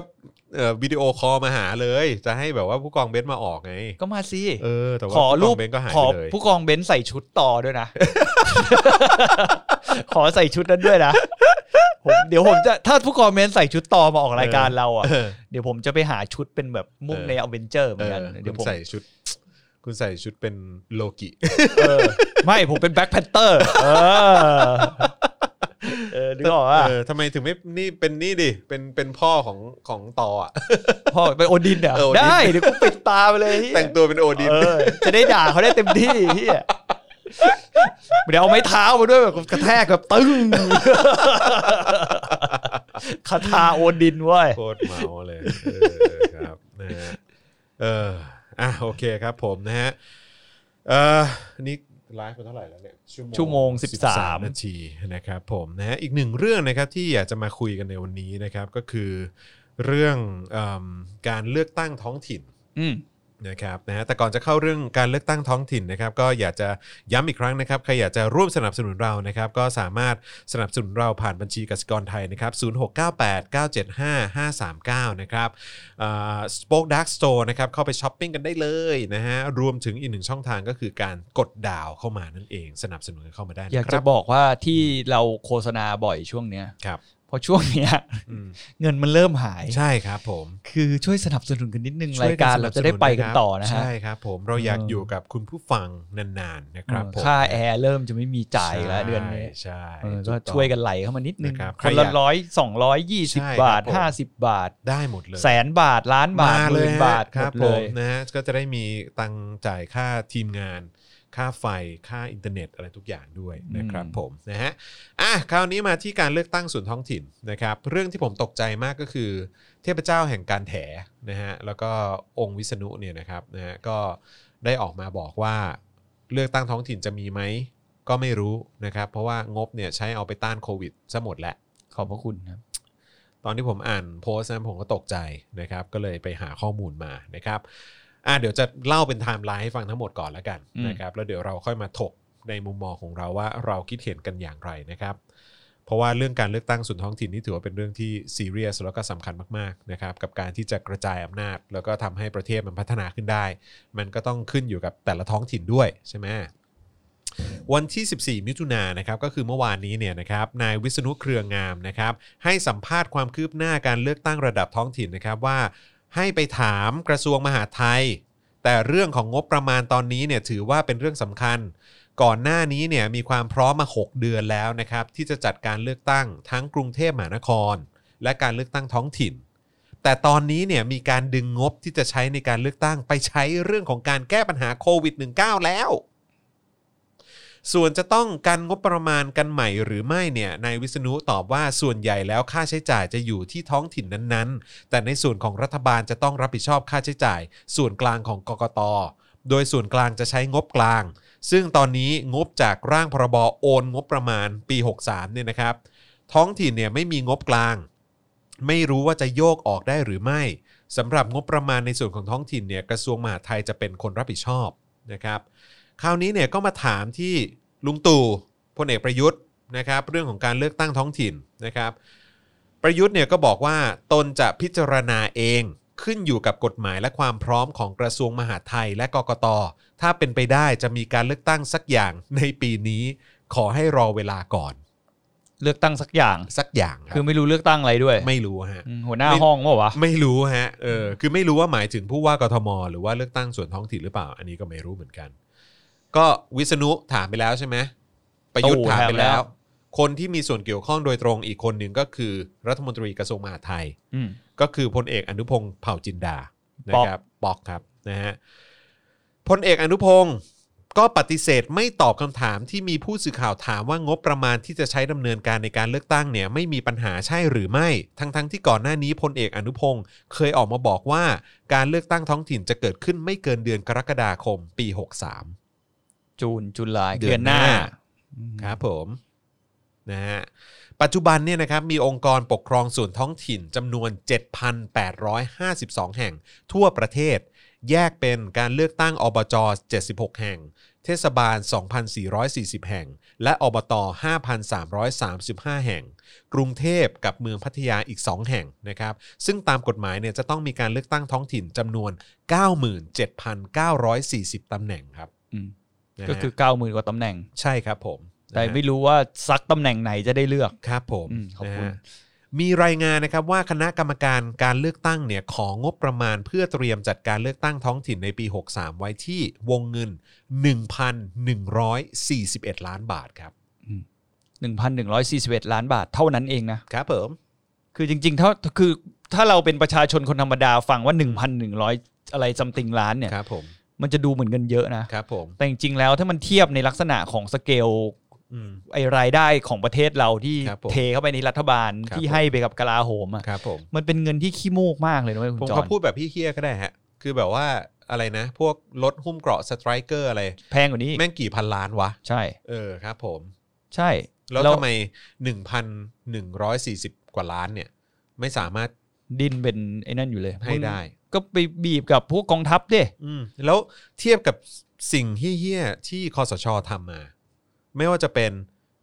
เอ่อวิดีโอคอลมาหาเลย จะให้แบบว่าผู้กองเบนซ์มาออกไง
ก็มาสิ
เออแต่ว่า
ขอ
ผู้ก
รู
อ
ป
งเบนซ์ก็หาย
ขอ
ไปเลย
ผู้กองเบนซ์ใส่ชุดต่อ
<laughs>
ด้วยนะ ขอใส่ชุดนั้นด้วยนะผมเดี๋ยวผมจะถ้าผู้กองเบนซ์ใส่ชุดต่อมาออกรายการเราอ่ะ
เออ
เดี๋ยวผมจะไปหาชุดเป็นแบบมุ่งในอเวนเจอร์เหมือนกัน
ออ
เดี๋ยว
คุณ
ผม
ใส่ชุด คุณใส่ชุดเป็นโลกิ
เออไม่ผมเป็นแบ็คแพนเตอร์เออเออนึกออกว่า
เออทำไมถึงไม่นี่เป็นนี่ดิเป็นเป็นพ่อของของต่ออ่ะ
พ่อเป็นโอดินเหรอ
เออโอดิน
ได้เดี๋ยวกูปิดตาไปเลยเหี้ย
แต่งตัวเป็นโอดิน
เออจะได้ด่าเขาได้เต็มที่เหียเดี๋ยวเอาไม้เท้ามาด้วยแบบกระแทกแบบตึ้ง คาถาโอดินเว้ย
โคตรเมาเลยเออครับนะฮะเอออ่ะโอเคครับผมนะฮะเออนี่ไลฟ์มาเท่าไหร่แล้วเนี่ยชั่วโมง
ชั่วโมงสิบสาม
13นาทีนะครับผมนะฮะอีกหนึ่งเรื่องนะครับที่อยากจะมาคุยกันในวันนี้นะครับก็คือเรื่องเอมการเลือกตั้งท้องถิ่น
อืม
นะครับนะฮะแต่ก่อนจะเข้าเรื่องการเลือกตั้งท้องถิ่นนะครับ ก็อยากจะย้ำอีกครั้งนะครับใครอยากจะร่วมสนับสนุนเรานะครับ ก็สามารถสนับสนุนเราผ่านบัญชีกสิกรไทยนะครับ0698975539 นะครับสป็อคดักสโตร์นะครับเข้าไปช้อปปิ้งกันได้เลยนะฮะรวมถึงอีกหนึ่งช่องทางก็คือการกดดาวเข้ามานั่นเอง สนับสนุนกันเข้ามาได้
อยาก
นะค
จะ
รับ
บอกว่าที่เราโฆษณาบ่อยช่วงเนี้ย
ครับ
เพราะช่วงเนี้ย
อืม
เงินมันเริ่มหาย
ใช่ครับผม
คือช่วยสนับสนุนกันนิดนึง
ช่
รา
วย
การเราจะได้ไปกันต่อนะฮะ
ใช่ครับผมเราอยากอยู่กับคุณผู้ฟังนานๆนะครับผม
ค่าแอร์เริ่มจะไม่มีจ่ายแล้วเดือนนี้
ใช่
เออ
ใช่
ก็
ถูต้อง
ช่วยกันไหลเข้ามานิดนึง
นะครับ
คน
ใครอ
ละ
ยาก
ร้อยสองร้อยยี่สิบ
ใช่
บาท
ครับผม
ห้าสิบบาท
ได้หมดเลย
แสนบาทล้านบาท
ม
ห
เลย
มื่น
ฮะ
บาท
ค
หม
รับ
ด
ผ
เล
ม
ย
นะฮะก็จะได้มีตังค์จ่ายค่าทีมงาน ค่าไฟค่าอินเทอร์เน็ตอะไรทุกอย่างด้วยนะครับ
อืม
ผมนะฮะอ่ะคราวนี้มาที่การเลือกตั้งส่วนท้องถิ่นนะครับ เรื่องที่ผมตกใจมากก็คือ เทพเจ้าแห่งการแถนะฮะแล้วก็องค์วิษณุเนี่ยนะครับนะฮะก็ได้ออกมาบอกว่า เลือกตั้งท้องถิ่นจะมีไหมก็ไม่รู้นะครับ เพราะว่างบเนี่ยใช้เอาไปต้านโควิดซะหมดแหละ
ขอบพระคุณครับ
ตอนที่ผมอ่านโพสต์นั้นผมก็ตกใจนะครับ ก็เลยไปหาข้อมูลมานะครับอ่ะเดี๋ยวจะเล่าเป็นไทม์ไลน์ให้ฟังทั้งหมดก่อนแล้วกัน
อืม
นะครับ แล้วเดี๋ยวเราค่อยมาถกในมุมมองของเราว่าเราคิดเห็นกันอย่างไรนะครับ เพราะว่าเรื่องการเลือกตั้งส่วนท้องถิ่นนี่ถือว่าเป็นเรื่องที่ซีเรียสแล้วก็สำคัญมากๆนะครับ กับการที่จะกระจายอำนาจ แล้วก็ทำให้ประเทศมันพัฒนาขึ้นได้ มันก็ต้องขึ้นอยู่กับแต่ละท้องถิ่นด้วยใช่ไหม วันที่ 14 มิถุนายนนะครับก็คือเมื่อวานนี้เนี่ยนะครับนายวิษณุเครืองามนะครับให้สัมภาษณ์ความคืบหน้าการเลือกตั้งระดับท้องถิ่นนะครับว่า ให้ไปถามกระทรวงมหาดไทย แต่เรื่องของงบประมาณตอนนี้เนี่ยถือว่าเป็นเรื่องสำคัญ ก่อนหน้านี้เนี่ยมีความพร้อมมา 6 เดือนแล้วนะครับที่จะจัดการเลือกตั้งทั้งกรุงเทพมหานคร และการเลือกตั้งท้องถิ่น แต่ตอนนี้เนี่ยมีการดึงงบที่จะใช้ในการเลือกตั้งไปใช้เรื่องของการแก้ปัญหาโควิด -19 แล้ว ส่วนจะต้องการงบประมาณกันใหม่หรือไม่เนี่ยนายวิษณุตอบว่าส่วนใหญ่แล้วค่าใช้จ่ายจะอยู่ที่ท้องถิ่นนั้นๆ แต่ในส่วนของรัฐบาลจะต้องรับผิดชอบค่าใช้จ่าย ส่วนกลางของกกต โดยส่วนกลางจะใช้งบกลาง ซึ่งตอนนี้งบจากร่างพรบโอนงบประมาณปี 63เนี่ยนะครับ ท้องถิ่นเนี่ยไม่มีงบกลาง ไม่รู้ว่าจะโยกออกได้หรือไม่สำหรับงบประมาณในส่วนของท้องถิ่นเนี่ยกระทรวงมหาดไทยจะเป็นคนรับผิดชอบนะครับ คราวนี้เนี่ยก็มาถามที่ลุงตู่พลเอกประยุทธ์นะครับเรื่องของการเลือกตั้งท้องถิ่นนะครับ ประยุทธ์เนี่ยก็บอกว่าตนจะพิจารณาเองขึ้นอยู่กับกฎหมายและความพร้อมของกระทรวงมหาดไทยและกกต ถ้าเป็นไปได้จะมีการเลือกตั้งสักอย่างในปีนี้ขอให้รอเวลาก่อน
เลือกตั้งสักอย่าง
สักอย่างครั
คือบ ไม่รู้เลือกตั้งอะไรด้วย
ไม่รู้ฮะ
อืมหัวหน้า
ไม่
ห้องเปล่าวะ
ไม่รู้ฮะ เออ คือไม่รู้ว่าหมายถึงผู้ว่ากทม หรือว่าเลือกตั้งส่วนท้องถิ่นหรือเปล่า อันนี้ก็ไม่รู้เหมือนกัน ก็วิษณุถามไปแล้วใช่ไหมประยุทธ์ถามไปแล้ว
ถามไปแล้
คนที่มีส่วนเกี่ยวข้องโดยตรงอีกคนหนึ่งก็คือรัฐมนตรีกระทรวงมหาดไทย
อืม
ก็คือพลเอกอนุพงศ์เผ่าจินดา นะ
ปอก
ครับ ปอกครับนะฮะ พลเอกอนุพงศ์ก็ปฏิเสธไม่ตอบคำถามที่มีผู้สื่อข่าวถามว่างบประมาณที่จะใช้ดำเนินการในการเลือกตั้งเนี่ยไม่มีปัญหาใช่หรือไม่ ทั้งๆทที่ก่อนหน้านี้พลเอกอนุพงศ์เคยออกมาบอกว่าการเลือกตั้งท้องถิ่นจะเกิดขึ้นไม่เกินเดือนกรกฎาคมปี 63
จูนจุลาย
เดื
เดื
อ
อน
ห
นห
น้า
น้า
ครับผมนะฮะปัจจุบันเนี่ยนะครับมีองค์กรปกครองส่วนท้องถิ่นจำนวน 7,852 แห่ง ทั่วประเทศ แยกเป็นการเลือกตั้งอบจ 76 แห่ง เทศบาล 2,440 แห่ง และอบต 5,335 แห่ง กรุงเทพกับเมืองพัทยาอีก 2 แห่งนะครับ ซึ่งตามกฎหมายเนี่ยจะต้องมีการเลือกตั้งท้องถิ่นจำนวน 97,940 ตำแหน่งครับ
อืม
นะฮะ
ก็คือเก้าหมื่นกว่าตำแหน่ง
ใช่ครับผมนะฮะ
แต่ไม่รู้ว่าซักตำแหน่งไหนจะได้เลือก
ครับผม
อืมขอบคุณ
นะฮะมีรายงานนะครับว่าคณะกรรมการการเลือกตั้งเนี่ยของงบประมาณเพื่อเตรียมจัดการเลือกตั้งท้องถิ่นในปี 63 ไว้ที่วงเงิน 1,141 ล้านบาทครับ
หนึ่งพันหนึ่งร้อยสี่สิบเอ็ดล้านบาทเท่านั้นเองนะ
ครับผม
คือจริงๆ ถ้าคือถ้าเราเป็นประชาชนคนธรรมดาฟังว่า 1,100 อะไรซัมติงล้านเนี่ย
ครับผม
มันจะดูเหมือนเงินเยอะนะ
ครับผม
แต่จริงๆ แล้วถ้ามันเทียบในลักษณะของสเกล
อืม
ไอรายได้ของประเทศเราที่
ครับผม
เทเข้าไปในรัฐบาล
ครับ
ที่ให้ไปกับกลาโหมอะ
ครับผม
มันเป็นเงินที่ขี้มูกมากเลยนะเว้ยคุณ
ผม
จอ
เขา
ห์น
พูดแบบพี่เคียก็ได้ฮะ คือแบบว่าอะไรนะ พวกรถหุ้มเกราะสไตรเกอร์อะไร
แพงกว่านี้
แม่งกี่พันล้านวะ
ใช่
เออครับผม
ใช่
แล้วทำไม 1,140 กว่าล้านเนี่ย ไม่สามารถ
ดิ้นเป็นไอ้นั่นอยู่เลย
ให้ได้
ก็ไปบีบกับพวกกองทัพดิ
อืมแล้วเทียบกับสิ่งเฮี้ยๆที่คอสชทำมา ไม่ว่าจะเป็น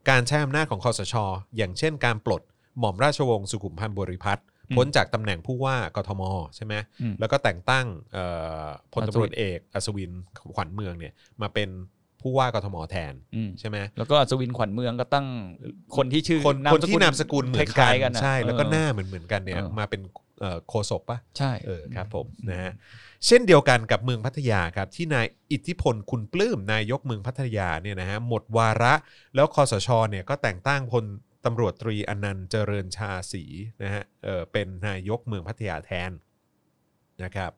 การใช้อำนาจของคอสช อย่างเช่นการปลดหม่อมราชวงศ์สุขุมพันธ์บริพัตรพ้นจากตำแหน่งผู้ว่ากทมใช่ไหม
อืม
แล้วก็แต่งตั้งเอ่อพลตำรวจเอกอัศวินขวัญเมืองเนี่ยมาเป็นผู้ว่ากทมแทน
อืม
ใช่ไหม
แล้วก็อัศวินขวัญเมืองก็ตั้งคนที่ชื่อ
คน
าม
คนที่นามสกุลเหมือน
ค
กั
ล้าน ยๆกันะ
ใช่แล้วก็หน้า
เออ
เหมือนเหมือนๆกันเนี่ย
เออ
มาเป็นเอ่อโคศกปะ
ใช่
เออครับผมนะฮะเช่นเดียวกันกับเมืองพัทยาครับ ที่นายอิทธิพลคุณปลื้มนายกเมืองพัทยาเนี่ยนะฮะหมดวาระแล้วคอสชเนี่ยก็แต่งตั้งพลตำรวจตรีอนันต์เจริญชาศรีนะฮะเออเป็นนายกเมืองพัทยาแทนนะครับ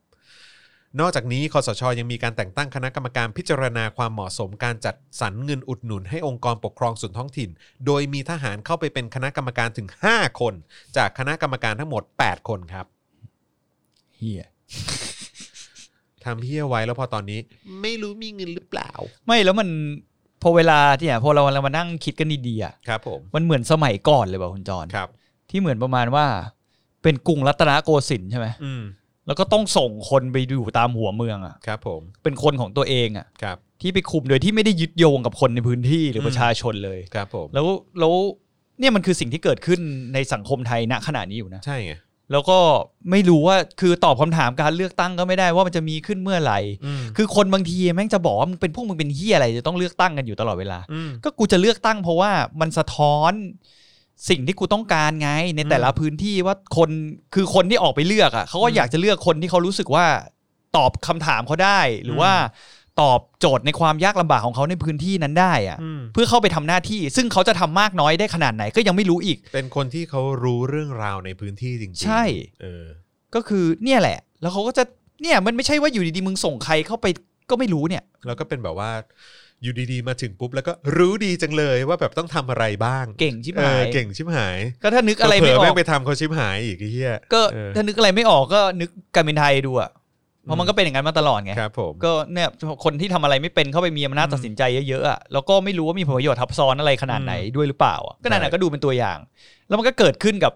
นอกจากนี้คอสช ยังมีการแต่งตั้งคณะกรรมการพิจารณาความเหมาะสมการจัดสรรเงินอุดหนุนให้องค์กรปกครองส่วนท้องถิ่น โดยมีทหารเข้าไปเป็นคณะกรรมการถึง 5 คน จากคณะกรรมการทั้งหมด 8 คนครับ
เฮีย
ทำเพี้ยไว้แล้วพอตอนนี้ไม่รู้มีเงินหรือเปล่า
ไม่แล้วมันพอเวลาที่เนี่ยพอเราเรามานั่งคิดกันดีๆอ่ะ
ครับผม
มันเหมือนสมัยก่อนเลยป่ะคุณจร
ครับ
ที่เหมือนประมาณว่า เป็นกรุงรัตนโกสินทร์ใช่ไหม
อืม
แล้วก็ต้องส่งคนไปอยู่ตามหัวเมืองอ่ะ
ครับผม
เป็นคนของตัวเองอ่ะ
ครับ
ที่ไปคุมโดยที่ไม่ได้ยึดโยงกับคนในพื้นที่หรือ
ม
ประชาชนเลย
ครับผม
แล้วแล้วเนี่ยมันคือสิ่งที่เกิดขึ้นในสังคมไทยณขณะนี้อยู่นะ
ใช่ไง
แล้วก็ไม่รู้ว่าคือตอบคำถามการเลือกตั้งก็ไม่ได้ว่ามันจะมีขึ้นเมื่อไหร่
อืม
คือคนบางทีแม่งจะบอกว่ามึงเป็นพวกมึงเป็นเฮียอะไรจะต้องเลือกตั้งกันอยู่ตลอดเวลา
อืม
ก็กูจะเลือกตั้งเพราะว่ามันสะท้อนสิ่งที่กูต้องการไงในแต่ละพื้นที่ว่าคนคือคนที่ออกไปเลือกอ่ะเขาก็
อืม
อยากจะเลือกคนที่เขารู้สึกว่าตอบคำถามเขาได้ หรืออ
ม
ว่าตอบโจทย์ในความยากลำบากของเขาในพื้นที่นั้นได้อ่ะ
อืม
เพื่อเข้าไปทำหน้าที่ ซึ่งเขาจะทำมากน้อยได้ขนาดไหนก็ยังไม่รู้อีก
เป็นคนที่เขารู้เรื่องราวในพื้นที่จริงๆ
ใช่
เออ
ก็คือเนี่ยแหละ แล้วเขาก็จะเนี่ยมันไม่ใช่ว่าอยู่ดีๆมึงส่งใครเข้าไปก็ไม่รู้เนี่ย
แล้วก็เป็นแบบว่า อยู่ดีๆมาถึงปุ๊บ แล้วก็รู้ดีจังเลยว่าแบบต้องทำอะไรบ้าง
เก่งชิบ
เอ
หา
อย เก่งชิบหาย
ก็ถ้านึกอะไรไม่
เผ
อ
ล
อ
แม่
ก
งไปทำเขาชิบหายอีกไอ้เหี้ย
ก็
เออ
ถ้านึกอะไรไม่ออกก็นึกการบินไทยดูอ่ะเพราะมันก็เป็นอย่างนั้นมาตลอดไง
ครับผม
ก็เนี่ยคนที่ทำอะไรไม่เป็นเข้าไปมีอำนาจตัดสินใจเยอะๆอะแล้วก็ไม่รู้ว่ามีผลประโยชน์ทับซ้อนอะไรขนาดไหนด้วยหรือเปล่าอะก็นั่นแหะก็ดูเป็นตัวอย่าง แล้วมันก็เกิดขึ้นกับ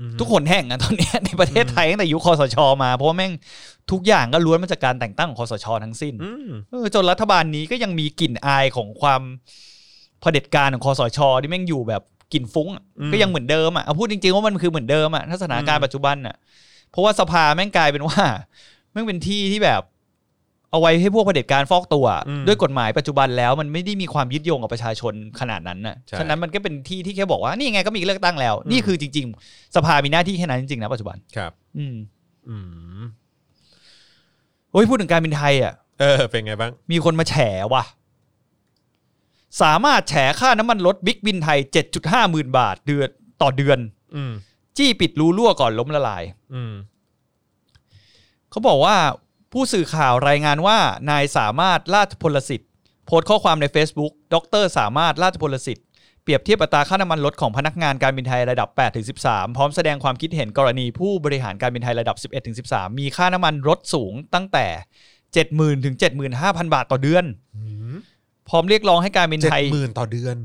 อืม
ทุกคนแห่งนะต <laughs> อนเนี้ย ในประเทศไทยตั้งแต่ยุคคอสชมา เพราะว่าแม่งทุกอย่างก็ล้วนมาจากการแต่งตั้งของคอสชทั้งสิ้น
อืม
เออจนรัฐบาลนี้ก็ยังมีกลิ่นอายของความเผด็จการของคอสชที่แม่งอยู่แบบกลิ่นฟุ้งอะ
อืม
ก็ยังเหมือนเดิมอ่ะเอาพูดจริงๆว่ามันคือเหมือนเดิมอ่ะถ้าสถานการณ์ปัจจุบันอ่ะ เพราะว่าสภาแม่งกลายเป็นว่า แม่งเป็นที่ที่แบบ เอาไว้ให้พวกเผด็จการฟอกตัว
อืม
ด้วยกฎหมายปัจจุบันแล้วมันไม่ได้มีความยึดโยงกับประชาชนขนาดนั้นนะ
ใช่
ฉะนั้นมันก็เป็นที่ที่แค่บอกว่านี่ไงก็มีเลือกตั้งแล้ว
อืม
นี่คือจริง ๆ สภามีหน้าที่แค่นั้นจริงๆนะปัจจุบัน
ครับ
อืม
อืม
โอ้ยพูดถึงการบินไทยอ่ะ
เออเป็นไงบ้าง
มีคนมาแฉว่ะ สามารถแฉค่าน้ำมันลดบิ๊กบินไทย 7.5หมื่นบาทเดือนต่อเดือน
อืม
จี้ปิดรูรั่วก่อนล้มละลาย
อืม
เขาบอกว่าผู้สื่อข่าวรายงานว่านายสามารถราชพลสิทธิ์ โพสต์ข้อความใน Facebook ดรสามารถราชพลสิทธิ์ เปรียบเทียบอัตราค่าน้ำมันลดของพนักงานการบินไทยระดับ 8-13 พร้อมแสดงความคิดเห็นกรณีผู้บริหารการบินไทยระดับ 11-13 มีค่าน้ำมันลดสูงตั้งแต่ 70,000ถึง75,000 บาทต่อเดือน พร้อมเรียกร้องให้การบิน
เจ็ด
ไทย
หมื่นต่อเดือน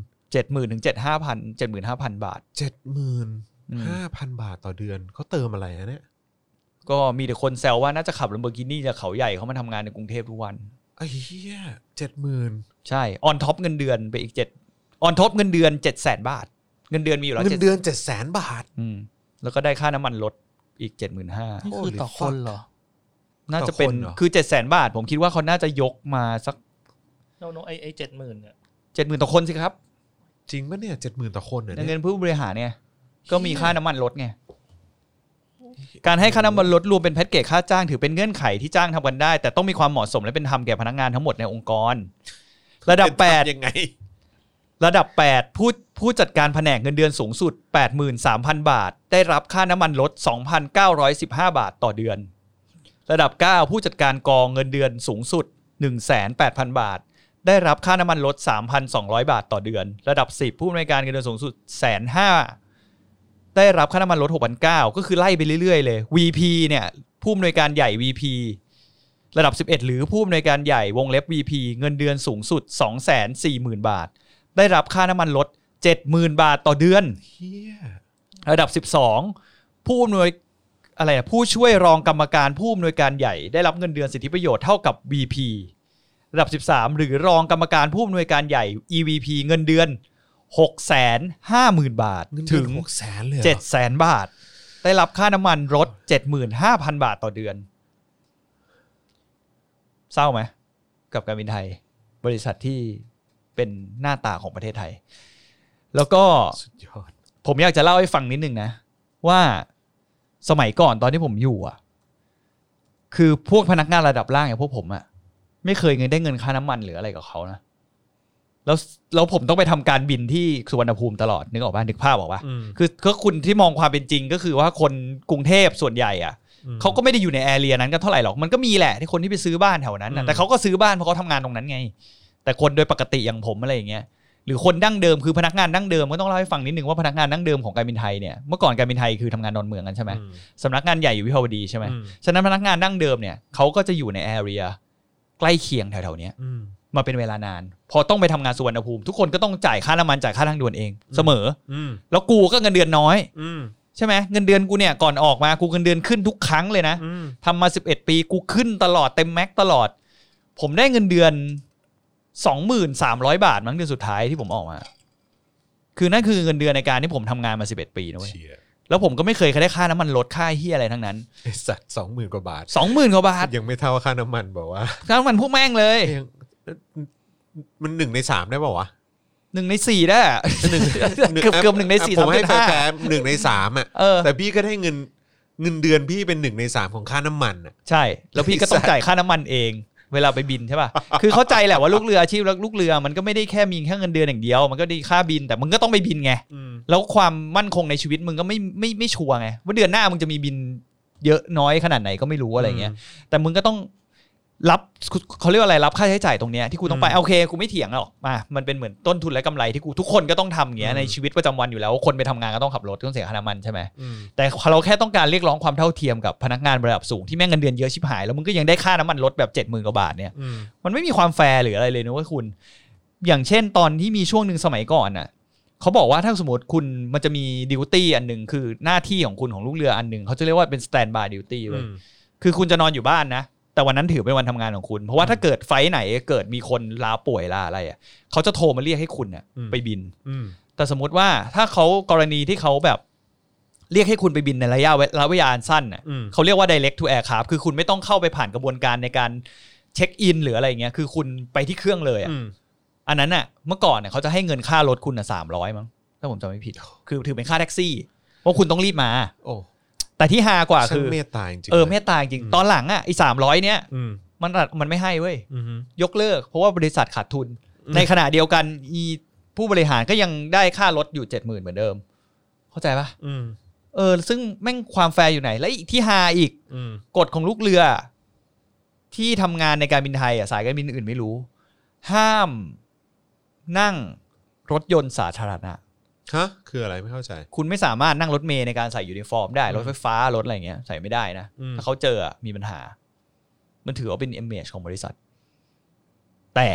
70,000ถึง75,000 75,000 บาท
เจ็ดหมื่น
อืม
ห้าพันบาทต่อเดือนเขาเติมอะไรอะเนี่ย
ก็มีแต่คนแซวว่าน่าจะขับลมเบอร์กินี่จากเขาใหญ่เขามาทำงานในกรุงเทพทุกวัน
ไอ้เหี้ยเจ็ดหมื่น
ใช่ออนท็อปเงินเดือนไปอีกเจ็ดออนท็อปเงินเดือนเจ็ดแสนบาท เงินเดือนมีอยู่แล้ว
เงิ
เจ็
น
ด
เดือนเจ็ดแสนบาท
อืมแล้วก็ได้ค่าน้ำมันลดอีกเจ็ดหมื่นห้า
นี่คือต่อคนเหรอ
น่าจะเป็น
ต่อคนเหรอ
คือเจ็ดแสนบาท ผมคิดว่าเขาน่าจะยกมาสัก
โน้ไอไอเจ็ดหมื่นเนี่ย
เจ็ดหมื่นต่อคนสิครับ
จริงปะเนี่ยเจ็ดหมื่นต่อคนเหรอ
เงิ
เนี่ย
นผู้บริหารเนี่ยก็มีค่าน้ำมันลดไงการให้ค่าน้ำมันลดรวมเป็นแพ็กเกจค่าจ้างถือเป็นเงื่อนไขที่จ้างทำกันได้ แต่ต้องมีความเหมาะสมและเป็นธรรมแก่พนักงานทั้งหมดในองค์กร ระดับแปด
ยังไง
ระดับ 8 ผู้ผู้จัดการแผนกเงินเดือนสูงสุด 83,000 บาท ได้รับค่าน้ำมันลด 2,915 บาทต่อเดือน ระดับ 9 ผู้จัดการกองเงินเดือนสูงสุด 1,800 บาท ได้รับค่าน้ำมันลด 3,200 บาทต่อเดือน ระดับ 10 ผู้อำนวยการเงินเดือนสูงสุดแสนห้าได้รับค่าน้ำมันลด 6,900 ก็คือไล่ไปเรื่อยๆเลย VP เนี่ยผู้อำนวยการใหญ่ VP ระดับ 11 หรือผู้อำนวยการใหญ่วงเล็บ VP เงินเดือนสูงสุด 240,000 บาท ได้รับค่าน้ำมันลด 70,000 บาทต่อเดือน
เฮีย
ระดับ 12 ผู้อำนวย อะไรอะผู้ช่วยรองกรรมการผู้อำนวยการใหญ่ได้รับเงินเดือนสิทธิประโยชน์เท่ากับ VP ระดับ 13 หรือรองกรรมการผู้อำนวยการใหญ่ EVP เงินเดือน 6 5 0 0 0 0 บาทถึง
หกแสนเลยหรอ
7 0 0 0 0 บาท ได้รับค่าน้ำมันรถ 75,000 บาทต่อเดือน เศร้าไหม กับการบินไทย บริษัทที่เป็นหน้าตาของประเทศไทย แล้วก็
สุดยอด
ผมอยากจะเล่าให้ฟังนิดนึงนะ ว่าสมัยก่อนตอนที่ผมอยู่อ่ะ คือพวกพนักงานระดับล่างอย่างพวกผมอ่ะไม่เคยเงินได้เงินค่าน้ำมันหรืออะไรกับเขานะแล้วแล้วผมต้องไปทำการบินที่สุวรรณภูมิตลอดนึกออกป่ะนึกภาพออกป่ะ
อืม
คือก็คุณที่มองความเป็นจริงก็คือว่าคนกรุงเทพส่วนใหญ่อ่ะ
อืม
เขาก็ไม่ได้อยู่ในแอเรียนั้นกันเท่าไหร่หรอก มันก็มีแหละที่คนที่ไปซื้อบ้านแถวนั้น
อื
นะ
ม
แต่เขาก็ซื้อบ้านเพราะเขาทำงานตรงนั้นไง แต่คนโดยปกติอย่างผมอะไรอย่างเงี้ย หรือคนดั้งเดิมคือพนักงานดั้งเดิมก็ต้องเล่าให้ฟังนิดนึงว่าพนักงานดั้งเดิมของการบินไทยเนี่ยเมื่อก่อนการบินไทยคือทำงานนอนเมืองกันใช่ไหม
อื
สำนักงานใหญ่อยู่วิภาวดีใช่ไหม
อืม
ฉะนั้นพนักงานดั้งเดิมเนี่ยเขาก็จะอยู่ในแอเรียใกล้เคียงแถวๆเนี้ย
อืม
มาเป็นเวลานาน พอต้องไปทำงานสุวรรณภูมิ ทุกคนก็ต้องจ่ายค่าน้ำมันจ่ายค่าทางด่วนเอง เสมอ
อืม
แล้วกูก็เงินเดือนน้อย
อืม
ใช่ไหมเงินเดือนกูเนี่ยก่อนออกมากูเงินเดือนขึ้นทุกครั้งเลยนะ
อืม
ทำมา 11 ปีกูขึ้นตลอดเต็มแม็กซ์ตลอด ผมได้เงินเดือน 2,300 บาทมั้งเดือนสุดท้ายที่ผมออกมา คือนั่นคือเงินเดือนในการที่ผมทำงานมา 11 ปีนะเว้ย
เชีย
แล้วผมก็ไม่เคยได้ค่าน้ำมันลดค่าเฮียอะไรทั้งนั้น
ไอสัตว์สองหมื่นกว่าบาท
20,000กว่าบาท
ยังไม่เท่าค่าน้ำมันบอกว่า
ค่าน้ำมันพวกแม่งเลย
ยังมันหนึ่งในสามได้ป่าวะ
หนึ่งในสี่ได้อะ
หนึ่ง
เกือบเกือบหนึ่งในสี่
ผ
สาม ม
ให้
จุดห้า
แฟร์ๆหนึ่งในสามอ่ะ
เออ
แต่พี่ก็ได้เงินเงินเดือนพี่เป็นหนึ่งในสามของค่าน้ำมันอ่ะ
ใช่ แล้วพี่ก็ต้องจ่ายค่าน้ำมันเอง เวลาไปบินใช่ <laughs> ป่ะคือเข้าใจแหละว่าลูกเรืออาชีพลูกเรือมันก็ไม่ได้แค่มีแค่เงินเดือนอย่างเดียว มันก็ได้ค่าบินแต่มึงก็ต้องไปบินไง
อืม
แล้วความมั่นคงในชีวิตมึงก็ไม่ไม่ไม่ชัวร์ไงว่าเดือนหน้ามึงจะมีบินเยอะน้อยขนาดไหนก็ไม่รู้อะไรเงี้ย แต่มึงก็ต้องรับเขาเรียกว่าอะไรรับค่าใช้จ่ายตรงเนี้ยที่กูต้องไป
อืม
โอเคกูไม่เถียงหรอกมามันเป็นเหมือนต้นทุนและกำไรที่กูทุกคนก็ต้องทำอย่างเงี้ย
อืม
ในชีวิตประจำวันอยู่แล้ว คนไปทำงานก็ต้องขับรถต้องเสียค่าน้ำมันใช่ไหม
อืม
แต่เราแค่ต้องการเรียกร้องความเท่าเทียมกับพนักงานระดับสูงที่แม่งเงินเดือนเยอะชิบหายแล้วมึงก็ยังได้ค่าน้ำมันลดแบบเจ็ดหมื่นกว่าบาทเนี่ย
อืม
มันไม่มีความแฟร์หรืออะไรเลยนะเว่าคุณ อย่างเช่นตอนที่มีช่วงหนึ่งสมัยก่อนน่ะเขาบอกว่าถ้าสมมติคุณมันจะมีดิวตี้อันหนึ่งคือหน้าที่ของคุณของลูกเรืออันหนึ่งเขาจะเรียกว่าเป็นสแตนบายดิวตี้เล
อื
ย
ม
คือคุณจะนอนอยู่บ้านนะ แต่วันนั้นถือเป็นวันทำงานของคุณ เพราะว่าถ้าเกิดไฟล์ไหนเกิดมีคนลาป่วยลาอะไรอ่ะเขาจะโทรมาเรียกให้คุณน่ะไปบิน
อืม
แต่สมมติว่าถ้าเขากรณีที่เขาแบบเรียกให้คุณไปบินในระยะเวลาเวลาอันสั้นน่ะ
อืม
เขาเรียกว่า direct to air ครับคือคุณไม่ต้องเข้าไปผ่านกระบวนการในการเช็คอินหรืออะไรเงี้ยคือคุณไปที่เครื่องเลยอะ
อืม
อันนั้นน่ะเมื่อก่อนเนี่ยเขาจะให้เงินค่ารถคุณอ่ะสามร้อยมั้งถ้าผมจำไม่ผิด คือถือเป็นค่าแท็กซี่ว่าคุณต้องรีบมา
โอ้
แต่ที่ฮากว่า
ช่า
คื
ง
อ
เมตตาจริงๆ
เออเมตตาจริงๆตอนหลังอ่ะไอ้สามร้อยเนี่ย
อืม
มันมันไม่ให้เว้ย
อืม
ยกเลิก เพราะว่าบริษัทขาดทุน
อืม
ในขณะเดียวกันอีผู้บริหารก็ยังได้ค่ารถอยู่เจ็ดหมื่นเหมือนเดิม เข้าใจปะ
อืม
เออ ซึ่งแม่งความแฟร์อยู่ไหน และอีกที่ฮาอีก
อืม
กฎของลูกเรือ ที่ทำงานในการบินไทยอ่ะสายการบินอื่นไม่รู้ ห้ามนั่งรถยนต์สาธารณะ
ฮะคืออะไรไม่เข้าใจ
คุณไม่สามารถนั่งรถเมย์ในการใส่ยูนิฟอร์มได้ รถไฟฟ้ารถอะไรเงี้ยใส่ไม่ได้นะ
อืม
ถ้าเขาเจออ่ะมีปัญหา มันถือว่าเป็น image ของบริษัท แต่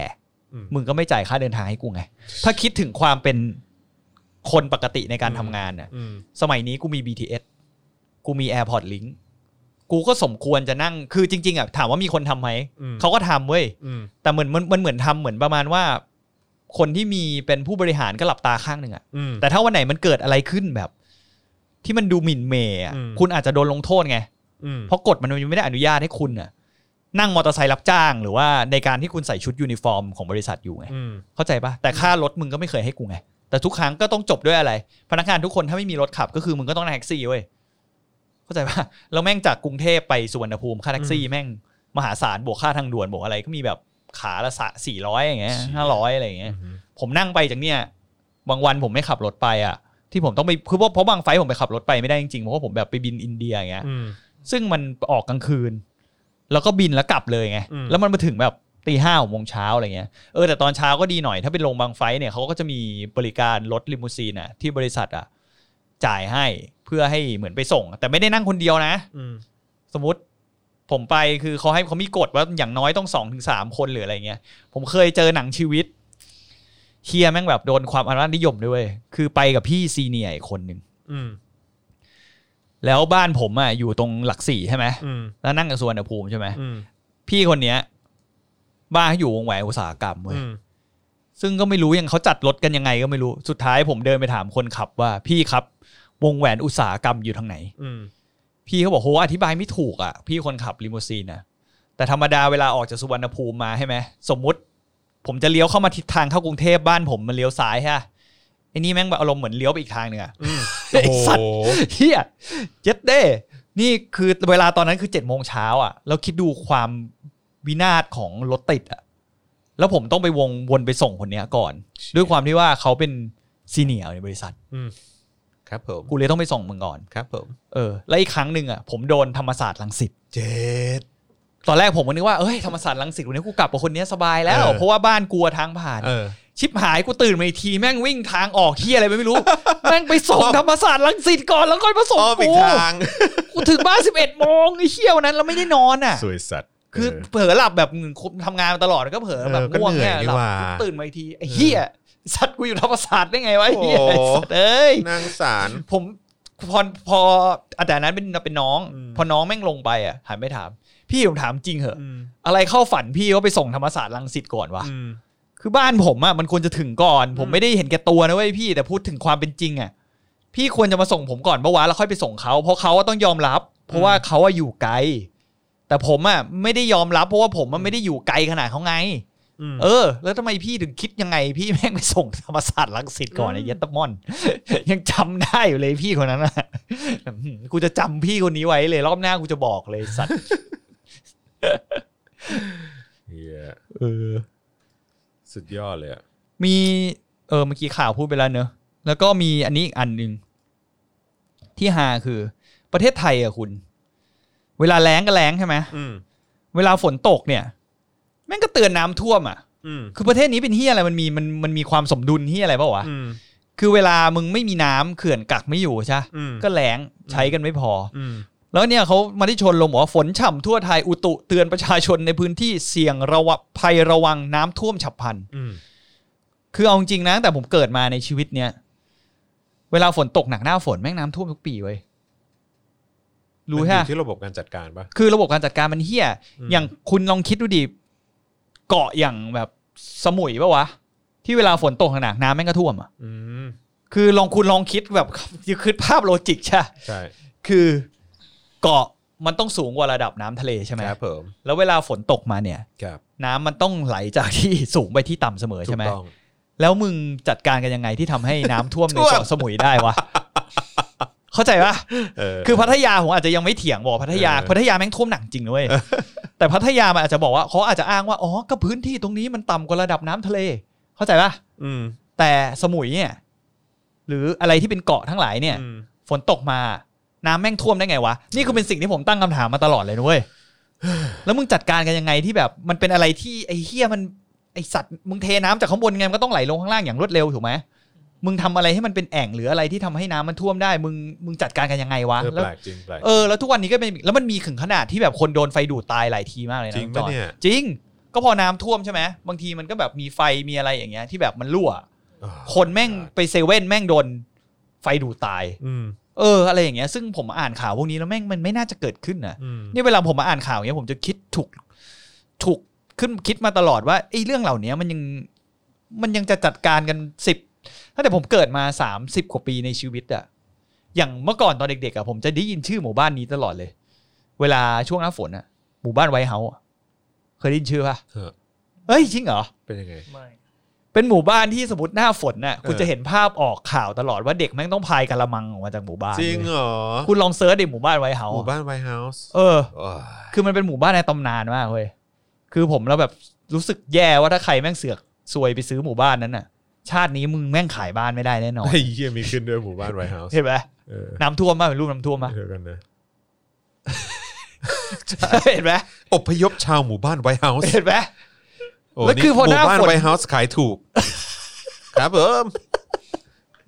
อืม
มึงก็ไม่จ่ายค่าเดินทางให้กูไง ถ้าคิดถึงความเป็นคนปกติในการ
อืม
ทำงานน่ะ
อืม
สมัยนี้กูมี BTS กูมี AirPort Link กูก็สมควรจะนั่ง คือจริง ๆอ่ะถามว่ามีคนทำไหม
อืม
เขาก็ทำเว้ย
อืม
แต่เหมือนมันมันเหมือนทำเหมือนประมาณว่า คนที่มีเป็นผู้บริหารก็หลับตาข้างหนึ่งอ่ะ
อืม
แต่ถ้าวันไหนมันเกิดอะไรขึ้นแบบ ที่มันดูหมิ่นเมย์อ่ะ
อืม
คุณอาจจะโดนลงโทษไง
อืม
เพราะกฎมันยังไม่ได้อนุญาตให้คุณน่ะนั่งมอเตอร์ไซค์รับจ้างหรือว่าในการที่คุณใส่ชุดยูนิฟอร์มของบริษัทอยู่ไง
อืม
เข้าใจปะแต่ค่ารถมึงก็ไม่เคยให้กูไง แต่ทุกครั้งก็ต้องจบด้วยอะไร พนักงานทุกคนถ้าไม่มีรถขับก็คือมึงก็ต้องนั่งแท็กซี่เว้ยเข้าใจปะแล้วแม่งจากกรุงเทพไปสุวรรณภูมิค่าแท็กซี่แม่งมหาศาลบวกค่าทางด่วนบวกอะไรก็มีแบบขาละสะสี่ร้อยอย่างเงี้ย
เชี่ย
ห้าร้อยอะไรอย่างเงี้ย
อืม
ผมนั่งไปจากเนี่ยบางวันผมไม่ขับรถไปอ่ะ ที่ผมต้องไปคือเพราะเพราะบางไฟล์ผมไปขับรถไปไม่ได้จริงๆเพราะว่าผมแบบไปบินอินเดียอย่างเงี้ย
อืม
ซึ่งมันออกกลางคืน แล้วก็บินแล้วกลับเลยไง
อืม
แล้วมันมาถึงแบบตีห้าหกโมงเช้าอะไรเงี้ยเออแต่ตอนเช้าก็ดีหน่อยถ้าเป็นโรงบางไฟเนี่ยเขาก็จะมีบริการรถลิมูซีนอ่ะที่บริษัทอ่ะจ่ายให้เพื่อให้เหมือนไปส่ง แต่ไม่ได้นั่งคนเดียวนะ
อืม
สมมติผมไปคือเขาให้เขามีกฎว่าอย่างน้อยต้องสองถึงสามคนหรืออะไรเงี้ย ผมเคยเจอหนังชีวิตเฮียแม่งแบบโดนความอารันิยมด้วยเวยคือไปกับพี่ซีเนียร์อีกคนหนึ่ง
อืม
แล้วบ้านผมอ่ะอยู่ตรงหลักสี่ใช่ไหม
อืม
แล้วนั่งกับสวนภูมิใช่ไหม
อืม
พี่คนเนี้ย บ้านเขาอยู่วงแหวนอุตสาหกรรมเว้ย
อืม
ซึ่งก็ไม่รู้ยังเขาจัดรถกันยังไงก็ไม่รู้สุดท้ายผมเดินไปถามคนขับว่าพี่ครับ วงแหวนอุตสาหกรรมอยู่ทางไหน
อืม
พี่เขาบอกโหอธิบายไม่ถูกอ่ะ พี่คนขับลิมูซีนนะแต่ธรรมดาเวลาออกจากสุวรรณภูมิมาใช่ไหมสมมุติ ผมจะเลี้ยวเข้ามาทิศทางเข้ากรุงเทพบ้านผมมันเลี้ยวซ้ายฮะไอ้นี่แม่งแบบอารมณ์เหมือนเลี้ยวไปอีกทางหนึ่งอ่ะ
อืม
ไอ้
โอ้
สั
โห
ตว์ เฮียเจ็ดเด้ นี่คือเวลาตอนนั้นคือเจ็ดโมงเช้าอ่ะ แล้วคิดดูความวินาศของรถติดอ่ะ แล้วผมต้องไปวงวนไปส่งคนเนี้ยก่อน ด้วยความที่ว่าเขาเป็นซีเนียร์ในบริษัท
ครับผม
กูเลยต้องไปส่งมึงก่อน
ครับผม
เออ และอีกครั้งหนึ่งอ่ะผมโดนธรรมศาสตร์ลังสิต
เจ็ด
ตอนแรกผมก็นึกว่า เอ้ย ธรรมศาสตร์ลังสิตวันนี้กูกลับกับคนเนี้ยสบายแล้ว
เออ
เพราะว่าบ้านกลัวทางผ่าน
เออ
ชิบหายกูตื่นมาอีกทีแม่งวิ่งทางออกที่อะไรไม่รู้ แม่งไปส่งธรรมศาสตร์ลังสิตก่อนแล้วก็มาส่ง
อ้อมอี
กู
กทาง
กูถึงบ้านสิบเอ็ดโมงไอ้เชี่ยวนนั้นเราไม่ได้นอนอ่ะ
สวยสัตว์
คือ
เ
เผลอหลับแบบทำงานมาตลอดแล้วก็เผลอแบบ
เออก็
ง่วง
เหนื่อย
เนี่ย
นี่
หลับ
หว่า
กูตื่นมาอีกทีไอ้เหี้ยสัตว์กูอยู่ธรรมศาสตร์ได้ไงวะไอ้เหี้ย
โอ้โห
สัตว์เอ้ย
ออนางสาร
ผมพอพออาจารย์นั้นเป็นเป็นน้อง
อืม
พอน้องแม่งลงไปอ่ะหันไปถาม พี่ผมถามจริงเหอะ อะไรเข้าฝันพี่ว่าไปส่งธรรมศาสตร์ลังสิตก่อนวะ
อืม
คือบ้านผมอะมันควรจะถึงก่อน ผมไม่ได้เห็นแก่ตัวนะเว้ยพี่แต่พูดถึงความเป็นจริงอะพี่ควรจะมาส่งผมก่อนเมื่อวานแล้วค่อยไปส่งเขาเพราะเขาอะต้องยอมรับ เพราะว่าเขาอะอยู่ไกล แต่ผมอะไม่ได้ยอมรับเพราะว่าผมอะไม่ได้อยู่ไกลขนาดเขาไง
อืม
เออ แล้วทำไมพี่ถึงคิดยังไง พี่แม่งไปส่งธรรมศาสตร์ลังสิตก่อนไอ้เยตมอน <laughs> ยังจำได้อยู่เลยพี่คนนั้นอะ <laughs> อืมกูจะจำพี่คนนี้ไว้เลยรอบหน้ากูจะบอกเลยสัต
<laughs>
ว์
เหี้ย
เออ
สุดยอดเลยอะ
มีเออเมื่อกี้ข่าวพูดไปแล้วเนอะแล้วก็มีอันนี้อีกอันหนึ่งที่ฮาคือประเทศไทยอะคุณ เวลาแล้งก็แล้งใช่ไหม
อืม
เวลาฝนตกเนี่ย แม่งก็เตือนน้ำท่วมอะ
อืม
คือประเทศนี้เป็นที่อะไรมันมีมันมันมีความสมดุลที่อะไรเปล่าวะ
อืม
คือเวลามึงไม่มีน้ำเขื่อนกักไม่อยู่ใช่ปะ
อืม
ก็แล้งใช้กันไม่พอ
อืม
แล้วเนี่ยเขามาที่ชนลงบอกว่าฝนฉ่ำทั่วไทยอุตุเตือนประชาชนในพื้นที่เสี่ยงระวะภัยระวังน้ำท่วมฉับพลัน
อืม
คือเอาจริงๆนะตั้งแต่ผมเกิดมาในชีวิตเนี้ยเวลาฝนตกหนักหน้าฝนแม่งน้ำท่วมทุกปีเว้ยรู้
มัน
ใช่
อ
ปะ
ยู่ที่ระบบการจัดการปะ
คือระบบการจัดการมันเฮี้ย
อืม
อย่างคุณลองคิดดูดิเกาะอย่างแบบสมุยปะวะ ที่เวลาฝนตกหนักๆน้ำแม่งก็ท่วมอ่ะ
อืม
คือลองคุณลองคิดแบบ <laughs> คือภาพโลจิกใช่ปะ
ใช่
คือเกาะมันต้องสูงกว่าระดับน้ำทะเลใช่ไหม
ครับผม
แล้วเวลาฝนตกมาเนี่ย
ครับ
น้ำมันต้องไหลจากที่สูงไปที่ต่ำเสมอ
ถู
ใช่
ก
ไหม
ต้อง
แล้วมึงจัดการกันยังไงที่ทำให้น้ำท่วมใน
ท่วม
เกาะสมุยได้วะ เข้าใจปะ
เออ
คือพัทยาผมอาจจะยังไม่เถียงบอกพัทยา
เออ
พัทยาแม่งท่วมหนักจริง
<laughs>
นะเว้ยแต่พัทยามันอาจจะบอกว่าเขาอาจจะอ้างว่าอ๋อก็พื้นที่ตรงนี้มันต่ำกว่าระดับน้ำทะเล เข้าใจปะ
อืม
แต่สมุยเนี่ยหรืออะไรที่เป็นเกาะทั้งหลายเนี่ย
อืม
ฝนตกมาน้ำแม่งท่วมได้ไงวะนี่คือเป็นสิ่งที่ผมตั้งคำถามมาตลอดเลยนะ
<sighs>
เว้ยแล้วมึงจัดการกันยังไงที่แบบ มันเป็นอะไรที่ไอ้เฮี้ยมันไอสัตว์มึงเทน้ำจากข้างบนไงมันก็ต้องไหลลงข้างล่างอย่างรวดเร็วถูกไหมมึงทำอะไรให้มันเป็นแอ่งหรืออะไรที่ทำให้น้ำมันท่วมได้ มึงมึงจัดการกันยังไงวะ
เออ
แล้ว
แปลกจริงแปลก
เออแล้วทุกวันนี้ก็เป็นแล้วมันมีถึงขนาดที่แบบคนโดนไฟดูดตายหลายทีมากเลยนะ
จริงปะ
คุณอ
เนี่ย
จริง ก็พอน้ำท่วมใช่ไหมบางทีมันก็แบบมีไฟมีอะไรอย่างเงี้ยที่แบบมันรั่ว
อ๋อ
คนแม่งไปเซเว่นแม่งโดนไฟดูดตาย
อืม
เอออะไรอย่างเงี้ยซึ่งผมอ่านข่าวพวกนี้แล้วแม่งมันไม่น่าจะเกิดขึ้นนะ
อืม
นี่เวลาผมมาอ่านข่าวเนี้ยผมจะคิดถูกถูกขึ้นคิดมาตลอดว่าไอ้เรื่องเหล่านี้มันยังมันยังจะจัดการกันสิบตั้งแต่ผมเกิดมาสามสิบกว่าปีในชีวิตอะอย่างเมื่อก่อนตอนเด็กๆอะผมจะได้ยินชื่อหมู่บ้านนี้ตลอดเลย เวลาช่วงหน้าฝนอะหมู่บ้านไวท์เฮาส์อะเคยได้ยินชื่อปะ
เออ
เอ้ยจริงเหรอ
เป็นยังไง
ไม่
เป็นหมู่บ้านที่สมมติหน้าฝนน่ะคุณ
เออ
จะเห็นภาพออกข่าวตลอดว่าเด็กแม่งต้องพายกะละมังออกมาจากหมู่บ้าน
จริง
เว้ย
เหรอ
คุณลองเซิร์ชดิหมู่บ้านไวท์เฮา
ห
ส์
มู่บ้านไวท์เฮาส์
เออ
โอ้ย
คือมันเป็นหมู่บ้านในตำนานมากเว้ย คือผมแล้วแบบรู้สึกแย่ว่าถ้าใครแม่งเสือกซวยไปซื้อหมู่บ้านนั้นน่ะ ชาตินี้มึงแม่งขายบ้านไม่ได้แน่นอน
ไอ้เหี้ยมีขึ้นด้วยหมู่บ้านไวท์เฮาส์
เห็นไหม
เออ
น้ำท่วมมากเป็นรูปน้ำท่วมมาก
เดี๋ยวกันนะ
เห็นไหม
อพยพชาวหมู่บ้านไวท์เฮาส์
เห็นไหม
โอ้
แล้ว
นี่
คือพอ
ห
หน้า
มู่บ้าน
ฝน
ไวท์เฮาส์ขาย
<laughs>
ถูก ครับผม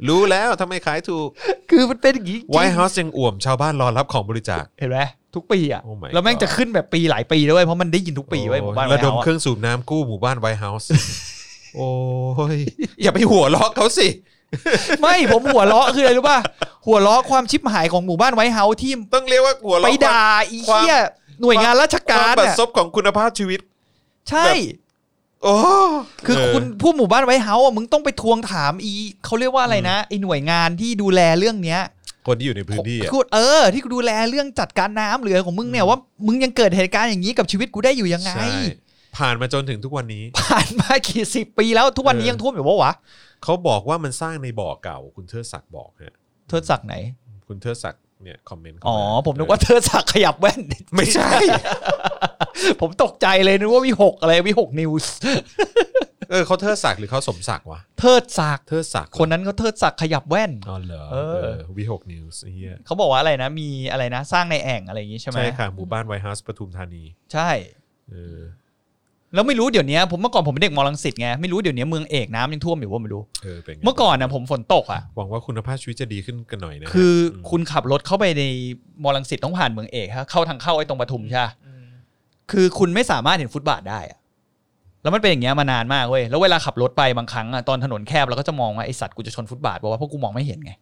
รู้แล้วทำไมขายถูก
คือมันเป็นอย่างนี้จริง
ไวท์เฮาส์ยังอ่วมชาวบ้านรอรับของบริจาค
เห็นไหมทุกปีอ่ะ
Oh my
แล้วแม่ง
God
จะขึ้นแบบปีหลายปีด้วยเวยเพราะมันได้ยินทุกปีไว้ยหมู่บ้าน
ระดม
ไวท์เฮาส์
เครื่องสูบน้ำกู้หมู่บ้านไวท์เฮาส์
<laughs>
โอ้ย อย่าไปหัวล็อกเขาสิ
ไม่ผมหัวเราะคืออะไรรู้ป่ะ หัวล้อความชิบหายของหมู่บ้านไวท์เฮาส์ที่
ต้องเรียกว่าหัวเร
ไป
ควม
ด่าอีเหี้ยหน่วยงานราช
ควาก
ามร
บัด
น่ะ
ซบของคุณภาพชีวิต
ใช่
แบบ โอ้
คือ
เ
คุณผู้หมู่บ้านไวท์เฮาส์อ่ะมึงต้องไปทวงถามอีเขาเรียกว่าอะไรนะไอหน่วยงานที่ดูแลเรื่องเนี้ย
คนที่อยู่ในพื้นที่อะ
กูเออ ที่กูดูแลเรื่องจัดการน้ำเหลือของมึงเนี่ยว่ามึงยังเกิดเหตุการณ์อย่างนี้กับชีวิตกูได้อยู่ยังไง
ใช่ ผ่านมาจนถึงทุกวันนี้
ผ่านมากี่สิบปีแล้วทุกวันนี้
เออ
ยังท่วมอยู่ปะวะ
เขาบอกว่ามันสร้างในบ่อเก่า คุณเทิดศักดิ์บอกฮะ
เทิดศักดิ์ไหน
คุณเทิดศักดิ์เนี่ยคอมเมนต์เข้า
อ๋อ
า
ผมนึกว่าเทิดศักดิ์ขยับแว่น <laughs>
ไม่ใช่
ผมตกใจเลยนึกว่าวิหกอะไรวิหกนิวส์
เออเขาเทิดศักดิ์หรือเขาสมศักดิ์วะ
เทิดศักดิ์
เทิดศักดิ์เหรอ
คนนั้นเขาเทิดศักดิ์ขยับแว่น
อ๋อเหรอ
เออ
วิหกนิวส์เฮีย
เขาบอกว่าอะไรนะ มีอะไรนะ สร้างในแอ่งอะไรอย่างนี้ใช่ไหม
ใช่ค่ะหมู่บ้านไวท์เฮาส์ปทุมธานี
ใช่
เออ
แล้วไม่รู้เดี๋ยวนี้ผมเมื่อก่อนผมเป็นเด็กมอลังสิตไงไม่รู้เดี๋ยวนี้เมืองเอกน้ำยังท่วมอยู่ว่าไม่รู้
เออเป็นไง
เมื่อก่อนนะผมฝนตกอ่ะ
หวังว่าคุณภาพชีวิตจะดีขึ้นกันหน่อยนะฮะ
คือคุณขับรถเข้าไปในมอลังสิตต้องผ่านเมืองเอกฮะเข้าทางเข้าไอ้ตรงปทุมใช่ปะ
อืม
คือคุณไม่สามารถเห็นฟุตบาทได้อะแล้วมันเป็นอย่างเงี้ยมานานมากเว้ยแล้วเวลาขับรถไปบางครั้งอะตอนถนนแคบเราก็จะมองว่าไอสัตว์กูจะชนฟุตบาทเพราะว่าเพราะกูมองไม่เห็นไง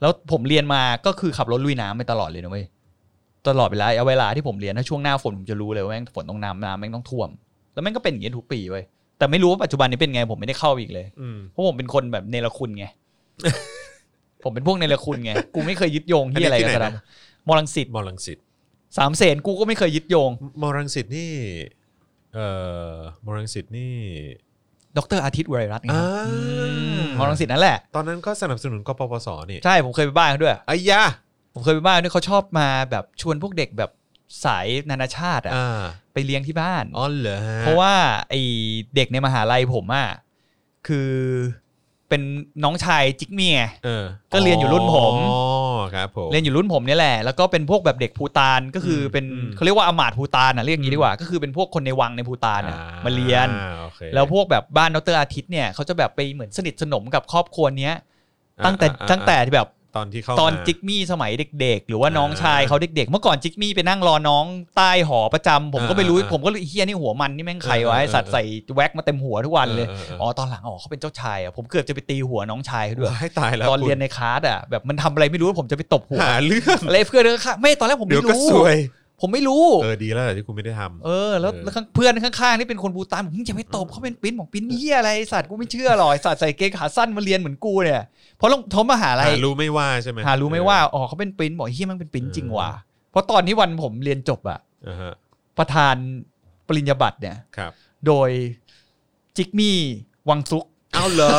แล้วผมเรียนมาก็คือขับรถลุยน้ำไปตลอดเลยนะเว้ยตลอดเวลาเอาเวลาที่ผมเรียนถ้าช่วงหน้าฝนผมจะรู้เลยว่าแม่งฝนต้องน้ำน้ำแม่งต้องท่วม แล้วแม่งก็เป็นอย่างเงี้ยทุกปีเว้ยแต่ไม่รู้ว่าปัจจุบันนี้เป็นไงผมไม่ได้เข้าไปอีกเลย
อืม
เพราะผมเป็นคนแบบเนรคุณไง <laughs> ผมเป็นพวกเนรคุณไง กูไม่เคยยึดโยงที่อะไรกับสถาบันมอลังสิต
มอลังสิต
สามเสนกูก็ไม่เคยยึดโยง
มอลังสิตนี่เอ่อมอลังสิตนี่
ดรอาทิตย์วรยรัตน์ไง
อ่า
อืมมอลังสิตนั่นแหละ
ตอนนั้นก็สนับสนุนกปปสนี่
ใช่ ผมเคยไปบ้านเขาด้วย
ไอ้ยา
ผมเคยไปบ้านเขาด้วยเขาชอบมาแบบชวนพวกเด็กแบบสายนานาชาติอะ
อ่า
ไปเลี้ยงที่บ้าน
อ๋อเหรอฮ
เพราะว่าไอเด็กในมหาลัยผมอะคือเป็นน้องชายจิกเมีย
เออ
ก็เรียนอยู่รุ่นผม
อ๋อครับผม
เรียนอยู่รุ่นผมเนี่ยแหละ แล้วก็เป็นพวกแบบเด็กภูตานก็คืออ
ม
เป็น
อืม
เขาเรียกว่าอามาตย์ภูตานอ่ะเรียกอย่างนี้ดีกว่า ก็คือเป็นพวกคนในวังในภูตานอ่ะมาเรียน
อ่าโอเค
แล้วพวกแบบบ้านดรอาทิตย์เนี่ยเขาจะแบบไปเหมือนสนิทสนมกับครอบครัวเนี้ย
อ่า
ตั้งแต่
อ่าอ่า
ตั้งแต่แบบ
ตอนที่เข้า
ตอน
มา
จิกมี่สมัยเด็ก ๆ หรือว่าน้อง
อ่า
ชายเขาเด็ก ๆ เมื่อก่อนจิกมี่ไปนั่งรอน้องใต้หอประจำผมก็ไม่รู้
อ่าอ่า
ผมก็เลยไอ้เฮียนี่หัวมันนี่แม่งใครวะ
เออเออ
ไอ้สัตว์ใส่แว็กมาเต็มหัวทุกวันเลย
เออเออเอออ๋
อ๋อตอนหลังอ๋อเขาเป็นเจ้าชายอ่ะผมเกือบจะไปตีหัวน้องชายเขาด้วย
ให้ตาย <laughs> แล้ว
ตอนเรียน
คุณ
ในคลาสอ่ะแบบมันทำอะไรไม่รู้ผมจะไปตบหัว
หาเรื่อง
อะไรเพื่อนข้างๆไม่ตอนแรกผม
เดี๋ยว
ไม่
ก็
รู้
ซวย
ผมไม่รู้
เออดีแล้วแหละที่คุณไม่ได้ทำ
เออแล้ว
เออ
แล้วข้างเพื่อนข้างๆนี่เป็นคนบูตานผมอย่าไปตบเขาเป็นปิ้นบอกปิ้นเฮียอะไรไอ้สัตว์กูไม่เชื่อหรอกไอ้สัตว์ใส่เกงขาสั้นมาเรียนเหมือนกูเนี่ยเพราะลงทอมมหาลัย
หารู้ไม่ว่าใช่ไหม
หารู้ไหม่ว่าอ๋อเขาเป็นปิ้นบอกเฮียมันเป็นปิ้นจริงว่ะเพราะตอนที่วันผมเรียนจบอะ
เอออ่าฮะ
ประธานปริญญาบัตรเนี่ย
ครับ
โดยจิกมี่วังซุก
เอาเหรอ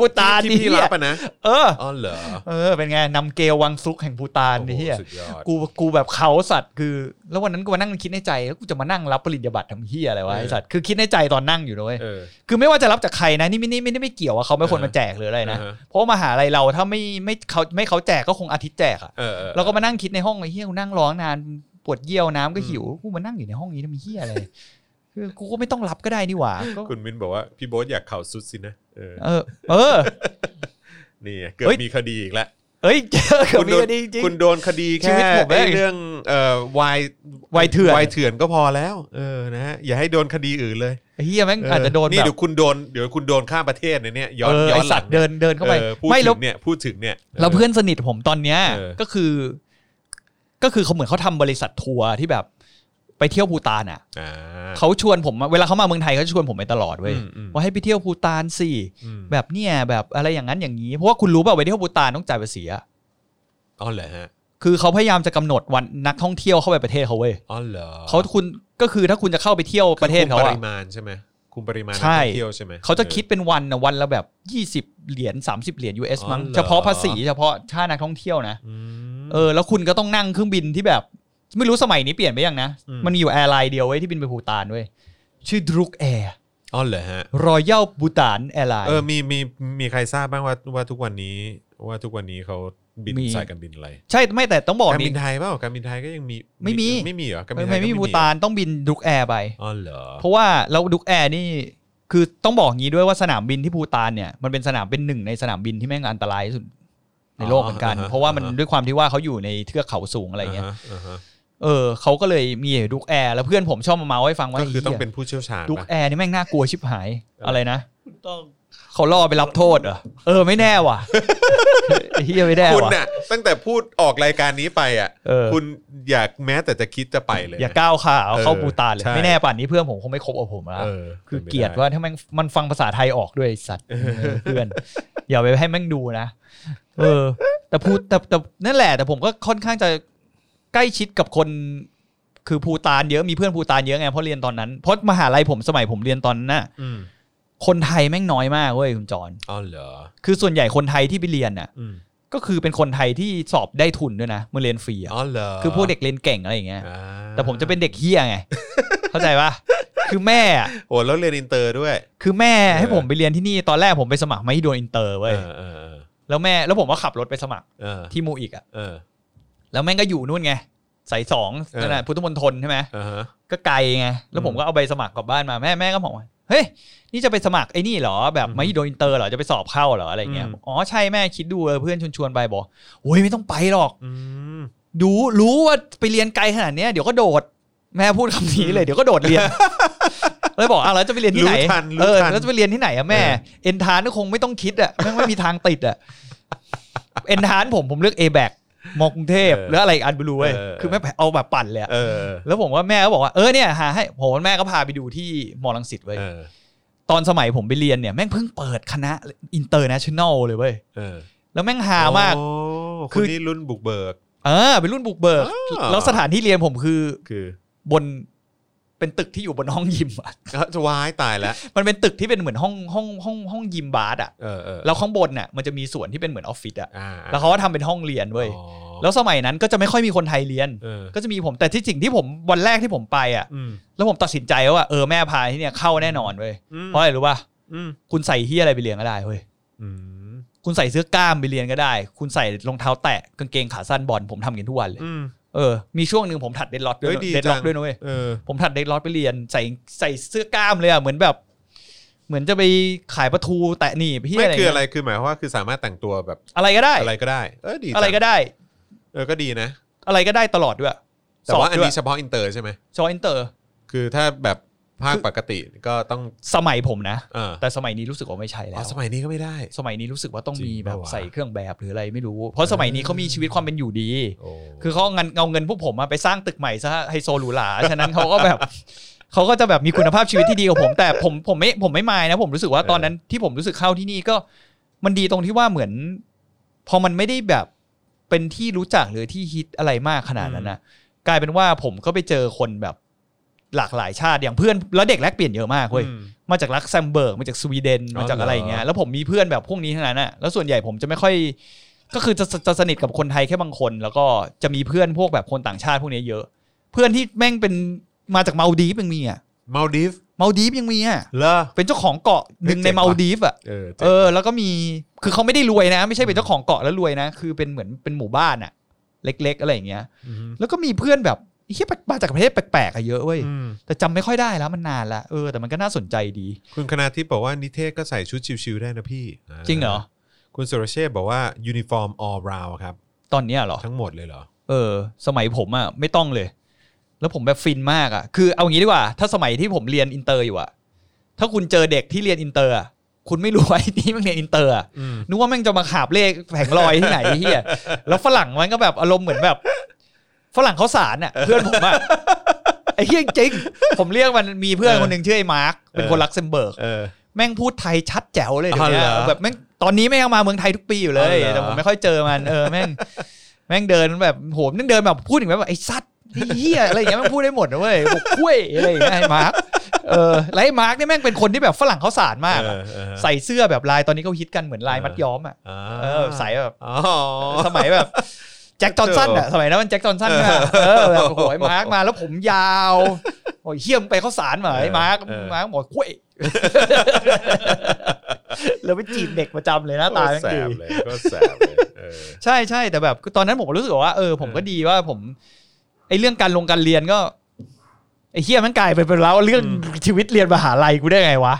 บูตาน
ที่
นี่
ที่พี่รับอ่ะนะ
เออ
อ๋อเหรอ
เออเป็นไงนำเกลวังซุกแห่งบูตานนี่เฮีย
โอ้โสุดยอด
กูกูแบบเขาสัตว์คือ แล้ววันนั้นกูมานั่งคิดในใจแล้วกูจะมานั่งรับปริญญาบัตรทำเฮียอะไรวะ
เออ
ไอสัตว์คือคิดในใจตอนนั่งอยู่นะเลย
เออ
คือไม่ว่าจะรับจากใครนะนี่ไม่นี่ไม่ได้ไม่เกี่ยวว่าเขาไม่คนมาแจกหรืออะไรนะ
เออ
เพราะว่ามหาลัยเราถ้าไม่ไม่เขาไม่เขาแจกก็คงอาทิตย์แจกอะ
เออออ
เราก็มานั่งคิดในห้องไอ้เฮียกูนั่งร้องนานปวดเยี่ยวน้ำก็หิวกูมานั่งอยู่ในห้องนี้ทำเฮียอะไรคือกูก็ไม่ต้องรับก็ได้นี่หว่าก็
คุณมินบอกว่าพี่โบ๊ทอยากเข่าสุดสินะเออ
เออ เออ
นี่ไงเกือบ
เฮ้ย
มีคดีอีกแล้ว
เอ้ย <laughs> เกือ
คุ
บมี
ณ
ค
โดน
ดีจริง
คุณโดนคดี
ชี
แค่
วิตผมเอง
ไอ้เรื่องเอ่อวายว
ายเถื่อน
วายเถื่อนก็พอแล้ว เออนะฮะอย่าให้โดนคดีอื่นเลย
ไอ้เฮียแม่งอาจจะโดน
นี่
แบบ
เดี๋ยวคุณโดนเดี๋ยวคุณโดนข้ามประเทศในเนี้ยย้อน
เออ
ย้อ
ไอน
หลั
สัต
ง
ว์เดินเดินเข้าไป
ออพูด
ไม่
ถึ
แล้ว
งเนี่ยพูดถึงเนี่ย
แล้วเพื่อนสนิทผมตอนเนี้ย
เออ
ก็คือ ก็คือเขาเหมือนเขาทำบริษัททัวร์ที่แบบไปเที่ยวภูตานอ่ะ
อ่า
เขาชวนผมมาเวลาเขามาเมืองไทยเขาจะชวนผมไปตลอดเว้ย
อืมอืม
ว่าให้ไปเที่ยวภูตานสิ
อืม
แบบเนี่ยแบบอะไรอย่างนั้นอย่างนี้เพราะว่าคุณรู้เปล่าไปเที่ยวภูตานต้องจ่ายภาษีอะ
อ๋อเหรอฮะ
คือเขาพยายามจะกำหนดวันนักท่องเที่ยวเข้าไปประเทศเขาเว้ย
อ๋อเหรอ
เขาคุณก็คือถ้าคุณจะเข้าไปเที่ยวประเทศ
คุ
เขา
มป
อะ
ริมาณใช่ไหมคุมปริมาณนัก
ใช่
ท่องเที่ยวใช่ไหม
เขาจะคิดเป็นวันนะวันละแบบ 20 เหรียญ30 เหรียญ US
อ๋อ
มั้ง
เหรอ
เฉพาะภาษีเฉพาะค่านักท่องเที่ยวนะ
อืม
เออแล้วคุณก็ต้องนั่งเครื่องบินที่แบบ ไม่รู้สมัยนี้เปลี่ยนไปยังนะ
อืม
มันมีอยู่แอร์ไลน์เดียวไว้ยที่บินไปภูตานเว้ยชื่อดรุกแอร์
อ๋อเหรอฮะ
รอยัลบูตานแอร์ไลน์
เออมีมีมีใครทราบบ้างว่าว่าทุกวันนี้ว่าทุกวันนี้เขาบิน
มี
สายการบินอะไร
ใช่ไม่แต่ต้องบอก
การ
นี่
บินไทยเปล่าการบินไทยก็ยังมี
ไม่มี
ไม่มีเหรอการบิ
ไม่
นไทยก็
ไม่มี
ไม่มี
ภู
เหรอ
ตานต้องบินดรุกแอร์ไป
อ๋อเหรอ
เพราะว่าแล้วดรุกแอร์นี่คือต้องบอกงี้ด้วยว่าสนามบินที่ภูตานเนี่ยมันเป็นสนามเป็นหนึ่งในสนามบินที่แม่งอันตรายที่สุดในโลกเหมือนกัน เพราะว่ามันด้วยความที่ว่าเขาอยู่ในเทือกเขาสูงอะไรเงี้ย
าฮะาฮะ
เออเขาก็เลยมีดรุกแอร์แล้วเพื่อนผมชอบมาเมาให้ฟังว่า
ก็คือ
ไหี้ย
ต้องเป็นผู้เชี่ยวชาญ
ดุก
ปะ
แอร์นี่แม่งน่ากลัวชิบหาย
อะไร
อะไรนะ
ต้อง
เขาล่อไปรับโทษเหรอเออไม่แน่ว่ะ เฮียไม่แน่
คุณ
ว่ะ
น่ะตั้งแต่พูดออกรายการนี้ไปอ่ะ
เออ
คุณอยากแม้แต่จะคิดจะไปเลย
อย่า
นะ
ก้าวขาเอาเข้า
เออ
ปูตานเลย
ใช่
ไม่แน่ป่านนี้เพื่อนผมคงไม่คบกับผมแล้ว
เออ
คือเกลียดว่าถ้าแมันมันฟังภาษาไทยออกด้วยไอ้สัตว์เออเพื่อน อย่าไปให้แม่งดูนะเออ แต่พูดแต่แต่นั่นแหละ แต่ผมก็ค่อนข้างจะใกล้ชิดกับคนคือภูตานเยอะมีเพื่อนภูตานเยอะไงเพราะเรียนตอนนั้นเพราะมหาลัยผมสมัยผมเรียนตอนนั้นน่ะ
อืม
คนไทยแม่งน้อยมากเว้ยคุณจอน
อ๋อเหรอ
คือส่วนใหญ่คนไทยที่ไปเรียนน่ะ
อืม
ก็คือเป็นคนไทยที่สอบได้ทุนด้วยนะเมื่อเรียนฟรีอะ
อ๋อเหรอ
คือพวกเด็กเรียนเก่งอะไรอย่างเงี้ย
อ่า
แต่ผมจะเป็นเด็กเฮี้ยไง เข้าใจปะคือแม่อะ
โอ้แล้วเรียนอินเตอร์ด้วย
คือแม่
เออ
ให้ผมไปเรียนที่นี่ตอนแรกผมไปสมัครไม่โดนอินเตอร์เว้ย
เออเออ
แล้วแม่แล้วผมก็ขับรถไปสมัคร
เออ
ที่มูอีกอ่ะ
เออ
แล้วแม่งก็อยู่นู่นไงสายสอง
เออ
นั่นแหะพุทธมณฑลใช่ไหม
เออฮะ
ก็ไกลไงแล้วผมก็เอาใบสมัครกลับบ้านมาแม่แม่ก็บอกว่าเฮ้ยนี่จะไปสมัครไอ้นี่เหรอแบบ
อืม
ไม่โดนอินเตอร์เหรอจะไปสอบเข้าเหรออะไรเงี้ย
อืม
อ๋อใช่แม่คิดดูเออเพื่อนชวนๆไปบอกโอ้ยไม่ต้องไปหรอก
อืม
ดูรู้ว่าไปเรียนไกลขนาดเนี้ยเดี๋ยวก็โดด แม่พูดคำนี้เลยเดี๋ยวก็โดดเรีย
<laughs>
น เลยบอกอ่ะแล้วจะไปเรียนที่ไหน
รู้ทัน
เอ
รู้
อ
ทัน
แล้วจะไปเรียนที่ไหนอะแม่ เอ็นทานก็คงไม่ต้องคิดอะแม่งไม่มีทางติดอะเอ็นทานผมผมเลือก A อแบกมอกรุงเทพ
เออ
หรืออะไรอีกอันไม่รู้เว้ย
เออ
คือแม่เอาแบบปั่นเลยอะ
เออ
แล้วผมว่าแม่ก็บอกว่าเออเนี่ยหาให้ผมว่าแม่ก็พาไปดูที่มอลังสิตเว้ย
เออ
ตอนสมัยผมไปเรียนเนี่ยแม่งเพิ่งเปิดคณะอินเตอร์เนชั่นแนลเลยเว้ย
เออ
แล้วแม่งหามาก
โอ้
คื
คุณ
อ
นี่รุ่นบุกเบิก
เออเป็นรุ่นบุกเบิก
อ้าว
แล้วสถานที่เรียนผมคือ
คือบ
นเป็นตึกที่อยู่บนห้องยิมอะ <laughs>
เอ้าจะวายตายแล้ว
มันเป็นตึกที่เป็นเหมือนห้องห้องห้องห้องยิมบาร์ดอะ
เออเออ
แล้วข้างบนน่ะมันจะมีส่วนที่เป็นเหมือนออฟฟิศอะ
อ่า
แล้วเขาก็ทำเป็นห้องเรียนเว้ย
อ๋อ
แล้วสมัยนั้นก็จะไม่ค่อยมีคนไทยเรียน
เออ
ก็จะมีผมแต่ที่จริงที่ผมวันแรกที่ผมไปอะ
อืม
แล้วผมตัดสินใจว่าเออแม่พาที่เนี่ยเข้าแน่นอนเว้ย
อืม
เพราะอะไรรู้ป่ะ
อืม
คุณใส่เฮียอะไรไปเรียนก็ได้เว้ย
อืม
คุณใส่เสื้อกล้ามไปเรียนก็ได้ คุณใส่รองเท้าแตะกางเกงขาสั้นบอลผมทำกันทุกวันเลย
อืม
เออมีช่วงหนึ่งผมถัดเดดล็อตด้วย
เฮ้ยดี
เดดล็อ
จัง
กด้วยนะเว้ย
เออ
ผมถัดเด็กล็อตไปเรียนใส่ใส่เสื้อกล้ามเลยอ่ะเหมือนแบบ เหมือนจะไปขายประทูแตะหนีบพี่
ไม่
อะไร
คือ
เงี้
อะไร
ย
คือหมายความว่าคือสามารถแต่งตัวแบบ
อะไรก็ได้
อะไรก็ได้ เออดีจัง
อะไรก็ได้
เออก็ดีนะ
อะไรก็ได้ตลอดด้วย
แต่ว่าอันนี้
สบด้ย
เฉพาะอินเตอร์ใช่ไหม
ชออินเตอร์
คือถ้าแบบภาคปกติก็ต้อง
สมัยผมนะ
เออ
แต่สมัยนี้รู้สึกว่าไม่ใช่แล้
อ๋อ
ว
สมัยนี้ก็ไม่ได้
สมัยนี้รู้สึกว่าต้องมีแบบ
จริงปะวะ
ใส่เครื่องแบบหรืออะไรไม่รู้ เพราะสมัยนี้เขามีชีวิตความเป็นอยู่ดี
โอ้
คือเขาเอาเงินเอาเงินพวกผมอะไปสร้างตึกใหม่ซะไฮโซหรูหรา ฉะนั้นเขาก็แบบเขาก็จะแบบมีคุณภาพชีวิตที่ดีกว่าผม แต่ผมผมไม่ผมไม่มายนะ ผมรู้สึกว่าตอนนั้นที่ผมรู้สึกเข้าที่นี่ก็ มันดีตรงที่ว่าเหมือน พอมันไม่ได้แบบเป็นที่รู้จักหรือที่ฮิตอะไรมากขนาดนั้นนะกลายเป็นว่าผมก็ไปเจอคนแบบหลากหลายชาติอย่างเพื่อนแล้วเด็กแลกเปลี่ยนเยอะมากเว้ย
อืม
มาจากลักเซมเบิร์กมาจากสวีเดน
อ๋อ
มาจากอะไรอย่างเงี้
เหร
ย
อ
แล้วผมมีเพื่อนแบบพวกนี้ทั้งนั้นน่ะแล้วส่วนใหญ่ผมจะไม่ค่อย ก็คือจะจะจะสนิทกับคนไทยแค่บางคน แล้วก็จะมีเพื่อนพวกแบบคนต่างชาติพวกเนี้ยเยอะ เพื่อนที่แม่งเป็นมาจากมาลดีฟยังมีอ่ะ
มาลดิฟ
มาลดีฟยังมีอ่ะ
เหรอ
เป็นเจ้าของเกาะหนึ่ง
เฮ้ยเจ๋
ใน
งว่ะ
มาลดีฟอ่ะ
เออเจ๋
เอง อ แล้วก็มีคือเขาไม่ได้รวยนะ ไม่ใช่เป็นเจ้าของเกาะแล้วรวยนะ คือเป็นเหมือนเป็นหมู่บ้านอ่ะ เล็ก ๆ อะไรอย่างเงี้ย
ม
แล้วก็มีเพื่อนแบบไอ้เฮียมาจากประเทศแปลกๆอะเยอะเว้ย
อืม
แต่จำไม่ค่อยได้แล้วมันนานละเออแต่มันก็น่าสนใจดี
คุณคณาทิพย์บอกว่านิเทศก็ใส่ชุดชิวๆได้นะพี่า
จริงเหรอ
คุณสุรเชษฐ์บอกว่ายูนิฟอร์ม all round ครับ
ตอนเนี้ยเหรอ
ทั้งหมดเลยเหรอ
เออ สมัยผมอะไม่ต้องเลย แล้วผมแบบฟินมากอะคือเอางี้ดีกว่า ถ้าสมัยที่ผมเรียนอินเตอร์อยู่อะถ้าคุณเจอเด็กที่เรียนอินเตอร์อะคุณไม่รู้ว่าไอ้นี่มันเรียนอินเตอร์อะ
อืม
นึกว่าแม่งจะมาขาบเลขแผงลอยที่ไหน เฮียแล้วฝรั่งมันก็แบบอารมณ์เหมือนแบบ ฝรั่งเขาสารอะเพื่อนผมอะไอ้เฮียจริง ผมเรียกมันมีเพื่อนคนหนึ่งชื่อไอ้มาร์คเป็นคนลักเซมเบิร์ก
เออ
แม่งพูดไทยชัดแจ๋วเลยเดี๋ยว
อ๋
เนี้
อเหรอ
แบบแม่งตอนนี้แม่งเอามาเมืองไทยทุกปีอยู่เล
อ๋อย เหรอ
แต่ผมไม่ค่อยเจอมันเออแม่ง <laughs> แม่งเดินแบบโหมแม่งเดินแบบพูดอย่างแบบไอ้สัตว์ไอ้เหี้ยอะไรอย่างเงี้ยแม่งพูดได้หมดนะเว้ยบอกกล้วยอะไรอย่างเงี้ยไอ้มาร์คเออแล้วไอ้มาร์คเนี่ยแม่งเป็นคนที่แบบฝรั่งเขาสารมากอะ
เออเออ
ใส่เสื้อแบบลายตอนนี้เขาฮิตกันเหมือนลายมัดย้อมอ่ะ
อ่า
เออใส่แบบ
อ๋อ
<laughs> สมัยแบบแจ็ <laughs> คจอห์นสันอ่ะสมัยนั้นมันแจ็คจอห์นสันอะเออแบบโอ้โหไอ้ <laughs> มาร์คมาแล้วผมยาวโอ้ยเหี้ยมงไปเขาสารมาไอ้มาร์ค
เออ
มาร์คบอกกล้วย <laughs> แล้วไปจีบเด็กประจำเลยหน้าตา
โค
แม่
ตรง แส
ดี
บ
<laughs>
เลยก็แสบเลยเออ
ใช่ใช่แต่แบบตอนนั้นผมก็รู้สึกว่าเออผมก็
เออ
ดีว่าผมไอ้เรื่องการลงการเรียนก็ไอ้เฮียมันกลายเป็นเป็นแล้วเรื่อง
อืม
ชีวิตเรียนมหาลัยกูได้ไงวะ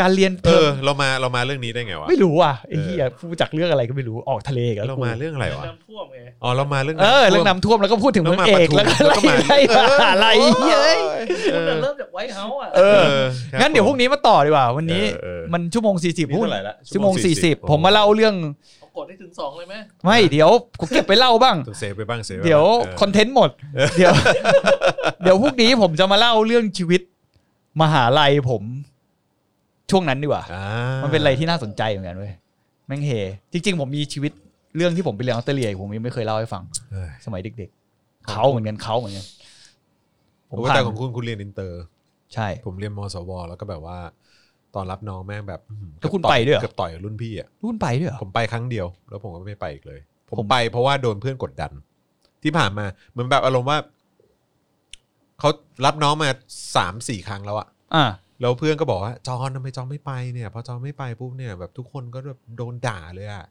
การเรียน
เอ
เทอ
อ
ม
เรามาเรามาเรื่องนี้ได้ไงวะ
ไม่รู้อ่ะไอ้เหี้ย
เออ
พูดจากเรื่องอะไรก็ไม่รู้ออกทะเลกัน
เรามาเรื่องอะไรวะ
น้ำท่วมไง
อ๋อเรามาเรื่อง
เออ
น้ำท่วม
เรื่องน้ำท่วมแล้วก็พูดถึง
แล้
เมื
ว
อง
มา
เอ
ป
ก
ทุม
แล้วก็
แล้วก็มา
ไล่ไล่มาอะไรเหี้ยเอ้ย
เอ
คุณน่ะ
อ
เริ่มจากไวท์เฮาส์อ่ะ
เออ
ครับ
งั้นเดี๋ยวพรุ่งนี้มาต่อดีกว่า วันนี้
เออเออ
มันชั่วโมง 40
นี่
พุ่ง
เท่าไหร่ละ
ชั่วโมง 40 ผม
มา
มาเล่าเรื่อง
เอากดให้ถึงสองเลยไหม
ไม่เดี๋ยวกูเก็บไปเล่าบ้าง
ต้องเซฟไปบ้างเซฟไบ้าง
เดี๋ยว
ออ
คอนเทนต์หมด เดี๋ยว เดี๋ยวพรุ่งนี้ผมจะมาเล่าเรื่องชีวิต มหาลัยผม ช่วงนั้นดีกว่า
อ่า
มันเป็นอะไรที่น่าสนใจเหมือนกันเว้ยแม่งเฮจริง ๆ ผมมีชีวิตเรื่องที่ผมไปเรียนออสเตรเลียผมยังไม่เคยเล่าให้ฟัง
เอ้ย
สมัยเด็ก ๆเขาเหมือนกันเขาเหมือนกันผม
โอ้
ผ่า
แต่
น
ของคุณคุณเรียนอินเตอร์
ใช่
ผมเรียนมสว แล้วก็แบบว่า ตอนรับน้องแม่งแบบอื้อหือ
แล้วคุณ
เกือบต่อ
ไปด้วยเหรอ
เกือบต่อยกับรุ่นพี่อ่ะ
รุ่นไปด้วยเหรอ
ผมไปครั้งเดียว แล้วผมก็ไม่ไปอีกเลย ผม
ผม
ไปเพราะว่าโดนเพื่อนกดดัน ที่ผ่านมาเหมือนแบบอารมณ์ว่าเขารับน้องมาสามสี่ครั้งแล้วอะ
อ่า
แล้วเพื่อนก็บอกว่าจอนทำไมจอนไม่ไปเนี่ยพอจอนไม่ไปปุ๊บเนี่ย แบบทุกคนก็แบบโดนด่าเลยอะ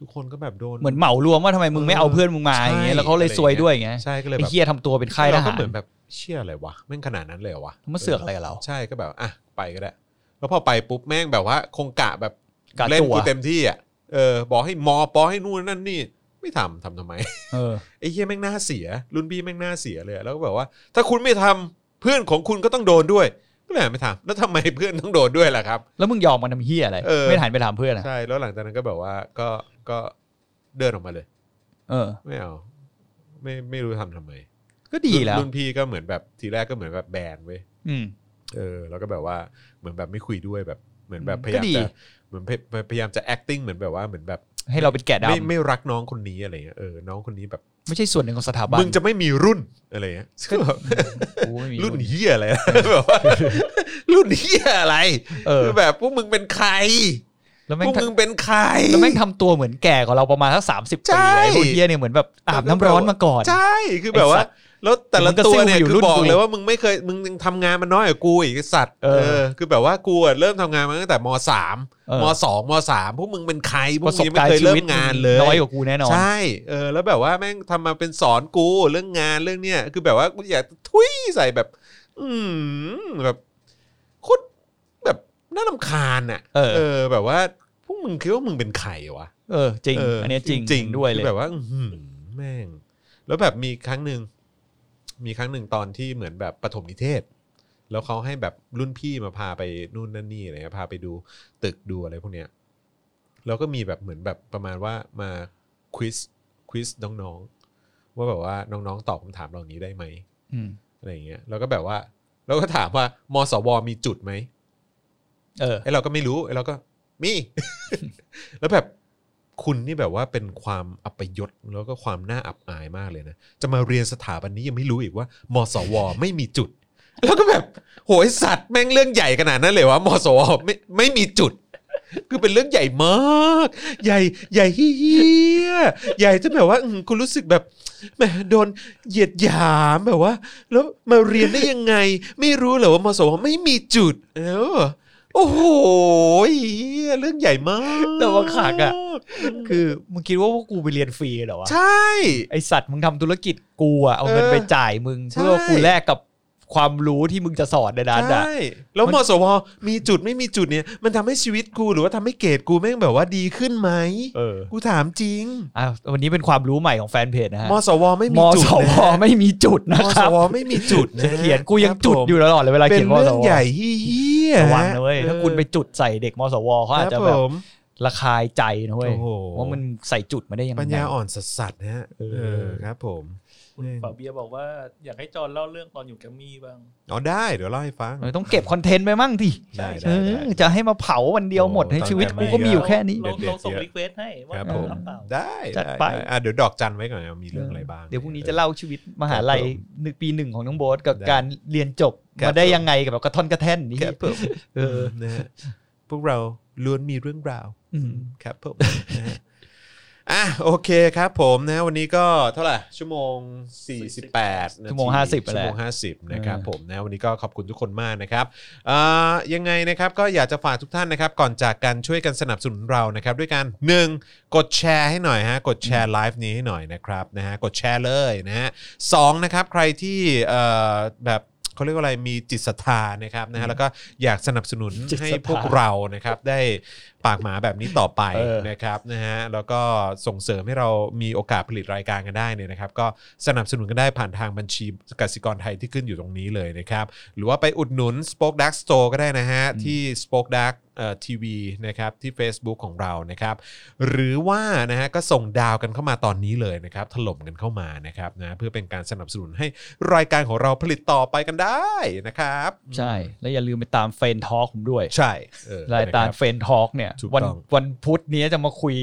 ทุกคนก็แบบโดน
เหมือนเหมารวมว่าทำไมมึงไม่เอาเพื่อนมึงมา
ใช่
อย่างเงี้ยแล้วเขาเลย
อะไรอย่างเงี้ย
ซวยด้วยอย่างเงี้ย
ใช่ก็เลย
ไอ้
แบบ
เฮียทำตัวเป็นค่ายท
เรา
หา
ก็
ร
เหมือนแบบเชี่ยอะไรวะแม่งขนาดนั้นเลยเหรอวะ
มันมาเสือกอะไรกับเรา
ใช่ก็แบบอ่ะไปก็ได้แล้วพอไปปุ๊บแม่งแบบว่า คงกะแบบ
กะ
เล่น
จั่ว
กูเต็มที่อ่ะเออ บอกให้มอปอให้นู่นนั่นนี่ ไม่ทำทำทำไม
เออ
ไอ้เหี้ยแม่งหน้าเสีย รุ่นพี่แม่งหน้าเสียเลยอะแล้วก็แบบว่า ถ้าคุณไม่ทำเพื่อนของคุณก็ต้องโดนด้วยก็เลยไม่ทำแล้วทำไมเพื่อนต้องโดนด้วยล่ะครับ
แล้วมึงยอมมันทำเฮียอะไร
เออ
ไม่หันไปถามเพื่อนอะ
ใช่แล้วหลังจากนั้นก็แบบว่าก็ก็เดินออกมาเลย
เออ
ไม่เอาไม่ไม่รู้ทำทำไม
ก็ดีแล้ว
รุ่นพี่ก็เหมือนแบบทีแรกก็เหมือนแบบแบนเว้ย
อืม
เออแล้วก็แบบว่าเหมือนแบบไม่คุยด้วยแบบเหมือนแบบ
อืม
พยายาม
ก็ดี
จะเหมือนพยพยายามจะ acting เหมือนแบบว่าเหมือนแบบ
ให้เราเป็นแกะดำ
ไม่ไม่รักน้องคนนี้อะไรเงี้ยเออน้องคนนี้แบบ
ไม่ใช่ส่วนหนึ่งของสถาบัน
มึงจะไม่มีรุ่นอะไรเงี้ยแบบ
กูไม่มี
รุ่นเฮียอะไร <laughs> แบบว่ารุ่นเฮียอะไร
เออ
แบบพวกมึงเป็นใคร
แล้วแม่
พว
ง
กมึงเป็นใคร
แล้วแม่งทำตัวเหมือนแก่กว่าเราประมาณสักสามสิบ
ใช่
ปีไอ้พวกเฮียเนี่ยเหมือนแบบอาบน้ำร้อนมาก่อน
ใช่คือแบบว่า
ไอ้สัตว์
แล้วแต่ละ
มึงก็
ตัวเนี่ย
ซิ่วมาอยู่
คื
รุ่
อนบอก
กู
เลยว่ามึงไม่เคยมึงยังทำงานมาน้อยกว่ากูอีกไอ้สัตว์
เออ
คือแบบว่ากูอะเริ่มทำงานมาตั้งแต่มสาม
เออ
มสองมสามพวกมึงเป็นใครพว
ป
ก
ระส
มึง
บ
ยัง
การ
ไม่
ณ์
เคย
ชี
เริ่
วิต
มงานเลย
น้อยกว่ากูแน่นอน
ใช่เออแล้วแบบว่าแม่งทำมาเป็นสอนกูเรื่องงานเรื่องเนี้ยคือแบบว่ากูอยากทุยใส่แบบ อืมแบบโคตรแบบน่าลำคาญอ่ะ
เออ
แบบว่าพวกมึงคิดว่ามึงเป็นใครวะ
เออจริง
เ
อันเนี้ยจริง
จริง
ด้วยเลย
คือแบบว่าอื้อหือแม่ง แล้วแบบมีครั้งหนึ่งมีครั้งหนึ่งตอนที่เหมือนแบบปฐมนิเทศ แล้วเขาให้แบบรุ่นพี่มาพาไปนู่นนั่นนี่อะไรเงี้ยพาไปดูตึกดูอะไรพวกเนี้ยแล้วก็มีแบบเหมือนแบบประมาณว่ามาควิสควิสน้องๆว่าแบบว่าน้องๆตอบคำถามเหล่านี้ได้ไหม
อืม
อะไรอย่างเงี้ยแล้วก็แบบว่าเราก็ถามว่ามสวมีจุดไหม
เออ
ไอ้เราก็ไม่รู้ไอ้เราก็มี แล้วแบบคุณนี่แบบว่าเป็นความอัปยศแล้วก็ความน่าอับอายมากเลยนะ จะมาเรียนสถาบันนี้ยังไม่รู้อีกว่า มสว ไม่มีจุด แล้วก็แบบโหยสัตว์แม่งเรื่องใหญ่ขนาดนั้นเลยวะมสว ไม่ไม่มีจุด คือเป็นเรื่องใหญ่มาก ใหญ่ใหญ่เฮียใหญ่จนแบบว่าอืมคุณรู้สึกแบบแหมโดนเหยียดหยามแบบว่า แล้วมาเรียนได้ยังไง ไม่รู้เหรอว่ามสวไม่มีจุด เออ โอ้โหเหี้ยเรื่องใหญ่มาก
แต่ว่าขากอะ คือมึงคิดว่าพวกกูไปเรียนฟรีเหรอวะ
ใช่
ไอสัตว์มึงทำธุรกิจกูอะเอาเงิน
เออ
ไปจ่ายมึง
ใช่
เพื่อกูแลกกับความรู้ที่มึงจะสอนในด้านอะ
ใช่ แล้ว
มัน
มสว มีจุดไม่มีจุดเนี่ย มันทำให้ชีวิตกูหรือว่าทำให้เกรดกูแม่งแบบว่าดีขึ้นไหม
เออ
กูถามจริง
อ่ะวันนี้เป็นความรู้ใหม่ของแฟนเพจนะฮะ
มสว ไม่
ม
มีจุด
สว
นะ
ไม่มีจุดนะ
ม
ค
ส
รับ
วไม่มีจุดนะ
จะเขียนกูยังจุด
ครับผม
อยู่ตลอดเลยเวลา
เป็น
เขียนม
เรื่
ส
อง
ว
ใหญ่เฮี้ย
ระวังนะเว้ยถ้าคุณไปจุดใส่เด็กมสวเขาอาจ
ครั
จะ
บ
แบบ
ผม
ระคายใจนะเว้ย
โอ้โห
ว่ามันใส่จุดมาได้ยังไง
ปัญญาอ่อนสัสสัสๆนะฮะ
เออ
เออครับผม
คุณฝาเบียร์บอกว่าอยากให้จอห์นเล่าเรื่องตอนอยู่แกรมมี่บ้าง
อ๋อได้เดี๋ยวเล่าให้ฟัง
เออต้องเก็บคอนเทนต์ไปมั่งที
ได้ได้
เออ
ได้
จะให้มาเผาวันเดียวหมด
โอ้
ให้ชีวิต
ตอนแรก
กูก็
ไม่
มีอยู่แค่นี้
เรา
เด็ดๆ
เราส่ง
เยอะ
รีเควสให้ว่า
ครับ
เอ
ผ
อ
ม
รับเปล่า
ได้
จัดไป
อ่ะเดี๋ยวดอกจันไว้ก่อนนะมีเรื่องอะไรบ้าง
เดี๋ยวพรุ่งนี้จะเล่าชีวิตมหาลัยหนึ่งปีหนึ่งของน้องโบ๊ทกับ
ได้
การเรียนจบ
ครับ
มาได้ยังไงกับแบบกระท่อนกระแท่นนี่
ครับผม
เออ
นะฮะพวกเราล้วนมีเรื่องราว
อืม
ครับผม <laughs> นะฮะอ่ะโอเคครับผมนะวันนี้ก็เท่าไหร่ชั่วโมง 48นาที
ชั่วโมงห้าสิบไป
ชั่ว
แล้
โม
ว
ง50นะครับ
เออ
ผมนะวันนี้ก็ขอบคุณทุกคนมากนะครับอ่ายังไงนะครับก็อยากจะฝากทุกท่านนะครับก่อนจากกันช่วยกันสนับสนุนเรานะครับด้วยการหนึ่งกดแชร์ให้หน่อยฮะกดแชร์ไลฟ์นี้ให้หน่อยนะครับนะฮะกดแชร์เลยนะฮะสองนะครับใครที่เอ่อแบบ เขาเรียกว่าอะไรมีจิตศรัทธานะครับนะฮะแล้วก็อยากสนับสนุน
จิตศรัทธา
ให้พวกเรานะครับได้ปากหมาแบบนี้ต่อไป
เออ
นะครับนะฮะแล้วก็ส่งเสริมให้เรามีโอกาสผลิตรายการกันได้เนี่ยนะครับ ก็สนับสนุนกันได้ผ่านทางบัญชีกสิกรไทยที่ขึ้นอยู่ตรงนี้เลยนะครับ หรือว่าไปอุดหนุน Spoke Dark Store ก็ได้นะฮะ ที่ Spoke Dark เอ่อทีวีนะครับที่ Facebook ของเรานะครับ หรือว่านะฮะก็ส่งดาวกันเข้ามาตอนนี้เลยนะครับ ถล่มกันเข้ามานะครับนะเพื่อเป็นการสนับสนุนให้รายการของเราผลิตต่อไปกันได้นะครับ
ใช่ แล้วอย่าลืมไปตามเฟนทอล์กผมด้วย
ใช่เออ
รายการ
นะค
เฟ
บ
นทอล์กเนี่ย
ถูก
วัน
ต้อง
วันพุธนี้จะมาคุย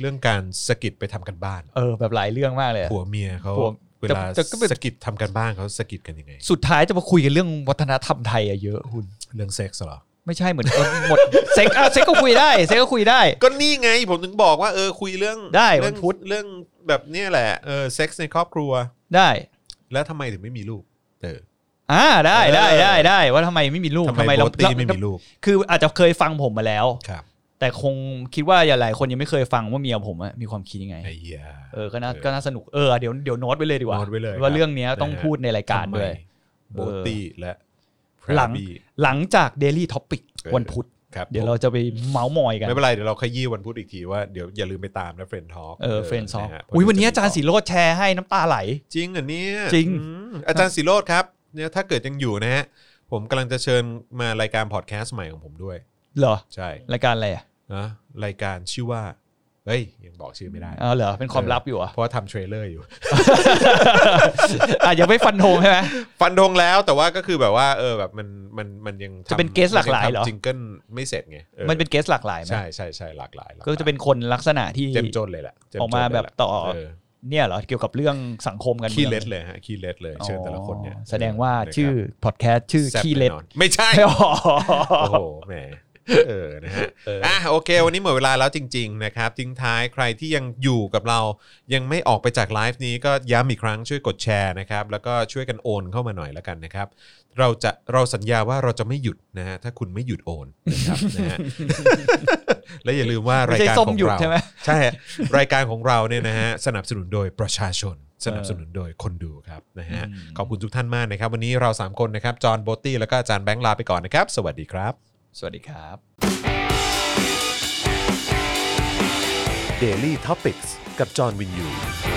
เรื่องการสะกิดไปทำกันบ้าน
เออแบบหลายเรื่องมากเลยอะ
ผัวเมียเขา
ผัว
เวลา
แต่แต่ก็เป็น
สะกิดทำกันบ้านเขาสะกิดกันยังไง
สุดท้ายจะมาคุยกันเรื่องวัฒนธรรมไทยอะเยอะคุณ
เรื่องเซ็กส์เหรอ
ไม่ใช่เหมือน <laughs> เออหมด เซ็กอ่ะเซ็กก็คุยได้เซ็กก็คุยได้
ก็นี่ไงผมถึงบอกว่าเออคุยเรื่อง
ได้
เรื่
วันพุธ
เรื่องแบบเนี้ยแหละเออเซ็กส์ในครอบครัว
ได้
แล้วทำไมถึงไม่มีลูกเออ
อ่าได้ได้ได้ได้ว่าทำไมไม่มีลูก
ทำไมโบ
เรา
ตี้ไม่มีลูก
คืออาจจะเคยฟังผมมาแล้ว
ครับ
แต่คงคิดว่าหลายๆคนยังไม่เคยฟังว่าเมียผมอะมีความคิดยังไง
ไอ้เหี้ย
เออก็น่า
เออ
ก็น่าสนุกเออเดี๋ยวเดี๋ยวโน้ตไว้เลยดีกว่า
โน้ตไว้เลยค
ว่า
รับ
เรื่องเนี้ยต้อง
นะฮะ
พูดในรายการด้วย
ทำไมโบตี้และ
หลัง
พระบี้
หลังจาก Daily Topic
เออ
วันพุธ
ครับ
เดี๋ยวเราจะไปเมาส์มอยกัน
ไม่เป็นไรเดี๋ยวเราขยี้วันพุธอีกทีว่าเดี๋ยวอย่าลืมไปตามนะเฟรนทอล์ก
เออเฟรนซออุ้ยวันนี้อาจารย์สีโรดแชร์ให้น้ำตาไหล
จริงเหรอเนี่ย
จริง
อืมอาจารย์สีโรดครับเนี่ยถ้าเกิดยังอยู่นะฮะผมกำลังจะเชิญมารายการพอดแคสต์ใหม่ของผมด้วย
เหรอ
ใช่
รายการอะไรอ่ะ
นะรายการชื่อว่าเฮ้ยยังบอกชื่อไม่ได้
อ๋อเหรอ เป็นความลับอยู่เหรอ่ะ
เพราะว่าทำเทรลเลอร์อยู่
อาจจะยังไม่ฟันธงใช่ไหม
ฟันธงแล้วแต่ว่าก็คือแบบว่าเออแบบมันมันมันยังทำ
จะเป็น guest หลากหลายเหรอ
มันงทำจิงเกิลไม่เสร็จไงออ
มันเป็นเกสหลากหลายไหม
ใช่ใช่ใช่หลากหลายหลาหลาย
ก็จะเป็นคนลักษณะที่
เจมโจนเลยแหละเจ้โจน
ออกมาแบบต่อ
เอ
เนี่ยเหรอ เกี่ยวกับเรื่องสังคมกัน
ขี้
มือง
เล็ดเลยฮะขี้เล็ดเลยเชิญแต่ละคนเนี่ย
อ๋อแสดงว่า
นะครับ
ชื่อพอดแคสต์ชื่อ
แซ่บ
ขี้เล็ด
แน่นอนไม่ใช่
ไม่ออก
โอ้โห แหม เออ นะฮะ อ่ะ โอเค วันนี้หมดเวลาแล้วจริง ๆ นะครับ ทิ้งท้ายใครที่ยังอยู่กับเรา ยังไม่ออกไปจากไลฟ์นี้ก็ย้ำอีกครั้งช่วยกดแชร์นะครับ แล้วก็ช่วยกันโอนเข้ามาหน่อยละกันนะครับ เราจะ เราสัญญาว่าเราจะไม่หยุดนะฮะ ถ้าคุณไม่หยุดโอนนะครับ นะ
<laughs>
ฮะ และอย่าลืมว่า
ไม่
ราย
ใช่
การ
ส้
ข
ม
อง
หยุด
เรา
ใช่ไหม
ใช่ รายการของเราเนี่ยนะฮะ สนับสนุนโดยประชาชน สนับสนุนโดยคนดูครับ นะฮะ ขอบคุณทุกท่านมากนะครับ วันนี้เราสามคนนะครับ จอห์นโบตี้ แล้วก็อาจารย์แบงค์ลาไปก่อนนะครับ สวัสดีครับ
สวัสดีครับ
Daily t o p i c กกับจอห์นวินยู